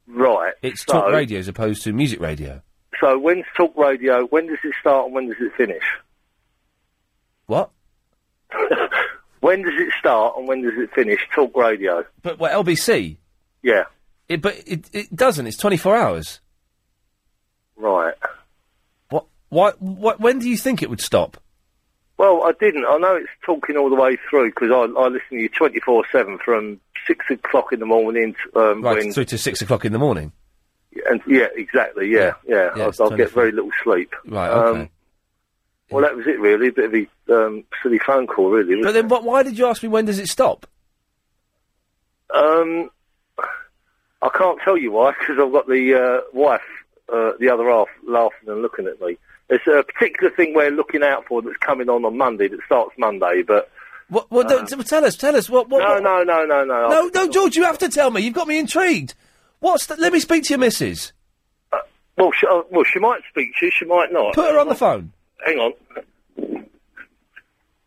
S2: right.
S1: It's
S2: so,
S1: Talk Radio as opposed to Music Radio.
S2: So when's talk radio? When does it start and when does it finish?
S1: What?
S2: When does it start and when does it finish? Talk radio.
S1: But what, LBC?
S2: Yeah.
S1: It, but it, it doesn't. It's 24 hours.
S2: Right.
S1: What, why, what, when do you think it would stop?
S2: Well, I didn't. I know it's talking all the way through because I, I listen to you 24 7 from 6 o'clock in the morning. t- Um,
S1: Right,
S2: when,
S1: through to 6 o'clock in the morning.
S2: and, yeah, exactly. Yeah, yeah.
S1: yeah, it's
S2: I, I get
S1: 24.
S2: very little sleep.
S1: Right, okay.
S2: Um, well, that was it, really. A bit of a um, silly phone call, really.
S1: but
S2: wasn't
S1: then what, why did you ask me when does it stop?
S2: it? um, I can't tell you why because I've got the uh, wife, uh, the other half, laughing and looking at me. There's a particular thing we're looking out for that's coming on on Monday that starts Monday, but. uh,
S1: What, what, don't- tell us, tell us. What, what,
S2: no,
S1: what-
S2: no, no, no, no.
S1: No, no, George, you have to tell me. You've got me intrigued. What's the, Let me speak to your missus.
S2: Well, she, uh, well, she might speak to you, she might not.
S1: Put her on the phone.
S2: Hang on.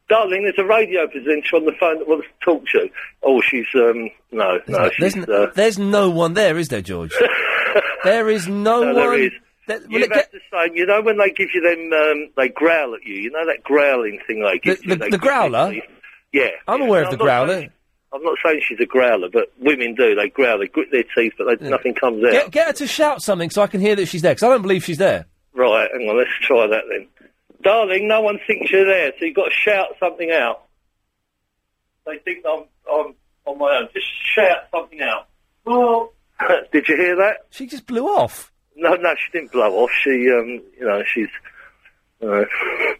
S2: Darling, there's a radio presenter on the phone that wants to talk to you. Oh, she's, um, no, no,
S1: There's,
S2: she's,
S1: n-
S2: uh,
S1: there's no one there, is there, George? there is no,
S2: no,
S1: one.
S2: there is.
S1: that- well,
S2: You've
S1: it
S2: had the same, you know when they give you them, um, they growl at you, you know that growling thing they give
S1: The,
S2: you? they
S1: the Um
S2: give you-
S1: growler.
S2: Yeah.
S1: I'm aware
S2: No,
S1: of the
S2: I'm not
S1: growler.
S2: I'm not saying she's a growler, but women do, they growl, they grit their teeth, but they, nothing comes out.
S1: Get, get her to shout something so I can hear that she's there, because I don't believe she's there.
S2: Right, hang on, let's try that then. Darling, no one thinks you're there, so you've got to shout something out. They think I'm, I'm on my own. Just shout something out. Well, did you hear that?
S1: She just blew off.
S2: No, no, she didn't blow off. She, um, you know, she's. Uh,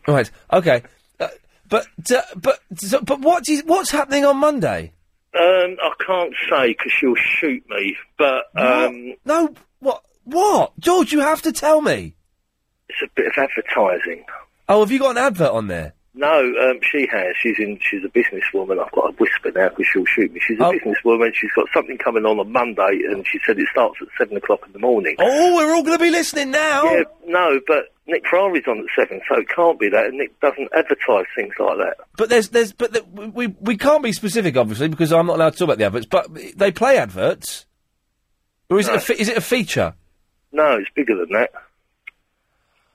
S1: Right, okay. Uh, but uh, but so, but what is, what's happening on Monday?
S2: um, I can't say because she'll shoot me, but um,
S1: No, what? What? George, you have to tell me.
S2: it's a bit of advertising.
S1: Oh, have you got an advert on there?
S2: No, um, she has. She's in. She's a businesswoman. I've got to whisper now because she'll shoot me. She's a businesswoman. She's got something coming on on Monday, and she said it starts at seven o'clock in the morning.
S1: Oh, we're all going to be listening now.
S2: Yeah, no, but Nick Ferrari's on at seven, so it can't be that. And Nick doesn't advertise things like that.
S1: But there's there's but the, we we can't be specific, obviously, because I'm not allowed to talk about the adverts. But they play adverts, or is it a fe- is it a feature?
S2: No, it's bigger than that.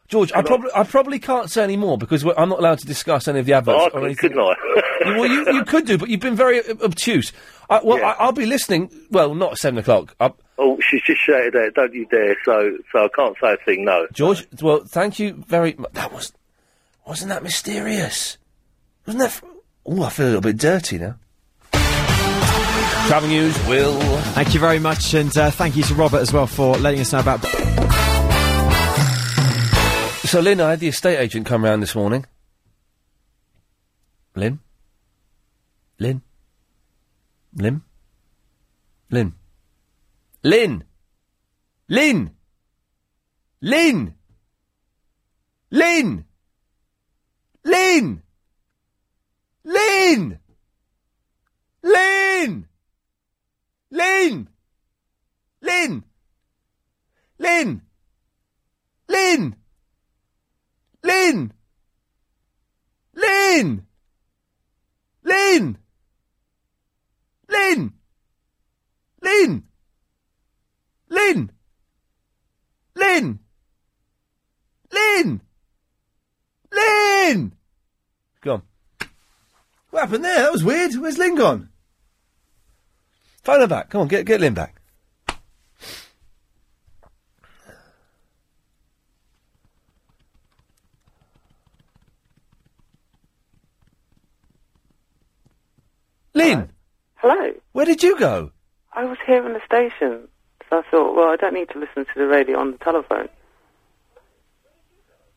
S1: George, I probably I probably can't say any more because we're, I'm not allowed to discuss any of the
S2: But I
S1: adverts. or
S2: couldn't,
S1: anything.
S2: couldn't I?
S1: You- well, you, you could do, but you've been very ob- obtuse. I, well, I, I'll be listening. Well, not at seven o'clock. Uh, I,
S2: oh, she's just shouted out, "Don't you dare!" So, so I can't say a thing. No.
S1: George, well, thank you very much. That was wasn't that mysterious? Wasn't that? f- Oh, I feel a little bit dirty now. Travel news, Will.
S15: Thank you very much, and uh, thank you to Robert as well for letting us know about.
S1: So, Lynn, I had the estate agent come round this morning. Lynn? Lynn? Lynn? Lynn? Lynn! Lynn! Lynn! Lynn! Lynn! Lynn! Lynn! Lynn! Lynn! Lynn! Lynn! Lynn! Lynn! Lynn! Lynn! Lynn! Lynn! Lynn! Lynn! Lynn! Gone. What happened there? That was weird. Where's Lynn gone? Phone her back. Come on, get get Lynn back. Lynn,
S25: Hello.
S1: where did you go?
S25: I was here on the station, so I thought, well, I don't need to listen to the radio on the telephone.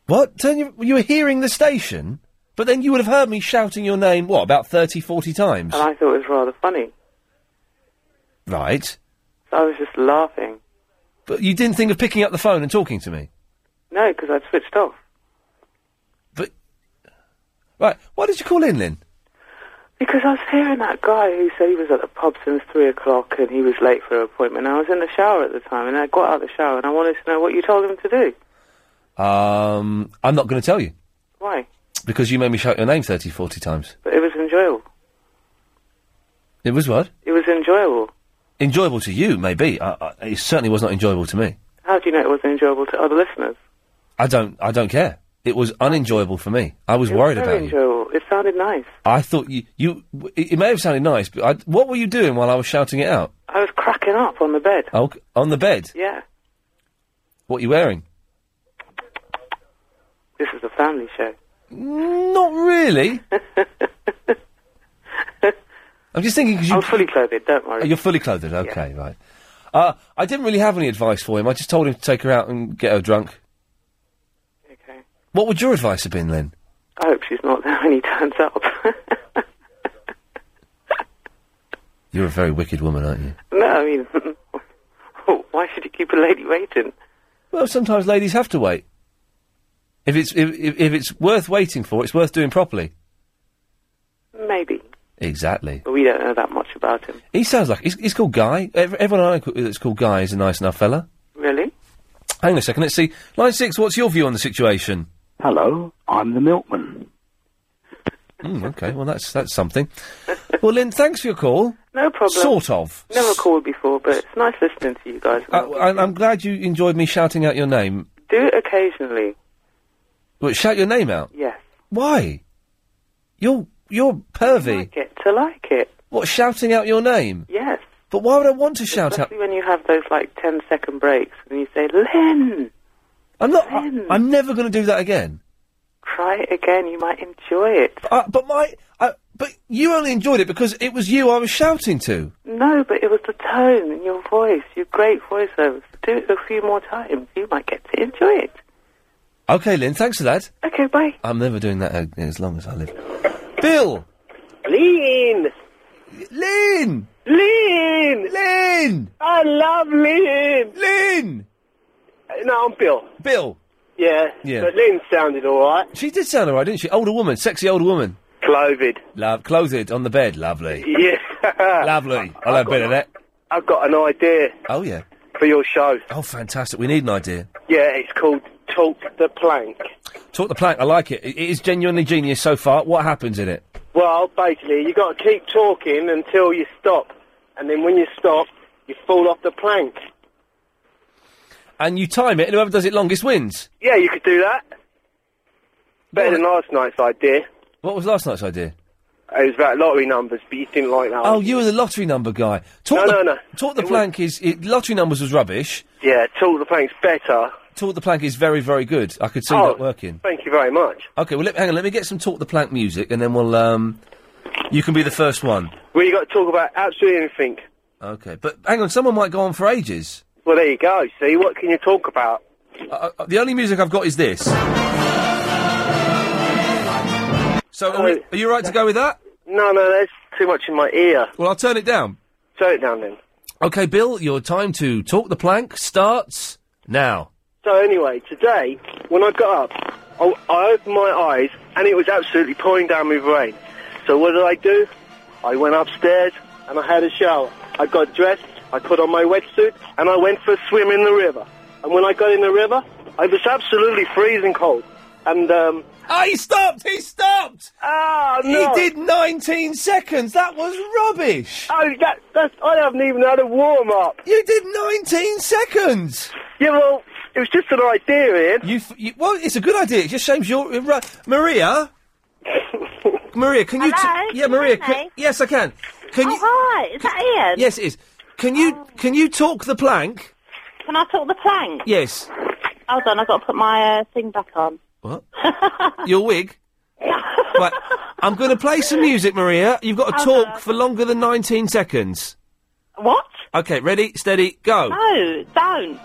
S1: What? Turn your, you were hearing the station, but then you would have heard me shouting your name, what, about 30, 40 times?
S25: And I thought it was rather funny.
S1: Right.
S25: So I was just laughing.
S1: But you didn't think of picking up the phone and talking to me?
S25: No, because I'd switched off.
S1: Right. Why did you call in, Lynn?
S25: Because I was hearing that guy who said he was at the pub since three o'clock and he was late for an appointment. I was in the shower at the time and I got out of the shower and I wanted to know what you told him to do.
S1: Um, I'm not going to tell you,
S25: Why?
S1: because you made me shout your name 30, 40 times.
S25: But it was enjoyable.
S1: It was what?
S25: It was enjoyable.
S1: Enjoyable to you, maybe. I, I, it certainly was not enjoyable to me.
S25: How do you know it was enjoyable to other listeners?
S1: I don't, I don't care. It was unenjoyable for me. I was
S25: It was
S1: worried
S25: very
S1: about you.
S25: enjoyable. It sounded nice.
S1: I thought you, you, it, it may have sounded nice, but I, what were you doing while I was shouting it out?
S25: I was cracking up on the bed.
S1: Oh, c- on the bed.
S25: Yeah,
S1: What are you wearing?
S25: this is a family show.
S1: Not really. I'm just thinking because you.
S25: I'm fully clothed, don't worry.
S1: Oh, you're fully clothed. Okay, right. Uh, I didn't really have any advice for him. I just told him to take her out and get her drunk.
S25: Okay.
S1: What would your advice have been, Lynn?
S25: I hope she's not there when he turns up.
S1: You're a very wicked woman, aren't you?
S25: no, I mean, why should you keep a lady waiting?
S1: Well, sometimes ladies have to wait. If it's if, if, if it's worth waiting for, it's worth doing properly.
S25: Maybe,
S1: Exactly.
S25: but we don't know that much about him.
S1: He sounds like he's, he's called Guy. Ev- Everyone I know that's called Guy is a nice enough fella.
S25: Really?
S1: Hang on a second. Let's see. Line six. What's your view on the situation?
S21: Hello, I'm the milkman.
S1: Hmm, okay. Well, that's that's something. well, Lynn, thanks for your call.
S25: No problem.
S1: Sort of.
S25: Never called before, but it's nice listening to you guys.
S1: I, I, I'm glad you enjoyed me shouting out your name.
S25: Do it occasionally.
S1: Well, shout your name out.
S25: Yes,
S1: Why? You're you're pervy.
S25: get to like it.
S1: What shouting out your name?
S25: Yes,
S1: But why would I want to shout out?
S25: especially when you have those like 10-second breaks and you say, "Lynn,
S1: I'm not. I, am never going to do that again.
S25: try it again. You might enjoy it."
S1: Uh, but my. Uh, but you only enjoyed it because it was you I was shouting to.
S25: No, but it was the tone in your voice, your great voiceover. Do it a few more times. You might get to enjoy it.
S1: Okay, Lynn. Thanks for that.
S25: Okay, bye.
S1: I'm never doing that ag- as long as I live. Bill.
S21: Lynn!
S1: Lynn!
S21: Lynn!
S1: Lynn!
S21: I love Lynn! Uh,
S1: Lynn!
S21: No, I'm Bill.
S1: Bill.
S21: Yeah.
S1: Yeah.
S21: But Lynn sounded alright.
S1: She did sound alright, didn't she? Older woman, sexy older woman.
S21: Clothed.
S1: Love, clothed on the bed. Lovely.
S21: Yes.
S1: Lovely. I'll have a bit of that.
S21: I've got an idea
S1: Oh yeah.
S21: for your show.
S1: Oh, fantastic. We need an idea.
S21: Yeah, it's called Talk the Plank.
S1: Talk the plank. I like it. It it is genuinely genius so far. What happens in it?
S21: Well, basically, you got to keep talking until you stop. And then when you stop, you fall off the plank.
S1: And you time it, and whoever does it longest wins.
S21: Yeah, you could do that. Better than last night's idea.
S1: What was last night's idea?
S21: It was about lottery numbers, but you didn't like that
S1: Oh,
S21: one.
S1: you were the lottery number guy. Talk
S21: No,
S1: the,
S21: no, no.
S1: Talk the plank is it, lottery numbers was rubbish.
S21: Yeah, Talk the Plank's better.
S1: Talk the plank is very, very good. I could see
S21: Oh.
S1: that working.
S21: Thank you very much.
S1: Okay, well, let, hang on. Let me get some Talk the Plank music, and then we'll um, You can be the first one.
S12: Well, you got to talk about absolutely anything.
S1: Okay, but hang on, someone might go on for ages.
S12: Well, there you go. See, what can you talk about?
S1: Uh, uh, the only music I've got is this. So, are, we- are you right to go with that?
S12: No, no, there's too much in my ear.
S1: Well, I'll turn it down.
S12: Turn it down then.
S1: Okay, Bill, your time to talk the plank starts now.
S12: So anyway, today when I got up, I, I opened my eyes and it was absolutely pouring down with rain. So what did I do? I went upstairs and I had a shower. I got dressed, I put on my wetsuit, and I went for a swim in the river. And when I got in the river, I was absolutely freezing cold. And um,
S1: Ah, he stopped! He stopped!
S12: Ah, no.
S1: He did 19 seconds! That was rubbish!
S12: Oh, that, that's, I haven't even had a warm up.
S1: You did 19 seconds!
S12: Yeah, well, it was just an idea, Ian.
S1: You, f- you well, it's a good idea. It just shames your. uh, ru- Maria? Maria, can you. t-
S9: Hello?
S1: yeah,
S9: Can you
S1: Maria.
S9: hear
S1: Can,
S9: me?
S1: yes, I can. Can
S9: oh,
S1: you.
S9: hi. Is that Ian? Oh.
S1: Yes, it is. Can you can you talk the plank?
S9: Can I talk the plank?
S1: Yes.
S9: Hold on, I've got to put my uh, thing back on.
S1: What? Your wig? right. I'm going to play some music, Maria. You've got to
S9: Hold
S1: talk for longer than 19 seconds.
S9: What? Oh.
S1: Okay, ready, steady, go.
S9: No, don't.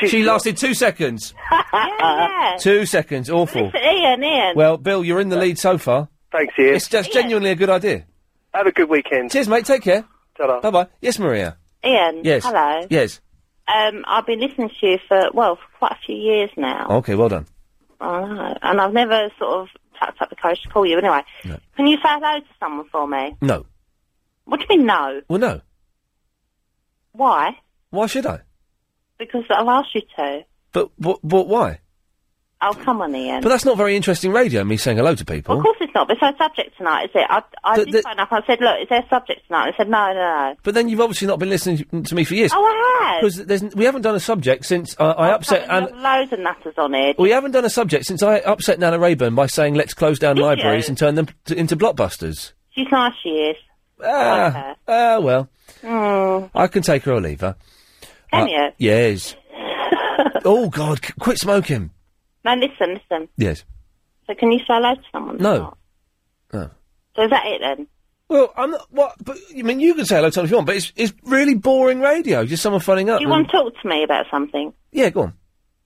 S12: She,
S1: She lasted two seconds.
S9: yeah, yeah.
S1: Two seconds. Awful.
S9: Listen, Uh-uh. Ian, Ian.
S1: Well, Bill, you're in the lead so far.
S12: Thanks, Ian.
S1: It's just genuinely a good idea.
S12: Have a good weekend.
S1: Cheers, mate. Take care.
S12: Ta-da.
S1: Bye bye. Yes, Maria.
S9: Ian.
S1: Yes.
S9: Hello.
S1: Yes.
S9: Um, I've been listening to you for well for quite a few years now,
S1: Okay, well done.
S9: I know. and I've never sort of tapped up the courage to call you. Anyway, can you say hello to someone for me?
S1: No.
S9: What do you mean no?
S1: Well, no.
S9: Why?
S1: Why should I?
S9: Because I've asked you to.
S1: But, but, but why?
S9: Oh, come on, Ian.
S1: But that's not very interesting radio, me saying hello to people.
S9: Of course it's not. It's our subject tonight, is it? I, I
S1: The-
S9: did
S1: the-
S9: phone up. I said, look, is there a subject tonight? They said, no, no, no.
S1: But then you've obviously not been listening to me for years.
S9: Oh, I have.
S1: Because there's, we haven't done a subject since uh,
S9: Oh,
S1: I upset
S9: There's
S1: Anna.
S9: loads of nutters on here.
S1: We haven't done a subject since I upset Nana Rayburn by saying let's close down
S9: Did
S1: libraries
S9: you?
S1: and turn them to, into blockbusters.
S9: She's nice, she is.
S1: Ah, ah, well,
S9: Mm.
S1: I can take her or leave her.
S9: Can
S1: Uh,
S9: you?
S1: Yes. oh God, c- quit smoking.
S9: No, listen, listen.
S1: Yes.
S9: So can you say hello to someone?
S1: No. No.
S9: So is that it then?
S1: Well, I'm not. What? But I mean, you can say hello to them if you want, but it's it's really boring radio. Just someone phoning up.
S9: Do you
S1: and-
S9: want to talk to me about something?
S1: Yeah, go on.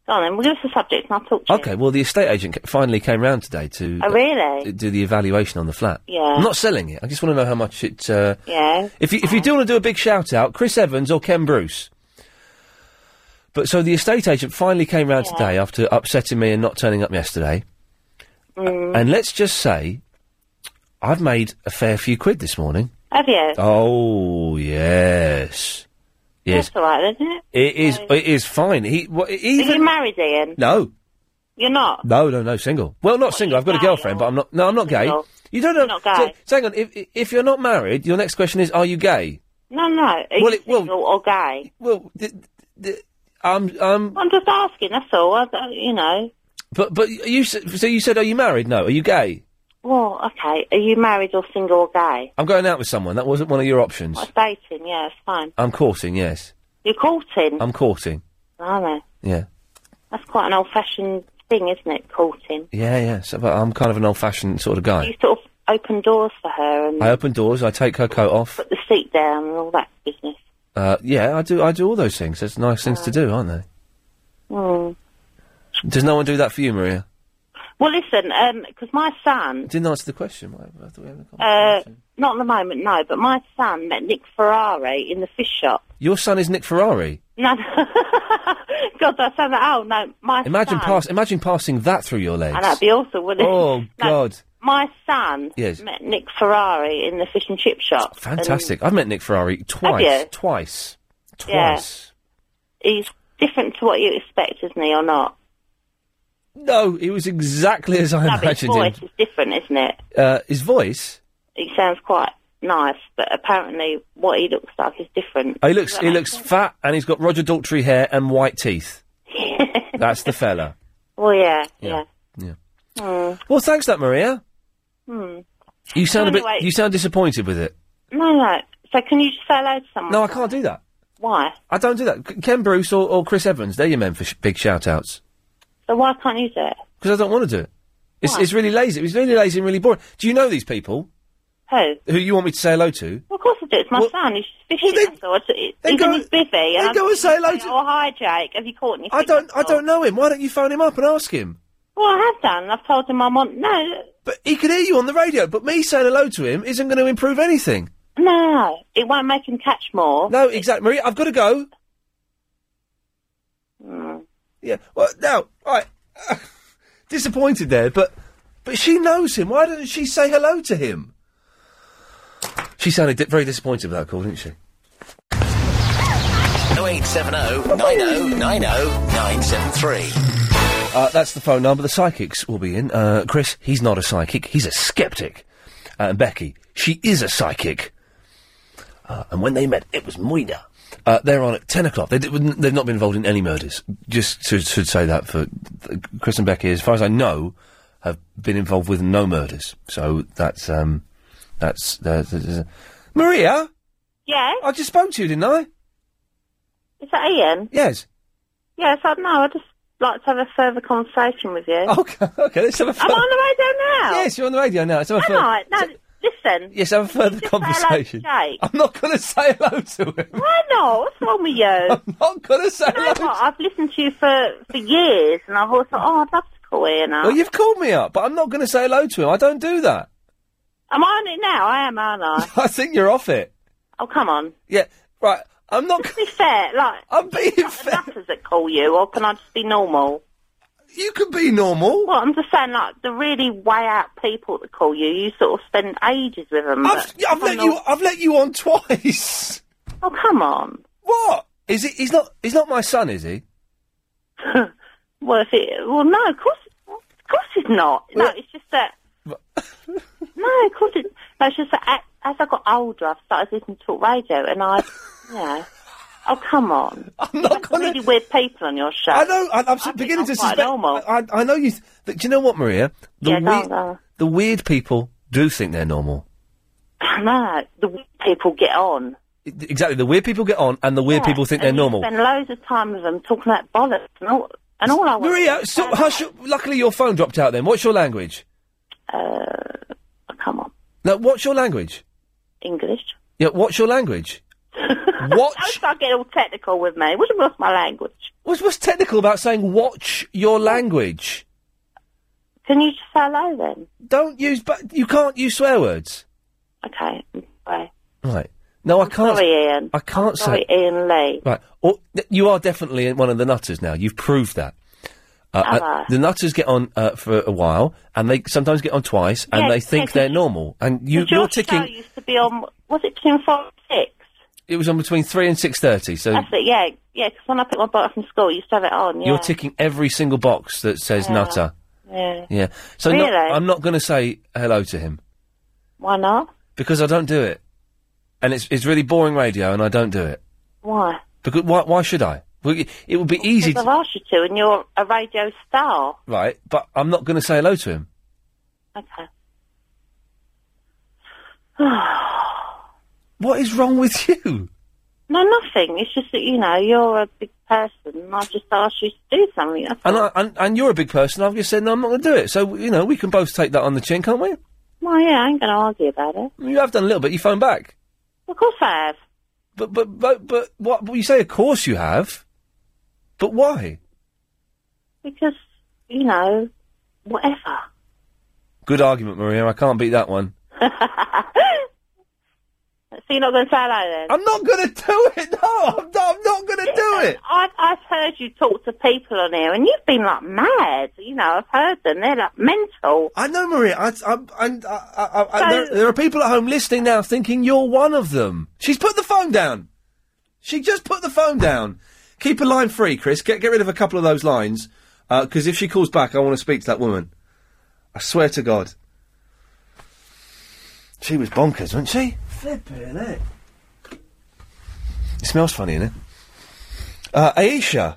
S9: Go on then, we'll give us a subject and I'll talk to
S1: Okay. Well, the estate agent ca- finally came round today to.
S9: you. Oh, really?
S1: do the evaluation on the flat.
S9: Yeah.
S1: I'm not selling it. I just want to know how much it. Uh,
S9: Yeah.
S1: If you if you do want to do a big shout out, Chris Evans or Ken Bruce. But so the estate agent finally came round today after upsetting me and not turning up yesterday.
S9: Mm.
S1: uh, And let's just say, I've made a fair few quid this morning.
S9: Have you?
S1: Oh yes, yes.
S9: That's all right, isn't it?
S1: It is. It is fine. He wha-
S9: Are
S1: even
S9: you married, Ian?
S1: no.
S9: You're not?
S1: No, no, no, single. Well, not single. I've got a girlfriend, but I'm not. No, I'm not gay.
S9: Single.
S1: You don't know.
S9: Not gay.
S1: so- so hang on. If if you're not married, your next question is, are you gay?
S9: No, no. Are you
S1: Well, it- well-
S9: single or gay?
S1: Well, I'm. I'm.
S9: I'm just asking. That's all. I, I- you know.
S1: But but you s- so you said, are you married? No. Are you gay?
S9: Well, okay. Are you married or single or gay?
S1: I'm going out with someone. That wasn't one of your options.
S9: What's dating? Yeah, it's fine.
S1: I'm courting. Yes.
S9: You're courting,
S1: I'm courting.
S9: aren't you?
S1: Yeah.
S9: That's quite an old-fashioned thing, isn't it? Courting.
S1: Yeah, yeah. So, but I'm kind of an old-fashioned sort of guy.
S9: You sort of open doors for her and
S1: I open doors. I take her coat off.
S9: put the seat down and all that business.
S1: Uh, yeah, I do. I do all those things. That's nice things to
S9: Uh.
S1: do, aren't they?
S9: Mm.
S1: Does no one do that for you, Maria?
S9: Well, listen, because my son,
S1: Didn't answer the question. Why- I thought we had a-
S9: uh, not at the moment, no, but my son met Nick Ferrari in the fish shop.
S1: Your son is Nick Ferrari.
S9: No, God, I sound like oh no, my
S1: Imagine
S9: son.
S1: pass. Imagine passing that through your legs.
S9: And that'd be awesome, wouldn't it?
S1: Oh
S9: No,
S1: God,
S9: My son
S1: Yes.
S9: met Nick Ferrari in the fish and chip shop.
S1: fantastic! I've met Nick Ferrari twice.
S9: you?
S1: Twice.
S9: And, yeah,
S1: Twice.
S9: he's different to what you expect, isn't he, or not?
S1: No, he was exactly as I
S9: no, but his
S1: imagined
S9: voice
S1: him.
S9: is different, isn't it?
S1: Uh, his voice.
S9: He sounds quite nice, but apparently what he looks like is different.
S1: Oh, he looks.
S9: Does
S1: He
S9: that
S1: looks fat, and he's got Roger Daltrey hair and white teeth. That's the fella.
S9: Well, yeah,
S1: Yeah.
S9: yeah.
S1: Yeah.
S9: Mm,
S1: Well, thanks, for that Maria.
S9: hmm.
S1: You sound a
S9: Anyway-
S1: bit. You sound disappointed with it.
S9: No, no. So can you just say hello to someone?
S1: No, I can't do that.
S9: Why?
S1: I don't do that. C- Ken Bruce or, or Chris Evans, they're your men for sh- big shout outs.
S9: So why can't you do it?
S1: Because I don't want to do it. It's, it's really lazy. It's really lazy and really boring. Do you know these people?
S9: Who?
S1: Who you want me to say hello to?
S9: Well, of course I do. It's my son. He's fishing. so it's, it's,
S1: then
S9: he's
S1: go-
S9: in his bivvy.
S1: then
S9: And I'm
S1: go and say hello
S9: saying,
S1: to-
S9: Oh, hi, Jake. Have you caught anything?
S1: I don't. I don't know him. Why don't you phone him up and ask him?
S9: Well, I have done. I've told him I'm on. No,
S1: But he could hear you on the radio. But me saying hello to him isn't going to improve anything.
S9: no. It won't make him catch more.
S1: No, exactly, Maria. I've got to go. Yeah. Well, now, right. Disappointed there, but but she knows him. Why doesn't she say hello to him? She sounded di- very disappointed with that call, didn't she?
S26: 0870
S14: oh.
S26: 90 90 973.
S1: Uh, that's the phone number. The psychics will be in. Uh, Chris, he's not a psychic. He's a skeptic. Uh, and Becky, she is a psychic. Uh, and when they met, it was Moina. Uh, they're on at 10 o'clock. They, did- they've not been involved in any murders. Just should, should say that for Chris and Becky, as far as I know, have been involved with no murders. So that's, um, that's, that's, that's- Maria?
S9: Yeah?
S1: I just spoke to you, didn't I?
S9: Is that Ian?
S1: Yes.
S9: Yes, I know. I'd just like to have a further conversation with you.
S1: Okay, okay, let's have a
S9: I'm
S1: further...
S9: on the radio now.
S1: Yes, you're on the radio now. Let's have a
S9: Am
S1: further...
S9: I? No, listen.
S1: Yes, have a further conversation.
S9: Say hello to Jake.
S1: I'm not going to say hello to him.
S9: Why not? What's wrong with you? I'm
S1: not going to say
S9: you know what? I've listened to you for, for years, and I've always thought, oh, I'd love to call Ian up.
S1: Well, you've called me up, but I'm not going to say hello to him. I don't do that.
S9: Am I on it now? I am, aren't I?
S1: I think you're off it.
S9: oh, come on.
S1: Yeah, right. I'm not.
S9: To be fair, like
S1: I'm being
S9: fair. Nutters that call you, or can I just be normal?
S1: You can be normal.
S9: Well, I'm just saying, like the really way out people that call you, you sort of spend ages with them.
S1: I've, I've let you. I've let you on twice.
S9: Oh come on!
S1: What is it? He's not. He's not my son, is he?
S9: Well, if it, well, no, of course, of course it's not. No, it's just that. no, of course it. No, it's just that a- as I got older, I've started listening to talk radio, and I, yeah. Oh come on!
S1: I'm not
S9: going really weird people on your show.
S1: I know. I, I'm beginning to
S9: quite
S1: suspect. I, I know you. Th- but do you know what, Maria? The
S9: Yeah, go
S1: weird,
S9: on, go on.
S1: the weird people do think they're normal.
S9: No, the weird people get on.
S1: Exactly. The weird people get on, and the weird
S9: Yeah,
S1: people think
S9: and
S1: they're
S9: you
S1: normal.
S9: Spend loads of time with them talking about bollocks and all, and all I want.
S1: Maria, so, hush. your- Luckily, your phone dropped out. Then, what's your language? Uh, come on. No, what's your language?
S9: English.
S1: Yeah, what's your language? Watch. Don't
S9: start getting all technical with me. What's what's my language?
S1: What's what's technical about saying watch your language?
S9: Can you just say hello then?
S1: Don't use, but you can't use swear words.
S9: Okay. Bye.
S1: Right. No, I can't.
S9: Sorry, Ian.
S1: I can't
S9: Sorry,
S1: say.
S9: Ian Lee.
S1: Right. Or, th- you are definitely in one of the nutters now. You've proved that. Uh,
S9: Am
S1: uh,
S9: I?
S1: the nutters get on uh, for a while, and they sometimes get on twice, and
S9: Yeah,
S1: they
S9: yeah,
S1: think
S9: 'cause
S1: they're
S9: you-
S1: normal. And you,
S9: Did
S1: you're
S9: your show
S1: ticking.
S9: used to be on. Was it between four and six?
S1: It was on between three and six thirty, so
S9: That's it. Yeah, yeah. Because when I picked my boy up from school, you used to have it on. Yeah.
S1: you're ticking every single box that says
S9: Yeah.
S1: nutter.
S9: yeah.
S1: Yeah. So no-
S9: Really?
S1: I'm not going to say hello to him.
S9: Why not?
S1: Because I don't do it, and it's it's really boring radio, and I don't do it.
S9: Why?
S1: Because why why should I? Well, it- It would be easy,
S9: Because
S1: to,
S9: I've asked you to, and you're a radio star.
S1: right? But I'm not going to say hello to him.
S9: Okay.
S1: What is wrong with you?
S9: No, nothing. It's just that you know you're a big person, and I've just asked you to do something. That's
S1: And I and, and you're a big person. I've just said no, I'm not going to do it. So you know we can both take that on the chin, can't we?
S9: Well, yeah, I ain't going to argue about it.
S1: You have done a little bit. You phone back,
S9: Of course I have.
S1: but but but but what? But you say, of course you have. But why?
S9: Because, you know, whatever.
S1: Good argument, Maria. I can't beat that one.
S9: So you're not going to say hello then?
S1: I'm not going to do it. No, I'm not, I'm not going to do it.
S9: I've, I've heard you talk to people on here, and you've been like mad. You know, I've heard them. They're like mental.
S1: I know, Maria. I, I, I, I, I,
S9: So-
S1: I- there, there are people at home listening now thinking you're one of them. She's put the phone down. She just put the phone down. Keep a line free, Chris. Get get rid of a couple of those lines because if she calls back, I want to speak to that woman. I swear to God. She was bonkers, wasn't she? Flipping it. It smells funny, innit? Uh, Aisha,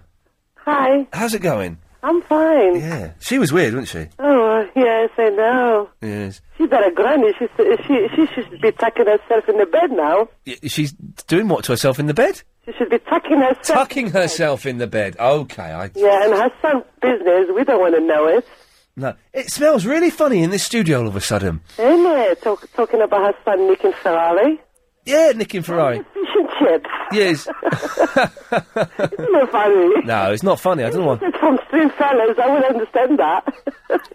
S8: Hi,
S1: how's it going?
S8: I'm fine.
S1: Yeah, she was weird, wasn't she?
S8: Oh, yes, I know.
S1: Yes.
S8: She's not a granny. She's, she, she should be tucking herself in the bed now.
S1: Y- She's doing what to herself in the bed?
S8: She should be tucking herself.
S1: Tucking herself in the bed. Okay, I.
S8: yeah, and her son business, we don't want to know it.
S1: No, it smells really funny in this studio all of a sudden.
S8: In there, talk, talking about her son Nick and Ferrari.
S1: Yeah, Nick and Ferrari.
S8: Fish and chips.
S1: Yes.
S8: Isn't it funny?
S1: No, it's not funny. I don't want.
S8: It's from three fellows. I would understand that.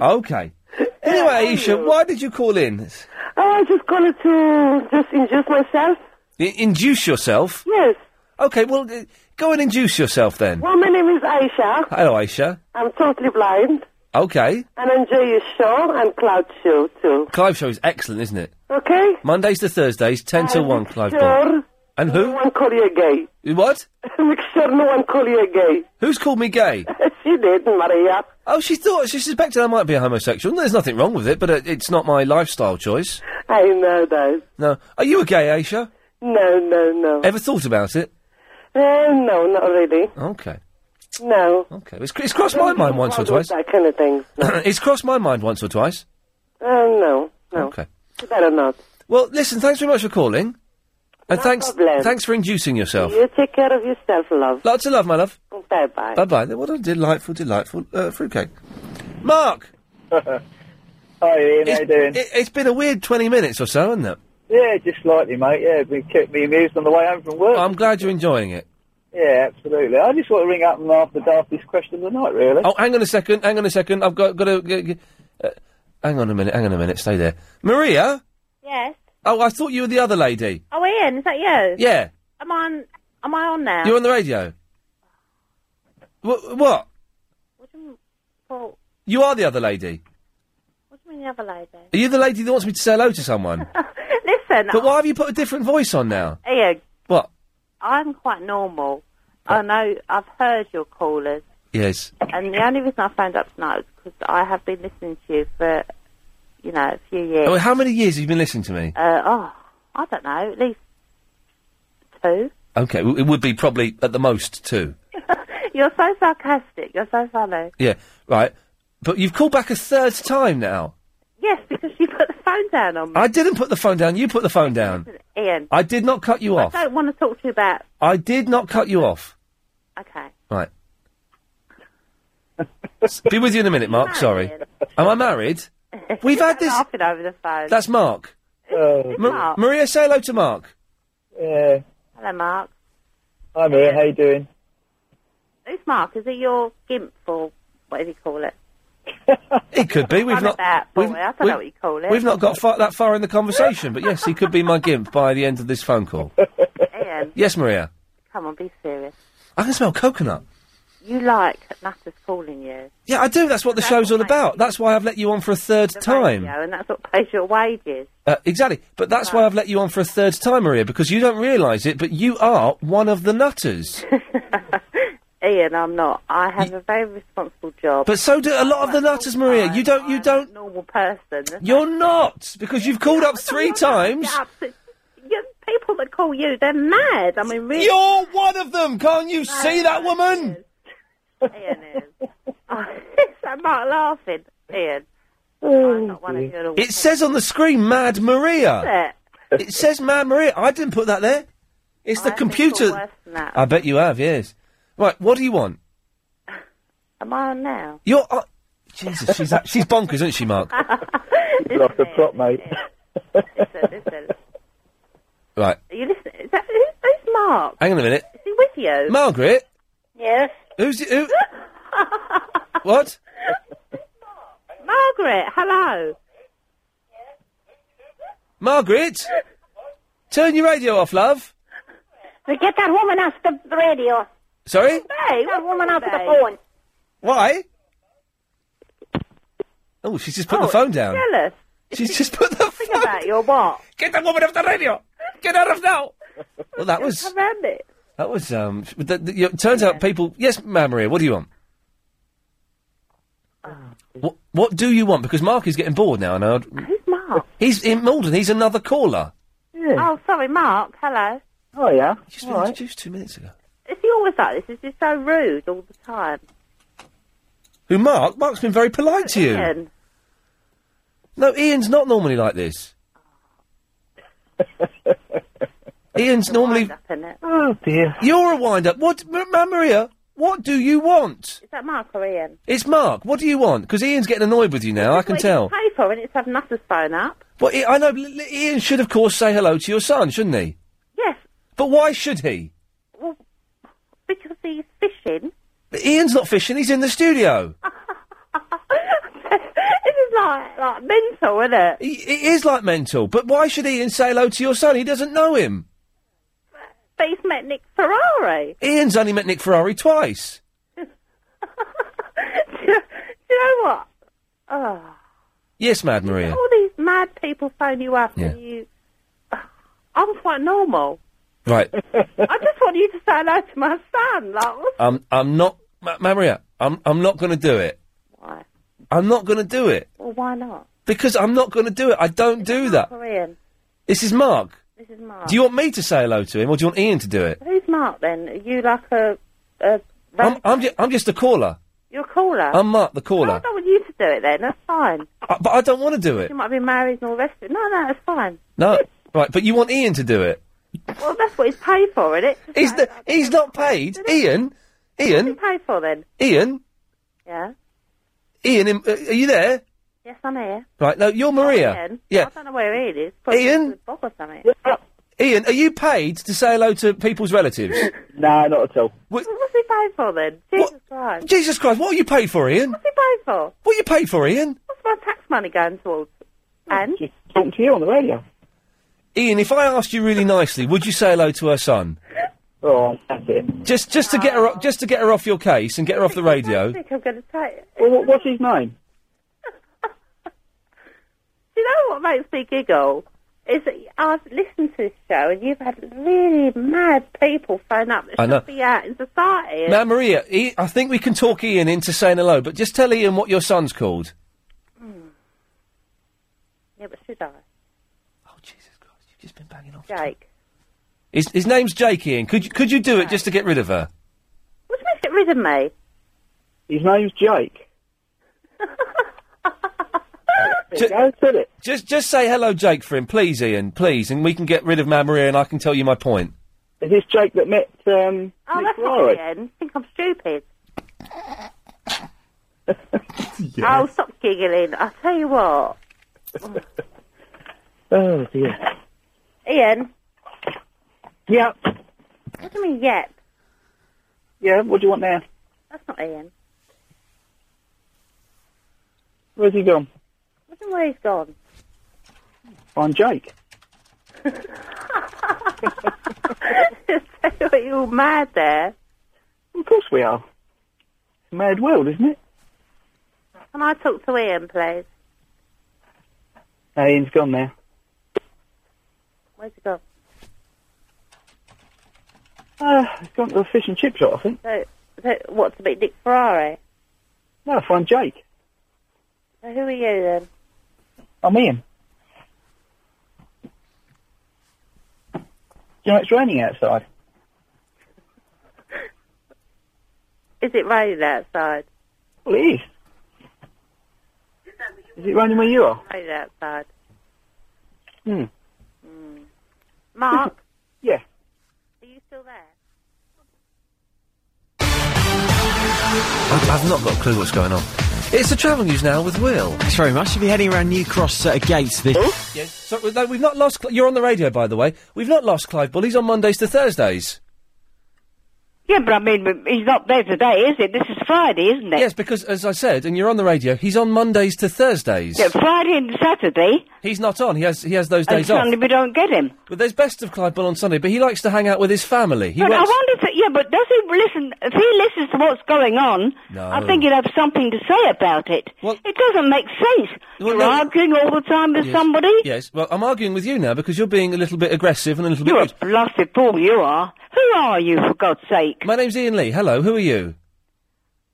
S1: Okay. Anyway, Isha, why did you call in?
S8: Oh, I just wanted to just induce myself.
S1: I- induce yourself.
S8: Yes.
S1: Okay. Well, uh, go and induce yourself then.
S8: Well, my name is Aisha.
S1: Hello, Aisha.
S8: I'm totally blind
S1: Okay.
S8: and enjoy your show and Cloud Show too.
S1: Clive show is excellent, isn't it?
S8: Okay?
S1: Mondays to Thursdays, ten till one. Clive. Ball.
S8: Sure.
S1: And
S8: No
S1: who?
S8: one call you gay.
S1: What?
S8: Make sure no one call you gay.
S1: Who's called me gay?
S8: she did, Maria.
S1: Oh, she thought she suspected I might be a homosexual. There's nothing wrong with it, but uh, it's not my lifestyle choice.
S8: I know that.
S1: No. Are you a gay, Aisha?
S8: No, no, no.
S1: Ever thought about it?
S8: Eh,
S12: Oh,
S8: no, not really.
S1: Okay.
S8: No.
S1: Okay. It's, it's crossed my mind once or twice.
S8: That kind of thing.
S1: it's crossed my mind once or twice.
S8: Oh, no, no.
S1: Okay.
S8: You better not.
S1: Well, listen, thanks very much for calling. And
S8: No
S1: thanks
S8: problem.
S1: thanks for inducing yourself.
S8: You take care of yourself, love.
S1: Lots of love, my love.
S8: Bye bye.
S1: Bye bye. What a delightful, delightful uh, fruitcake. Mark!
S17: Hi, Ian.
S1: It's-
S17: how you doing?
S1: It, it's been a weird 20 minutes or so, hasn't it?
S17: yeah, just slightly, mate. Yeah, we kept me amused on the way home from work.
S1: I'm glad you're enjoying it.
S17: yeah, absolutely. I just want to ring up and ask the darkest question of the night, really.
S1: Oh, hang on a second. Hang on a second. I've got, got to. g- g- uh, hang on a minute. Hang on a minute. Stay there. Maria?
S9: Yes.
S1: Oh, I thought you were the other lady.
S9: Oh, Ian, is that you?
S1: Yeah.
S9: Am I on? Am I on now?
S1: You're on the radio. Wh- what?
S9: What do you mean? Well,
S1: You are the other lady.
S9: what do you mean the other lady?
S1: Are you the lady that wants me to say hello to someone?
S9: Listen,
S1: but why have you put a different voice on now?
S9: Ian,
S1: What?
S9: I'm quite normal. I know I've heard your callers,
S1: Yes.
S9: and the only reason I phoned up tonight is because I have been listening to you for, you know, a few years.
S1: Oh, how many years have you been listening to me?
S9: Uh, oh, I don't know, at least two.
S1: Okay, w- it would be probably at the most two.
S9: You're so sarcastic. You're so funny.
S1: Yeah, right. But you've called back a third time now.
S9: Yes, because you put the phone down on me,
S1: I didn't put the phone down. You put the phone down.
S9: Ian.
S1: I did not cut you
S9: I
S1: off.
S9: don't want to talk to you about.
S1: I did not cut you off.
S9: Okay.
S1: Right. S- Be with you in a minute, Mark. Sorry. Am I married? We've had this.
S9: Laughing over the phone.
S1: That's Mark.
S9: It's
S1: Ma-
S9: Uh, Mark.
S1: Maria, say hello to Mark.
S17: Yeah.
S9: Hello, Mark.
S17: Hi, Maria. How you doing?
S9: Who's Mark? Is it your gimp or whatever you call it?
S1: It could be. We've
S9: I'm
S1: not.
S9: about boy.
S1: we've,
S9: I don't
S1: we've-
S9: know what you call it.
S1: We've not got far, that far in the conversation, but yes, he could be my gimp by the end of this phone call.
S9: Ian,
S1: Yes, Maria.
S9: come on, be serious.
S1: I can smell coconut.
S9: You like Nutters calling you.
S1: Yeah, I do. That's what the show's all about. That's why I've let you on for a third time.
S9: Radio, and that's what pays your wages.
S1: Uh, exactly. But that's why I've let you on for a third time, Maria, because you don't realise it, but you are one of the nutters.
S9: Ian, I'm not. I have a very responsible job.
S1: but so do a lot of the nutters, Maria. You don't. You don't.
S9: normal person.
S1: You're not because you've called up three times.
S9: Get upset. You- people that call you, they're mad. I mean, really.
S1: You're one of them. Can't you see that woman?
S9: Ian is. Oh, I'm not laughing, Ian. I'm
S17: Oh,
S9: not one of your.
S1: It says on the screen, "Mad Maria." It says "Mad Maria." I didn't put that there. It's the computer.
S9: Worse than that.
S1: I bet you have. Yes. Right. What do you want?
S9: Am I on now?
S1: You're. Uh, Jesus, she's a- she's bonkers, isn't she, Mark?
S9: Listen,
S17: the prop, mate.
S9: listen, listen.
S1: Right.
S9: Are you listening? Is that, who, who's Mark?
S1: Hang on a minute.
S9: Is he with you?
S1: Margaret,
S9: Yes.
S1: who's who? what?
S9: Margaret, hello.
S1: Margaret, turn your radio off, love.
S5: Get that woman off the radio.
S1: Sorry.
S5: Hey, that woman off the phone.
S1: Why? Oh, she's just put the phone down.
S9: Jealous.
S1: She's just put the
S9: Think about your what?
S1: Get the woman off the radio. Get out of now. Well, that was
S9: Around it.
S1: that was um. sh- The, the, you know, turns out people. Yes, Ma Maria. What do you want? What What do you want? Because Mark is getting bored now, and I. Who's
S9: Mark?
S1: He's in Malden. He's another caller.
S9: Oh, sorry, Mark. Hello.
S17: Oh yeah.
S1: He's been introduced two minutes ago.
S9: Is he always like this? Is he so rude all the time?
S1: Who Mark? Mark's been very polite to you.
S9: Ian,
S1: No, Ian's not normally like this. Ian's normally.
S9: isn't it?
S1: Oh dear. You're a wind up. What, Ma Ma Maria? What do you want?
S9: Is that Mark or Ian?
S1: It's Mark. What do you want? Because Ian's getting annoyed with you now. I can
S9: Wait,
S1: tell.
S9: Pay for it. It's having us phone up.
S1: Well, I I know. but L- L- Ian should, of course, say hello to your son, shouldn't he?
S9: Yes.
S1: But why should he?
S9: Well, because he's fishing.
S1: But Ian's not fishing. He's in the studio.
S9: This is like like mental, isn't it?
S1: He- it is like mental. But why should Ian say hello to your son? He doesn't know him.
S9: But he's met Nick Ferrari.
S1: Ian's only met Nick Ferrari twice.
S9: Do you know what? Oh,
S1: Yes, Mad Maria.
S9: all these mad people phone you up and you. I'm quite normal.
S1: Right.
S9: I just want you to say hello to my son. Like, what's
S1: I'm. I'm not. Ma- Mad Maria. I'm. I'm not going to do it.
S9: Why?
S1: I'm not going to do it
S9: Well, why not?
S1: because I'm not going to do it. I don't do that.
S9: Korean.
S1: This is Mark.
S9: This is Mark.
S1: Do you want me to say hello to him, or do you want Ian to do it?
S9: Who's Mark then? Are you like a. a
S1: I'm, I'm, ju- I'm just a caller.
S9: you're a caller?
S1: I'm Mark, the
S9: No, I
S1: caller.
S9: don't want you to do it then. That's fine.
S1: Uh, but I don't want to do it.
S9: You might be married and all the rest of it. No, no, it's fine.
S1: No, right. But you want Ian to do it?
S9: Well, that's what he's paid for, isn't it?
S1: He's the, he's not paid. Ian, Ian,
S9: What's he paid for then?
S1: Ian,
S9: Yeah.
S1: Ian. im- uh, Are you there?
S9: Yes, I'm here.
S1: Right. No, you're Maria.
S9: Ian?
S1: Yeah.
S9: I don't know where he is. Probably
S1: Ian?
S9: with Bob or something.
S1: Ian, are you paid to say hello to people's relatives?
S17: No, not at all.
S1: What,
S9: what's he paid for then? Jesus Christ.
S1: Jesus Christ, what are you paid for, Ian?
S9: What's he paid for?
S1: What are you paid for, Ian?
S9: What's my tax money going towards? And?
S17: Talking to you on the radio.
S1: Ian, if I asked you really nicely, would you say hello to her son?
S17: Oh, that's it.
S1: Just, just to get her, o- just to get her off your case and get her off the radio.
S9: I think I'm going to take it.
S17: Well, what's his name?
S9: Do you know what makes me giggle? Is that I've listened to this show and you've had really mad people phone up that
S1: I
S9: should
S1: know.
S9: be out in society.
S1: Now, Maria, I I think we can talk Ian into saying hello, but just tell Ian what your son's called.
S9: Hmm. Yeah, but should I?
S1: Oh, Jesus Christ, you've just been banging on.
S9: Jake.
S1: His, his name's Jake, Ian. Could you, could you do it just to get rid of her?
S9: What's makes it rid of me?
S17: His name's Jake.
S1: Just,
S17: said it.
S1: just, just say hello, Jake, for him, please, Ian, please, and we can get rid of Mad Maria, and I can tell you my point.
S17: Is this Jake that met um,
S9: Oh,
S17: Nick
S9: that's
S17: Ferrari?
S9: not Ian. think I'm stupid.
S17: Yeah.
S9: Oh, stop giggling. I'll tell you what.
S17: Oh, dear.
S9: Ian,
S17: Yep.
S9: what do you mean, yep?
S17: Yeah, what do you want now?
S9: That's not Ian.
S17: Where's he gone?
S9: Look at where he's gone.
S17: I'm Jake.
S9: Are you all mad there?
S17: Of course we are. It's a mad world, isn't it?
S9: Can I talk to Ian, please?
S17: No, Ian's gone now.
S9: Where's he gone?
S6: Ah.
S17: Uh, he's gone to the fish and chip shop, I think.
S9: So, so what, to meet Nick Ferrari?
S17: No, find Jake.
S9: So who are you then?
S17: I'm Ian. Do you know it's raining outside?
S9: Is it raining outside?
S17: Well, it is. Is it raining where you are?
S9: Raining outside.
S17: Hmm.
S9: Mark?
S17: Yeah.
S9: Are you still there?
S1: I've not got a clue what's going on. It's the travel news now with Will.
S15: Thanks very much. If you're heading around New Cross at a gate this.
S20: Oh.
S1: Yeah, so, uh, no, we've not lost. Cl- You're on the radio, by the way. We've not lost Clive Bull. He's on Mondays to Thursdays.
S20: Yeah, but I mean, he's not there today, is it? This is Friday, isn't it?
S1: Yes, because as I said, and you're on the radio, he's on Mondays to Thursdays.
S20: Yeah, Friday and Saturday.
S1: He's not on. He has he has those
S20: And
S1: days
S20: Sunday
S1: off.
S20: we don't get him.
S1: But there's best of Clive Bull on Sunday, but he likes to hang out with his family. He
S20: but I
S1: works.
S20: wonder if, yeah, but does he listen, if he listens to what's going on,
S1: No.
S20: I think he'd have something to say about it. it doesn't make sense.
S1: Well,
S20: You're
S1: no-
S20: arguing all the time with
S1: Yes.
S20: somebody.
S1: Yes. Well, I'm arguing with you now because you're being a little bit aggressive and a little
S20: You're a
S1: bit.
S20: blasted fool, you are. Who are you, for God's sake?
S1: My name's Ian Lee. Hello. Who are you?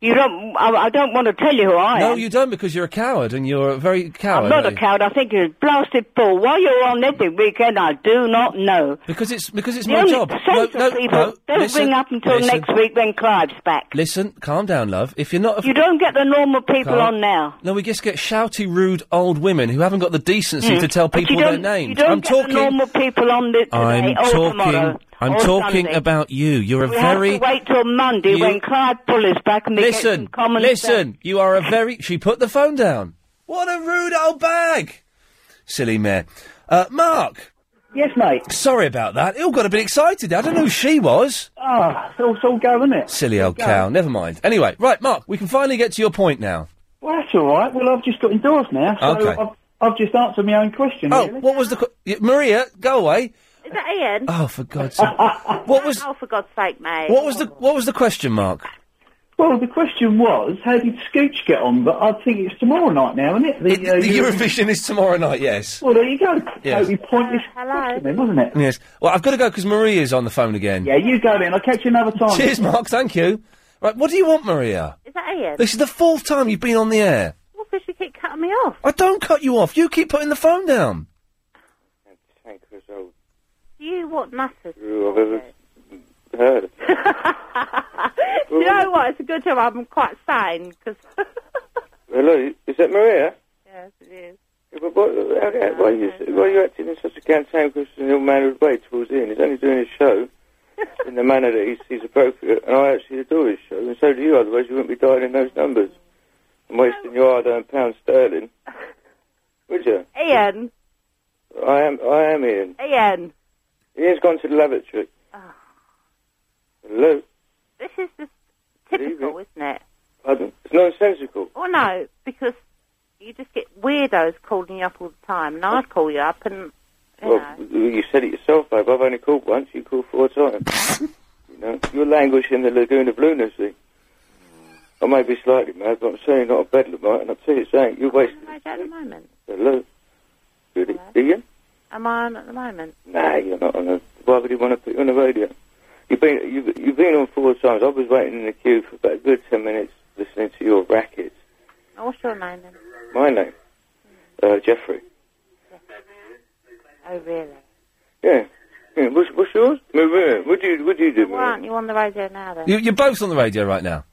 S20: You don't, I, I don't want to tell you who I
S1: no,
S20: am.
S1: you don't because you're a coward and you're a very coward.
S20: I'm not a
S1: aren't you?
S20: coward. I think you're a blasted fool. Why you're on every weekend, I do not know.
S1: Because it's because it's
S20: the
S1: my
S20: only
S1: job.
S20: sensible
S1: No, no,
S20: people
S1: no,
S20: don't
S1: listen,
S20: ring up until
S1: listen.
S20: next week when Clive's back.
S1: Listen, calm down, love. If you're not, a
S20: You don't get the normal people
S1: Carl.
S20: on now.
S1: No, we just get shouty, rude old women who haven't got the decency
S20: Mm.
S1: to tell
S20: But you
S1: people their
S20: don't-
S1: names.
S20: You don't
S1: I'm
S20: get
S1: talking.
S20: the normal people on this today
S1: I'm
S20: or
S1: talking
S20: tomorrow.
S1: I'm
S3: or
S1: talking
S3: Sunday.
S1: about you. You're a
S3: we
S1: very
S3: have to wait till Monday
S1: You-
S3: when Clyde Buller's back and they get some
S1: listen,
S3: common
S1: listen.
S3: sense.
S1: You are a very. She put the phone down. What a rude old bag. Silly mare. Uh, Mark.
S8: Yes, mate.
S1: Sorry about that. It all got a bit excited. there. I don't know who she was.
S8: Ah, it's all, it's all go, isn't it?
S1: Silly old
S8: Go.
S1: cow. Never mind. Anyway, right, Mark. We can finally get to your point now.
S8: Well, that's all right. Well, I've just got indoors now, so
S1: Okay.
S8: I've, I've just answered my own question.
S1: Oh,
S8: really.
S1: what was the qu- y- Maria? Go away.
S9: Is that Ian?
S1: Oh, for God's sake. what was?
S9: Oh, for God's sake, mate!
S1: What was the What was the question, Mark?
S8: Well, the question was, how did Scooch get on? But I think it's tomorrow night now, isn't it? The, uh,
S1: The Eurovision is tomorrow night. Yes.
S8: Well, there you go.
S1: Yes.
S8: Totally pointless
S9: Ah, Hello.
S8: question, wasn't it?
S1: Yes. Well, I've got to go because Maria's on the phone again.
S8: Yeah, you go then. I'll catch you another time.
S1: Cheers, Mark. Thank you. Right, what do you want, Maria?
S9: Is that Ian?
S1: This is the fourth time you've been on the air.
S9: Because you keep cutting me off.
S1: I don't cut you off. You keep putting the phone down.
S9: You what matters?
S19: I've ever heard.
S9: Do you know what? It's a good job I'm quite sane because
S19: Hello, is that Maria?
S9: yes, it is.
S19: But what, okay, why, are you, why are you acting in such a cantankerous and ill mannered way towards Ian? He's only doing his show in the manner that he sees appropriate, and I actually adore his show, and so do you, otherwise, you wouldn't be dialing those numbers and wasting your hard earned pound sterling. Would you?
S9: Ian,
S19: I am, I am Ian.
S9: Ian,
S19: Ian's gone to the lavatory.
S9: Ah.
S19: Hello?
S9: this is just typical, isn't it? Oh,
S19: Pardon? It's nonsensical.
S9: Well, no, because you just get weirdos calling you up all the time, and I call you up, and
S19: Well, you said it yourself, babe. I've only called once. You called four times. you know, you're languishing in the lagoon of lunacy. I may be slightly mad, but I'm certainly not a bedlamite, and I'll tell you something. You're wasting.
S9: am I at the moment?
S19: Hello? Really? Ian?
S9: Am I on at the moment?
S19: Nah, you're not on the. Why would he want to put you on the radio? You've been you've, you've been on four times. I was waiting in the queue for about a good ten minutes listening to your racket.
S9: Oh, What's your name then?
S19: My name, uh, Jeffrey.
S9: Oh, really?
S19: Yeah. yeah. What's, what's yours? Maria. What do you what do you do?
S9: Why aren't you on the radio now then?
S1: You, you're both on the radio right now.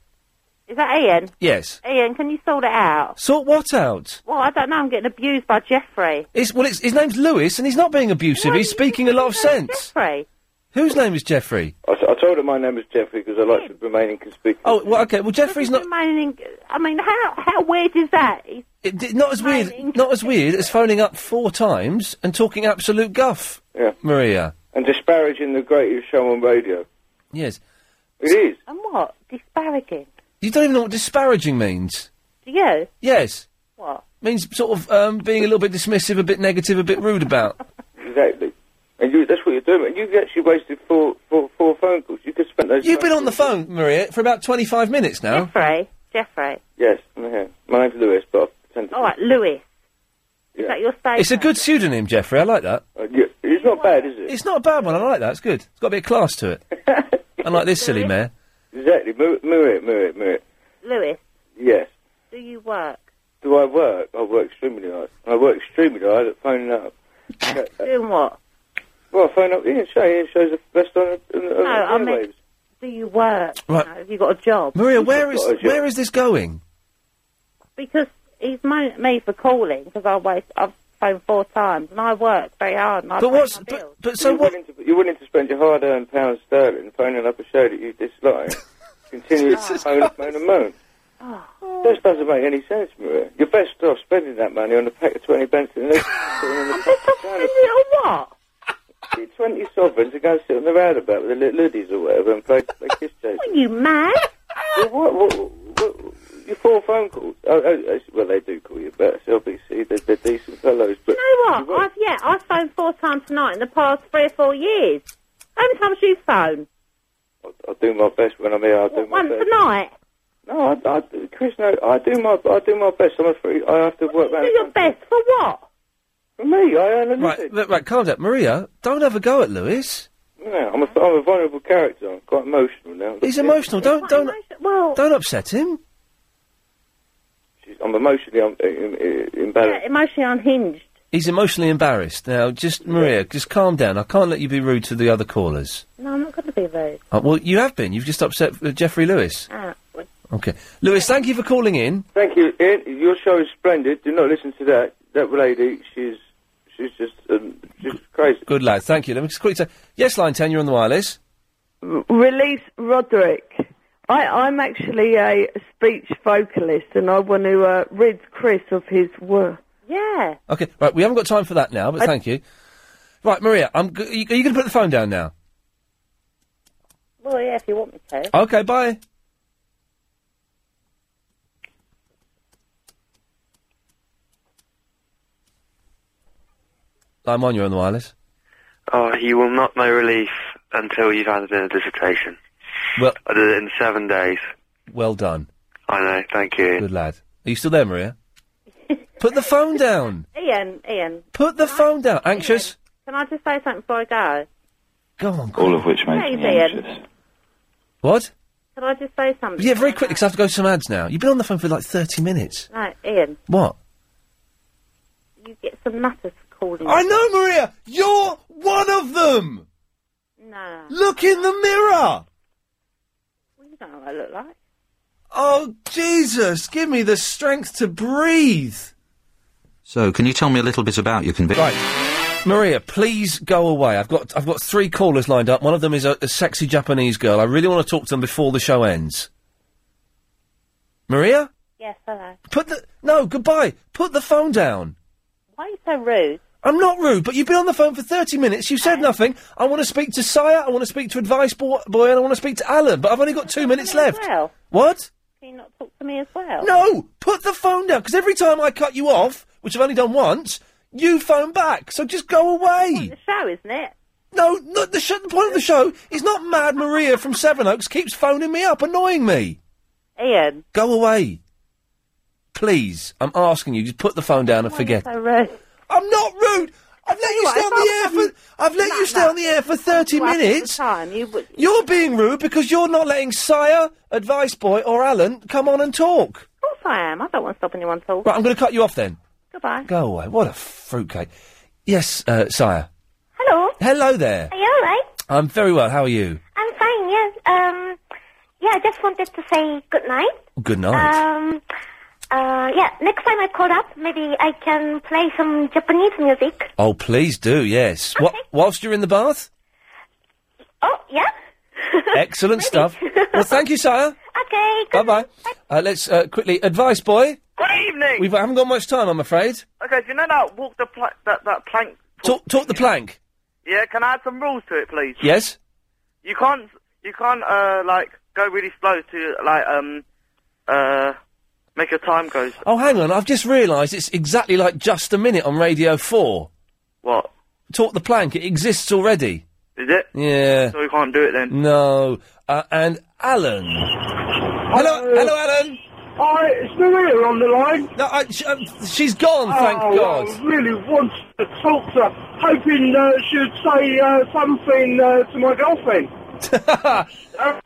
S9: Is that Ian?
S1: Yes.
S9: Ian, can you sort it out?
S1: Sort what out?
S9: Well, I don't know. I'm getting abused by Jeffrey.
S1: It's, well, it's, his name's Lewis, and he's not being abusive. He's speaking a lot of sense.
S9: Jeffrey.
S1: Whose name is Jeffrey?
S19: I, I told her my name is Jeffrey because I like to remain inconspicuous.
S1: Oh, well, okay. Well, Jeffrey's not.
S9: Remaining, I mean, how how weird is that? He's
S1: It, di- not as weird. Not as weird as phoning up four times and talking absolute guff.
S19: Yeah.
S1: Maria.
S19: And disparaging the greatest show on radio.
S1: Yes.
S19: It is.
S9: And what? Disparaging?
S1: You don't even know what disparaging means.
S9: Do you?
S1: Yes.
S9: What?
S1: Means sort of um, being a little bit dismissive, a bit negative, a bit rude about.
S19: Exactly. And you, that's what you're doing. And you've actually wasted four, four, four phone calls. You could spend those.
S1: You've been on the phone, Oh, Maria, for about 25 minutes now.
S9: Jeffrey. Jeffrey.
S19: Yes, I'm here. My name's Lewis, but I pretend to.
S9: All right, Lewis. Is that your stage?
S1: It's a good pseudonym, Jeffrey. I like that.
S19: Uh, yeah, it's not bad, is it?
S1: It's not a bad one. I like that. It's good. It's got a bit of class to it. Unlike this silly mare.
S19: Exactly. Mirror it, mirror it, mirror it, mirror it.
S9: Lewis,
S19: Yes.
S9: do you work?
S19: Do I work? I work extremely hard. I work extremely hard at phoning up. Uh,
S9: Doing what?
S19: well, I phone up Ian Show. Ian Show's the best on the, on
S9: No,
S19: the,
S9: I
S19: on the
S9: mean,
S19: airwaves.
S9: do you work?
S1: Right.
S9: You know, have you got a job?
S1: Maria, where
S19: got
S1: is
S19: Oh, a job.
S1: where is this going?
S9: Because he's moaned at me for calling because I waste. I've phoned four times and I work very hard. And I
S19: But
S9: pay
S19: what's-
S9: my bills.
S1: But so
S19: you're
S1: what?
S19: Willing to, you're willing to spend your hard-earned pound sterling phoning up a show that you dislike, continue to
S1: Jesus
S19: moan, moan and moan. This doesn't make any sense, Maria. You're best off spending that money on a pack of 20 pence and then sitting on the pack of soda.
S9: what?
S19: See, 20 sovereigns to go sit on the roundabout with the little luddies or whatever and play, play kiss chase.
S9: Are you mad?
S19: well, what, what, what, your four phone calls. Oh, oh, oh, well, they do call you back, so obviously they're, they're decent fellows, but...
S9: You know what? I've yeah, I've phoned four times tonight in the past three or four years. How many times have you phoned?
S19: I'll do my best when I'm here. I'll do my
S9: Once
S19: best.
S9: a night.
S19: No, I, I, Chris, no, I do my, I do my best. I'm afraid I have to work around.
S9: Do your best for what?
S19: For me, I earn a
S1: Right,
S19: living.
S1: look, right, calm down, Maria. Don't have a go at Lewis.
S19: No, I'm a, I'm a vulnerable character. I'm quite emotional now.
S1: He's emotional. Don't don't don't upset him.
S19: She's- I'm emotionally um, em- em- embarrassed.
S9: emotionally unhinged.
S1: He's emotionally embarrassed. Now, just Maria, just calm down. I can't let you be rude to the other callers.
S9: No, I'm not going to be rude.
S1: Uh, well, you have been. You've just upset uh, Jeffrey Lewis.
S9: Ah, well,
S1: Okay, Lewis, thank you for calling in.
S19: Thank you, Ian. Your show is splendid. Do not listen to that. That lady, she's she's just um, she's crazy.
S1: Good lad, thank you. Let me just quickly say, yes, line ten, you're on the wireless.
S6: Release Roderick. I, I'm actually a speech vocalist, and I want to uh, rid Chris of his work.
S16: Yeah.
S1: Okay, right, we haven't got time for that now, but
S6: I-
S1: thank you. Right, Maria, I'm. G- are you, are you going to put the phone down now?
S16: Well, yeah, if you want me to.
S1: Okay, bye. Line one, you're on the wireless.
S13: Oh, you will not know relief until you've handed in a dissertation.
S1: Well,
S13: I did it in seven days.
S1: well done.
S13: I know, thank you.
S1: Good lad. Are you still there, Maria? Put the phone down.
S9: Ian, Ian,
S1: Put the phone down. Anxious?
S9: can I just say something before I go?
S1: Go on. All of which
S9: Please, Ian,
S1: What?
S9: can I just say something?
S1: Yeah, very quickly, 'cause I have to go to some ads now. You've been on the phone for like 30 minutes.
S9: No, Ian,
S1: What?
S9: you get some nutters for calling.
S1: I know, Maria! You're one of them!
S9: No,
S1: Look in the mirror!
S9: well, you don't know what I look like.
S1: Oh, Jesus, give me the strength to breathe.
S3: So, can you tell me a little bit about your conviction?
S1: Right. Maria, please go away. I've got I've got three callers lined up. One of them is a, a sexy Japanese girl. I really want to talk to them before the show ends. Maria?
S9: Yes, hello.
S1: Put the no goodbye. Put the phone down.
S9: Why are you so rude?
S1: I'm not rude, but you've been on the phone for thirty minutes. You said nothing. I want to speak to Sire. I want to speak to Advice Boy, boy and I want to speak to Alan. But I've only got two minutes left.
S9: Well,
S1: What?
S9: can you not talk to me as well?
S1: No, put the phone down. Because every time I cut you off, which I've only done once, you phone back. So just go away.
S9: The show, isn't it?
S1: No, no the, sh- the point of the show is not Mad Maria from Seven Oaks keeps phoning me up, annoying me.
S9: Ian.
S1: Go away. Please, I'm asking you, just put the phone down and forget.
S9: So rude.
S1: I'm not rude. I've let you stay on the air for I've let you stay on the air for thirty
S9: Well, I think
S1: minutes.
S9: the Time you would.
S1: You're being rude because you're not letting Sire, Advice Boy, or Alan come on and talk.
S9: Of course I am. I don't want to stop anyone talking.
S1: Right, I'm going to cut you off then.
S9: Goodbye.
S1: Go away. What a fruitcake. Yes, uh, Sire.
S32: Hello.
S1: Hello there.
S32: Are you all right?
S1: I'm very well. How are you?
S32: I'm fine. Yeah. Um. Yeah. I just wanted to say good night.
S1: Oh, Good night.
S32: Um. Uh. Yeah. Next time I call up, maybe I can play some Japanese music.
S1: Oh, please do, yes. Wha- whilst you're in the bath?
S32: Oh. Yeah.
S1: Excellent stuff. Well, thank you, Sire.
S32: Okay.
S1: Bye bye. Uh, let's uh, quickly. Advice, boy.
S12: Good evening.
S1: We haven't got much time, I'm afraid.
S12: Okay, do you know that Oh, walk the pla- that that plank?
S1: Talk, talk the plank.
S12: Yeah, can I add some rules to it, please?
S1: Yes?
S12: You can't you can't uh like go really slow to like um uh make your time go. s-
S1: Oh, hang on. I've just realised it's exactly like Just a Minute on Radio 4.
S12: What?
S1: Talk the plank. It exists already.
S12: Is it?
S1: Yeah.
S12: So we can't do it then.
S1: No. Uh, and Alan. Hello, hello, Alan.
S8: Hi, it's Maria on the line.
S1: No, I, sh- um, she's gone, thank
S8: oh,
S1: God.
S8: I really want to talk to her, hoping uh, she'd say uh, something uh, to my girlfriend. uh, but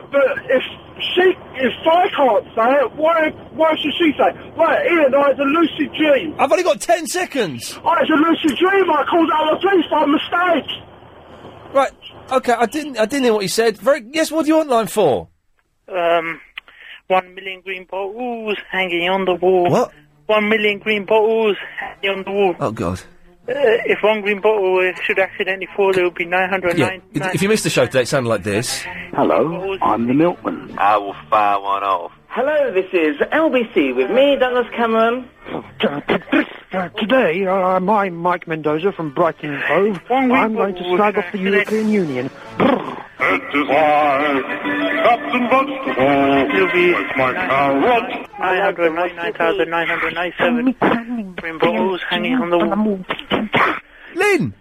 S8: if she, if I can't say it, why, why should she say? it? Right, Ian, I had a lucid dream.
S1: I've only got ten seconds.
S8: I had a lucid dream. I called out the police by mistake.
S1: Right. Okay, I didn't I didn't hear what you said. Very yes, what do you want line for?
S12: Um, one million green bottles hanging on the wall.
S1: What?
S12: One million green bottles hanging on the wall.
S1: Oh God.
S12: Uh, if one green bottle uh, should accidentally fall, there would be
S1: Yeah.
S12: 999.
S1: If if you missed the show today it sounded like this. Hello, I'm the milkman.
S12: I will fire one off.
S33: Hello, this is LBC with me, Douglas Cameron.
S8: Uh, today, uh, I'm Mike Mendoza from Brighton and Hove. I'm going to slag off the European Union.
S7: It is I, Captain Constable. You'll be my carrot.
S12: 999,997 green bottles hanging on the wall.
S1: Lynn!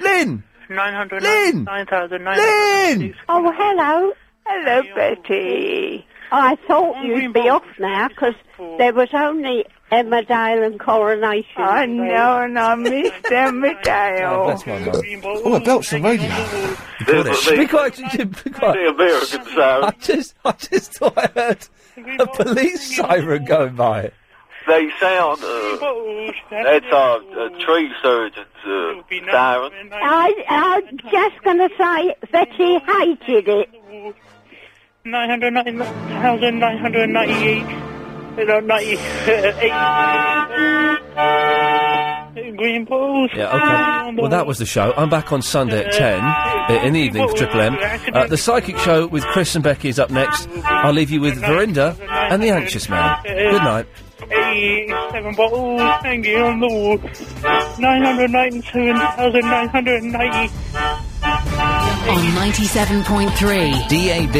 S1: Lynn!
S12: 999,997.
S16: Oh, hello. Hello, Betty. I thought you'd be off now because there was only Emmerdale and Coronation. I know, and I missed
S1: Oh,
S16: Emmerdale.
S1: bless my mum. Oh, I belched the radio.
S7: There's
S1: Goodness.
S7: a-
S1: Be quiet, you- be quiet. I just, I just thought I heard a police siren going by.
S7: They sound, uh, that's our uh, tree surgeons, uh, siren.
S16: I, I'm just going to say Betty hated it.
S12: 999,998. uh, 98. green balls.
S1: Yeah, okay. Well, that was the show. I'm back on Sunday at 10 i- in the evening for Triple M. Uh, the Psychic Show with Chris and Becky is up next. I'll leave you with Verinda and The Anxious Man. Good night.
S8: Eighty-seven bottles hanging on the wall. Nine hundred ninety-seven thousand nine hundred ninety.
S9: On 97.3
S34: DAB